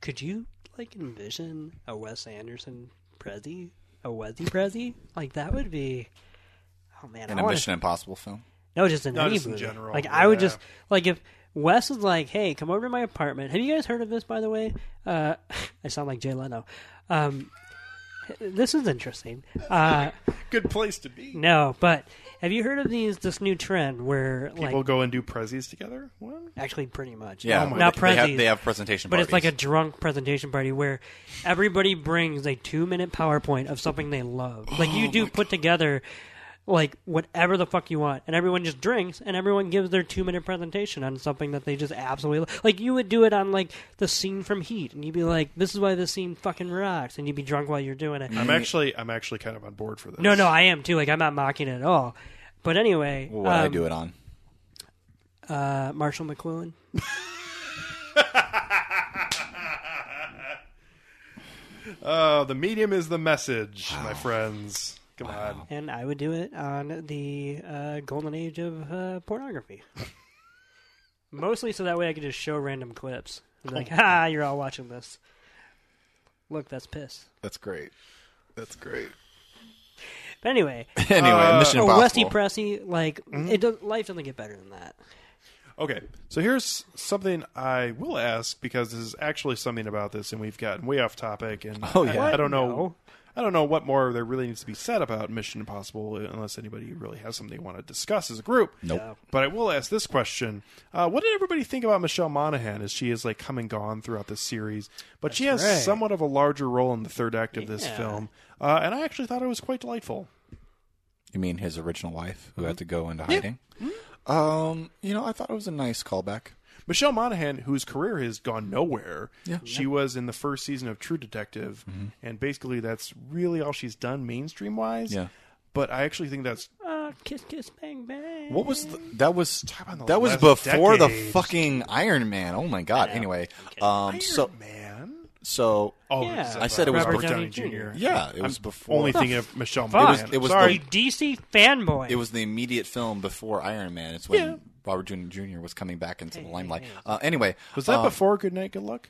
B: could you like envision a Wes Anderson Prezi, a Wesy Prezi? Like that would be. Oh man,
A: In
B: I
A: a
B: want
A: Mission Impossible film.
B: No, just in
C: No,
B: any
C: just in
B: movie.
C: general,
B: Like I would
C: yeah.
B: just like if Wes was like, "Hey, come over to my apartment." Have you guys heard of this, by the way? Uh, I sound like Jay Leno. Um, this is interesting. Uh,
C: Good place to be.
B: no, but have you heard of these? This new trend where
C: People
B: like
C: go and do prezzies together. What?
B: actually pretty much
A: Yeah,
C: my
B: not
A: they, they
B: prezzies,
A: have, they have presentation
B: But it's like a
A: parties.
B: drunk presentation party where everybody brings a two minute PowerPoint of something they love. Like you do put together like whatever the fuck you want, and everyone just drinks and everyone gives their two minute presentation on something that they just absolutely love. Like you would do it on like the scene from Heat, and you'd be like, "This is why this scene fucking rocks," and you'd be drunk while you're doing it.
C: I'm actually, I'm actually kind of on board for this.
B: No, no, I am too. Like I'm not mocking it at all. But anyway,
A: what I
B: um,
A: do it on.
B: uh, Marshall McLuhan.
C: Uh, the medium is the message,
B: Ah.
C: my friends. Come on.
B: And I would do it on the uh, golden age of uh, pornography. Mostly so that way I could just show random clips. It's Like, ha, you're all watching this. Look, that's piss.
A: That's great. That's great. Uh,
B: But anyway,
A: anyway, Mission
B: oh, Westy
A: Impossible. Mm-hmm.
B: Pressy, like, it does, life doesn't get better than that.
C: Okay, so here's something I will ask because this is actually something about this, and we've gotten way off topic, and
A: Oh,
C: I-
A: yeah.
C: I, don't know,
B: No.
C: I don't know what more there really needs to be said about Mission Impossible, unless anybody really has something they want to discuss as a group.
A: nope.
C: But I will ask this question: uh, What did everybody think about Michelle Monaghan as she is like come and gone throughout this series? But she has
B: right.
C: somewhat of a larger role in the third act of this
B: Yeah.
C: film, uh, and I actually thought it was quite delightful.
A: You mean his original wife who had to go into hiding? Um, you know, I thought it was a nice callback.
C: Michelle Monaghan, whose career has gone nowhere,
A: Yeah. Mm-hmm.
C: she was in the first season of True Detective, and basically that's really all she's done mainstream wise.
A: Yeah.
C: But I actually think that's
B: Uh, kiss, kiss, bang, bang.
A: What was the, that was
C: about the
A: that was
C: last
A: before the
C: decade.
A: fucking Iron Man. Oh my god. Anyway, um so
C: man.
A: so
C: Oh,
B: Yeah.
C: is that
B: I
A: said it was
C: Robert
B: before-
C: Downey
B: Downey
C: Jr.
B: Jr..
A: yeah, it
C: I'm
A: was before
C: only thinking of Michelle
B: Fuck.
C: Monaghan.
A: it was
C: Sorry,
B: You DC fanboy.
A: it was the immediate film before Iron Man. It's when
C: Yeah.
A: Robert Downey Jr. was coming back into the limelight. Uh, anyway,
C: was that
A: um,
C: before Good Night, Good Luck?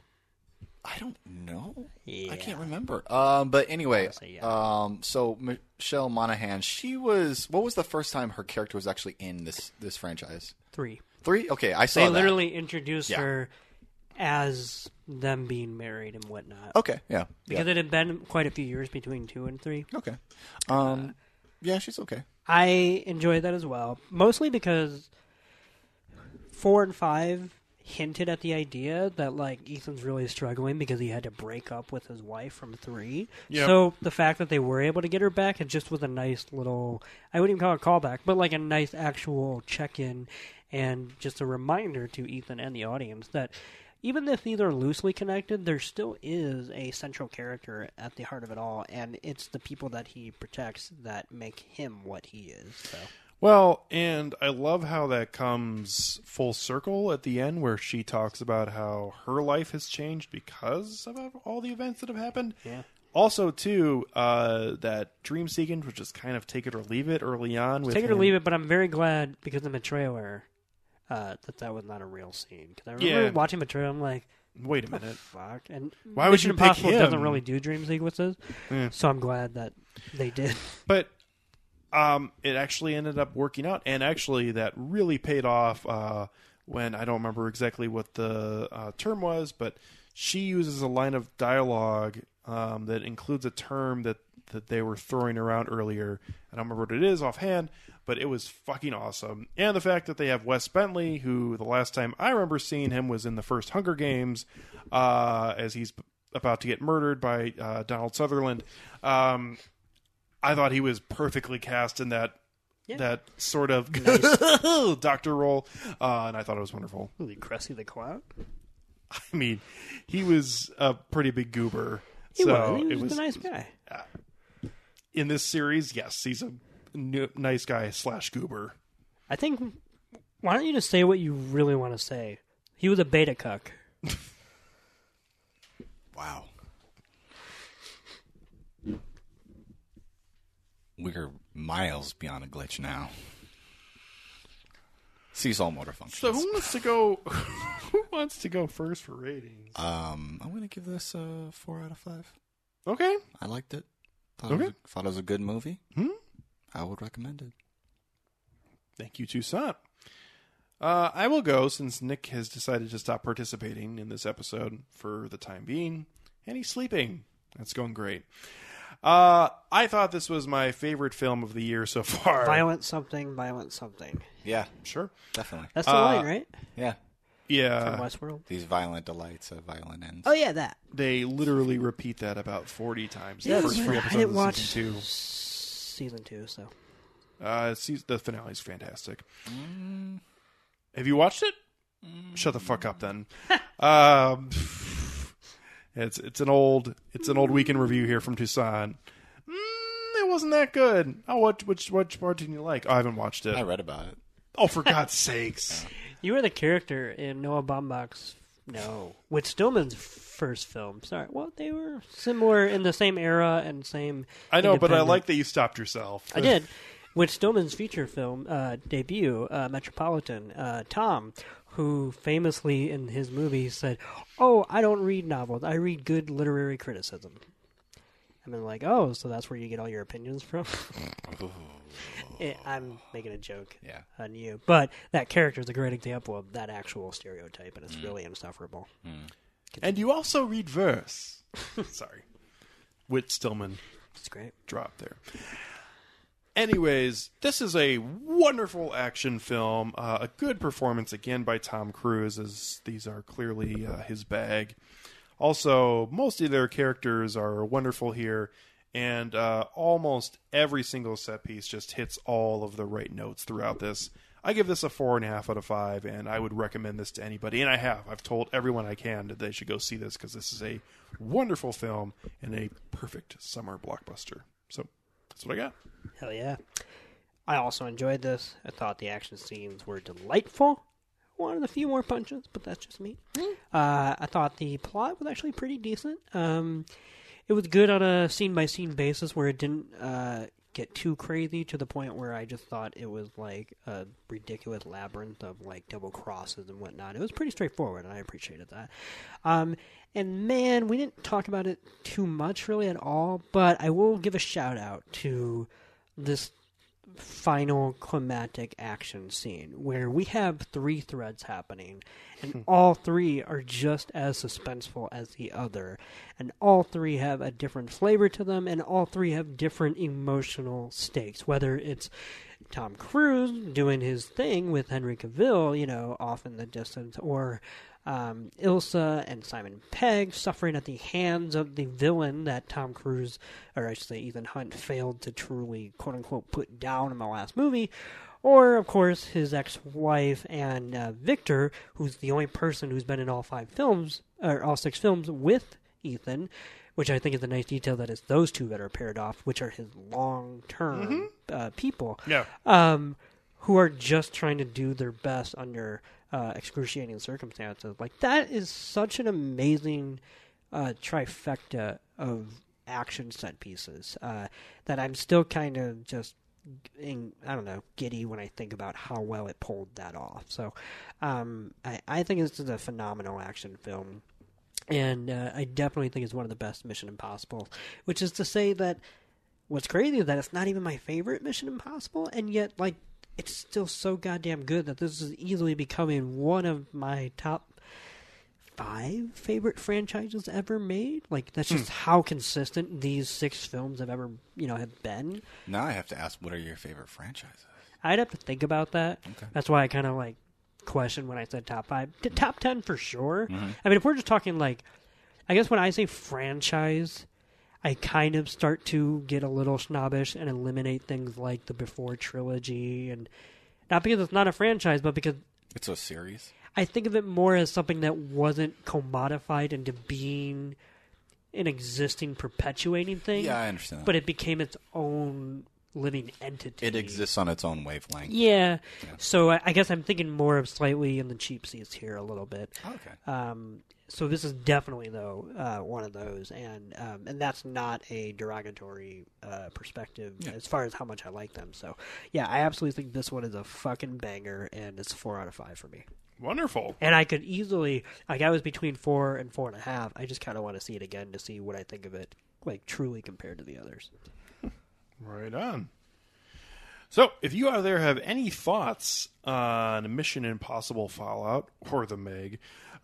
A: I don't know.
B: Yeah.
A: I can't remember. Um, but anyway,
B: say yeah.
A: um, so Michelle Monaghan, she was. What was the first time her character was actually in this this franchise?
B: Three.
A: Three. Okay, I saw
B: They
A: Oh, that.
B: literally introduced
A: Yeah.
B: her as them being married and whatnot.
A: Okay, yeah, Oh, yeah.
B: Because it had been quite a few years between two and three.
A: Okay, um, yeah, she's okay.
B: I enjoyed that as well, mostly because four and five hinted at the idea that like Ethan's really struggling because he had to break up with his wife from three.
C: Yep.
B: So the fact that they were able to get her back, it just was a nice little I wouldn't even call it a callback, but like a nice actual check in and just a reminder to Ethan and the audience that even if these are loosely connected, there still is a central character at the heart of it all, and it's the people that he protects that make him what he is. So
C: Well, and I love how that comes full circle at the end where she talks about how her life has changed because of all the events that have happened.
B: Yeah.
C: Also, too, uh, that dream sequence, which is kind of take it or leave it early on. With
B: take it or leave it, but I'm very glad because of the trailer uh, that that was not a real scene. Because I remember
C: Yeah.
B: watching the trailer, I'm like,
C: Wait a minute.
B: fuck. And
C: Why would
B: Mission
C: you pick
B: Impossible doesn't
C: him?
B: really do dream sequences, so I'm glad that they did.
C: But um, it actually ended up working out, and actually that really paid off uh, when I don't remember exactly what the uh, term was, but she uses a line of dialogue um, that includes a term that that they were throwing around earlier. I don't remember what it is offhand, but it was fucking awesome. And the fact that they have Wes Bentley, who the last time I remember seeing him was in the first Hunger Games, uh, as he's about to get murdered by uh, Donald Sutherland. Um, I thought he was perfectly cast in that that sort of doctor role, uh, and I thought it was wonderful.
B: Really, Cressy the Clown.
C: I mean, he was a pretty big goober.
B: He
C: so
B: was. He was,
C: it was
B: a nice guy.
C: in this series. Yes, he's a n- nice guy slash goober.
B: I think. Why don't you just say what you really want to say? He was a beta cuck.
A: Wow. We're miles beyond a glitch now. Seesaw motor functions.
C: So who wants to go? who wants to go first for ratings?
A: um, I'm gonna give this a four out of five.
C: Okay,
A: I liked it. Thought, it, was
C: Okay.
A: a, thought it was a good movie. I would recommend it.
C: Thank you, Toussaint. Uh, I will go since Nick has decided to stop participating in this episode for the time being, and he's sleeping. That's going great. Uh, I thought this was my favorite film of the year so far.
B: Violent something, violent something.
A: Yeah,
C: Sure.
A: definitely.
B: That's
C: Uh,
B: the line, right?
A: Yeah,
C: Yeah.
B: From Westworld.
A: these violent delights of violent ends.
B: Oh yeah, that.
C: They literally repeat that about 40 times. in
B: Yeah,
C: the first
B: but
C: three
B: I
C: episodes
B: didn't
C: of
B: watch
C: season
B: season two, so
C: two. Uh, season, the finale's fantastic. Have you watched it? Shut the fuck up, then. um, it's it's an old it's an old weekend review here from Tucson. Mm, it wasn't that good. Oh, what which which part did you like? Oh, I haven't watched
A: I
C: it.
A: read about it.
C: Oh, for God's sakes!
B: you were the character in Noah Baumbach's no, with Stillman's first film. Sorry, well they were similar in the same era and same.
C: I know, but I
B: independent-
C: like that you stopped yourself.
B: I did. With Stillman's feature film uh, debut, uh, Metropolitan, uh, Tom, who famously in his movie said, "Oh, I don't read novels. I read good literary criticism." I've been like, "Oh, so that's where you get all your opinions from?" Eh, I'm making a joke
A: Yeah.
B: on you, but that character is a great example of that actual stereotype, and it's really insufferable.
C: And you also read verse. Sorry, Whit Stillman.
B: It's great.
C: drop there. Anyways, this is a wonderful action film. Uh, a good performance again by Tom Cruise, as these are clearly uh, his bag. Also, most of their characters are wonderful here, and uh, almost every single set piece just hits all of the right notes throughout this. I give this a four and a half out of five, and I would recommend this to anybody. And I have. I've told everyone I can that they should go see this because this is a wonderful film and a perfect summer blockbuster. So that's what I got.
B: Hell yeah. I also enjoyed this. I thought the action scenes were delightful. Wanted a few more punches, but that's just me. Uh, I thought the plot was actually pretty decent. Um, it was good on a scene by scene basis where it didn't uh, get too crazy to the point where I just thought it was like a ridiculous labyrinth of like double crosses and whatnot. It was pretty straightforward, and I appreciated that. Um, and man, we didn't talk about it too much really at all, but I will give a shout out to this final climactic action scene where we have three threads happening and all three are just as suspenseful as the other and all three have a different flavor to them and all three have different emotional stakes whether it's Tom Cruise doing his thing with Henry Cavill, you know, off in the distance, or um, Ilsa and Simon Pegg suffering at the hands of the villain that Tom Cruise, or I should say Ethan Hunt, failed to truly, quote unquote, put down in the last movie. Or, of course, his ex wife and uh, Victor, who's the only person who's been in all five films, or all six films with Ethan, which I think is a nice detail that it's those two that are paired off, which are his long term uh, people
C: Yeah.
B: um, who are just trying to do their best under uh, excruciating circumstances. Like that is such an amazing uh, trifecta of action set pieces uh, that I'm still kind of just. In, I don't know, giddy when I think about how well it pulled that off. So, um, I, I think this is a phenomenal action film and uh, I definitely think it's one of the best Mission Impossible. Which is to say that what's crazy is that it's not even my favorite Mission Impossible, and yet like it's still so goddamn good that this is easily becoming one of my top five favorite franchises ever made. Like that's just how consistent these six films have ever you know have been.
A: Now I have to ask, what are your favorite franchises?
B: I'd have to think about that. That's why I kind of like question when I said top five, T- top ten for sure.
A: Mm-hmm.
B: I mean, if we're just talking like, I guess when I say franchise, I kind of start to get a little snobbish and eliminate things like the Before trilogy, and not because it's not a franchise, but because
A: It's a series.
B: I think of it more as something that wasn't commodified into being an existing perpetuating thing.
A: Yeah, I understand. that.
B: but it became its own living entity.
A: it exists on its own wavelength.
B: Yeah. So I, I guess I'm thinking more of slightly in the cheap seats here a little bit.
A: Okay.
B: Um, so this is definitely though uh, one of those, and um, and that's not a derogatory uh, perspective as far as how much I like them. So yeah, I absolutely think this one is a fucking banger, and it's a four out of five for me.
C: Wonderful.
B: And I could easily like I was between four and four and a half. I just kind of want to see it again to see what I think of it like truly compared to the others.
C: Right on. So, if you out there have any thoughts on Mission Impossible Fallout or the Meg,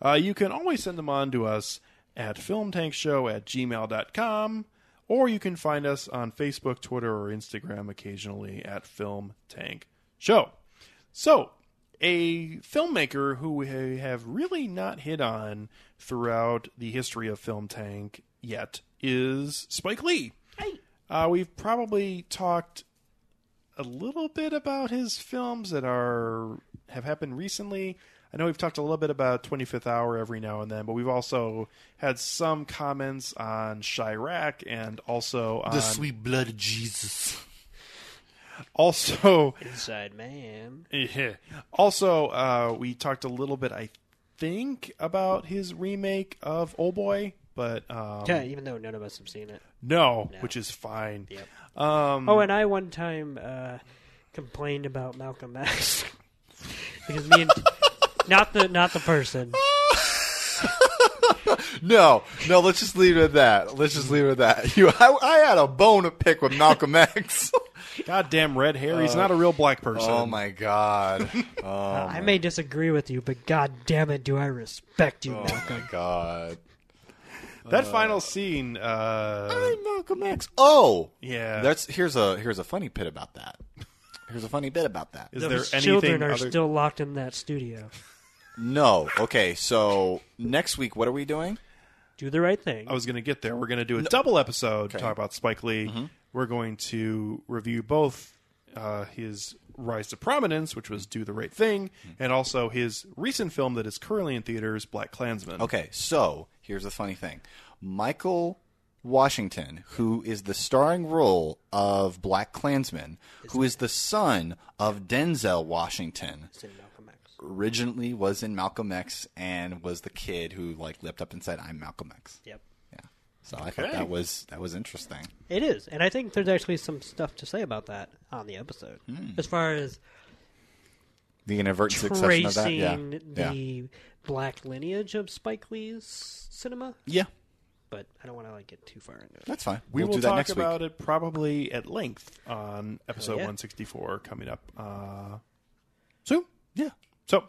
C: uh, you can always send them on to us at filmtankshow at gmail.com or you can find us on Facebook, Twitter, or Instagram occasionally at Film Tank Show. So, a filmmaker who we have really not hit on throughout the history of Film Tank yet is Spike Lee. Uh, we've probably talked a little bit about his films that are have happened recently. I know we've talked a little bit about 25th Hour every now and then, but we've also had some comments on Chirac and also on
A: sweet blood of Jesus.
C: also
B: Inside man.
C: yeah. also uh, we talked a little bit I think about his remake of Old Boy, but um,
B: Yeah, even though none of us have seen it.
C: no, which is fine. Um,
B: Oh, and I one time uh, complained about Malcolm X because me and not the not the person.
A: No, no. Let's just leave it at that. Let's just leave it at that. You, I, I had a bone to pick with Malcolm X.
C: goddamn red hair, he's not a real black person.
A: Uh, oh my god. Oh
B: Uh, I may disagree with you, but god damn it, do I respect
A: Oh.
B: you, Malcolm?
A: my god.
C: That final scene, uh,
A: Hey, Malcolm X. Oh,
C: Yeah.
A: That's here's a here's a funny bit about that. Here's a funny bit about that.
C: is
B: Those
C: there anything
B: children are
C: other?
B: still locked in that studio.
A: No. Okay. So next week, what are we doing?
B: Do the right thing.
A: Oh.
C: I was going to get there. We're going to do a double episode to talk about Spike Lee.
B: Mm-hmm.
C: We're going to review both uh, his rise to prominence, which was Do the Right Thing,
B: Mm-hmm.
C: and also his recent film that is currently in theaters, Black Klansman.
A: Okay. So here's the funny thing. Michael Washington, who is the starring role of Black Klansman, who is the son of Denzel Washington,
B: Say Malcolm X.
A: originally was in Malcolm X and was the kid who like leapt up and said, "I'm Malcolm X."
B: Yep.
A: Yeah. So I thought that was that was interesting.
B: It is, and I think there's actually some stuff to say about that on the episode, as far as
A: Hmm. The inadvertent succession of that. Yeah.
B: tracing
A: yeah.
B: the black lineage of Spike Lee's cinema.
A: Yeah.
B: But I don't want to like get too far into it.
A: That's fine.
C: We
A: We'll
C: will
A: do that
C: talk
A: next week.
C: about it probably at length on episode
B: yeah.
C: 164 coming up uh, soon.
A: Yeah.
C: So,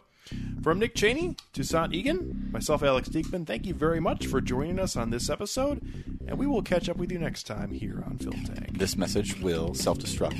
C: from Nick Cheney to Sant Egan, myself, Alex Diekman, thank you very much for joining us on this episode, and we will catch up with you next time here on Film Tank.
A: This message will self destruct.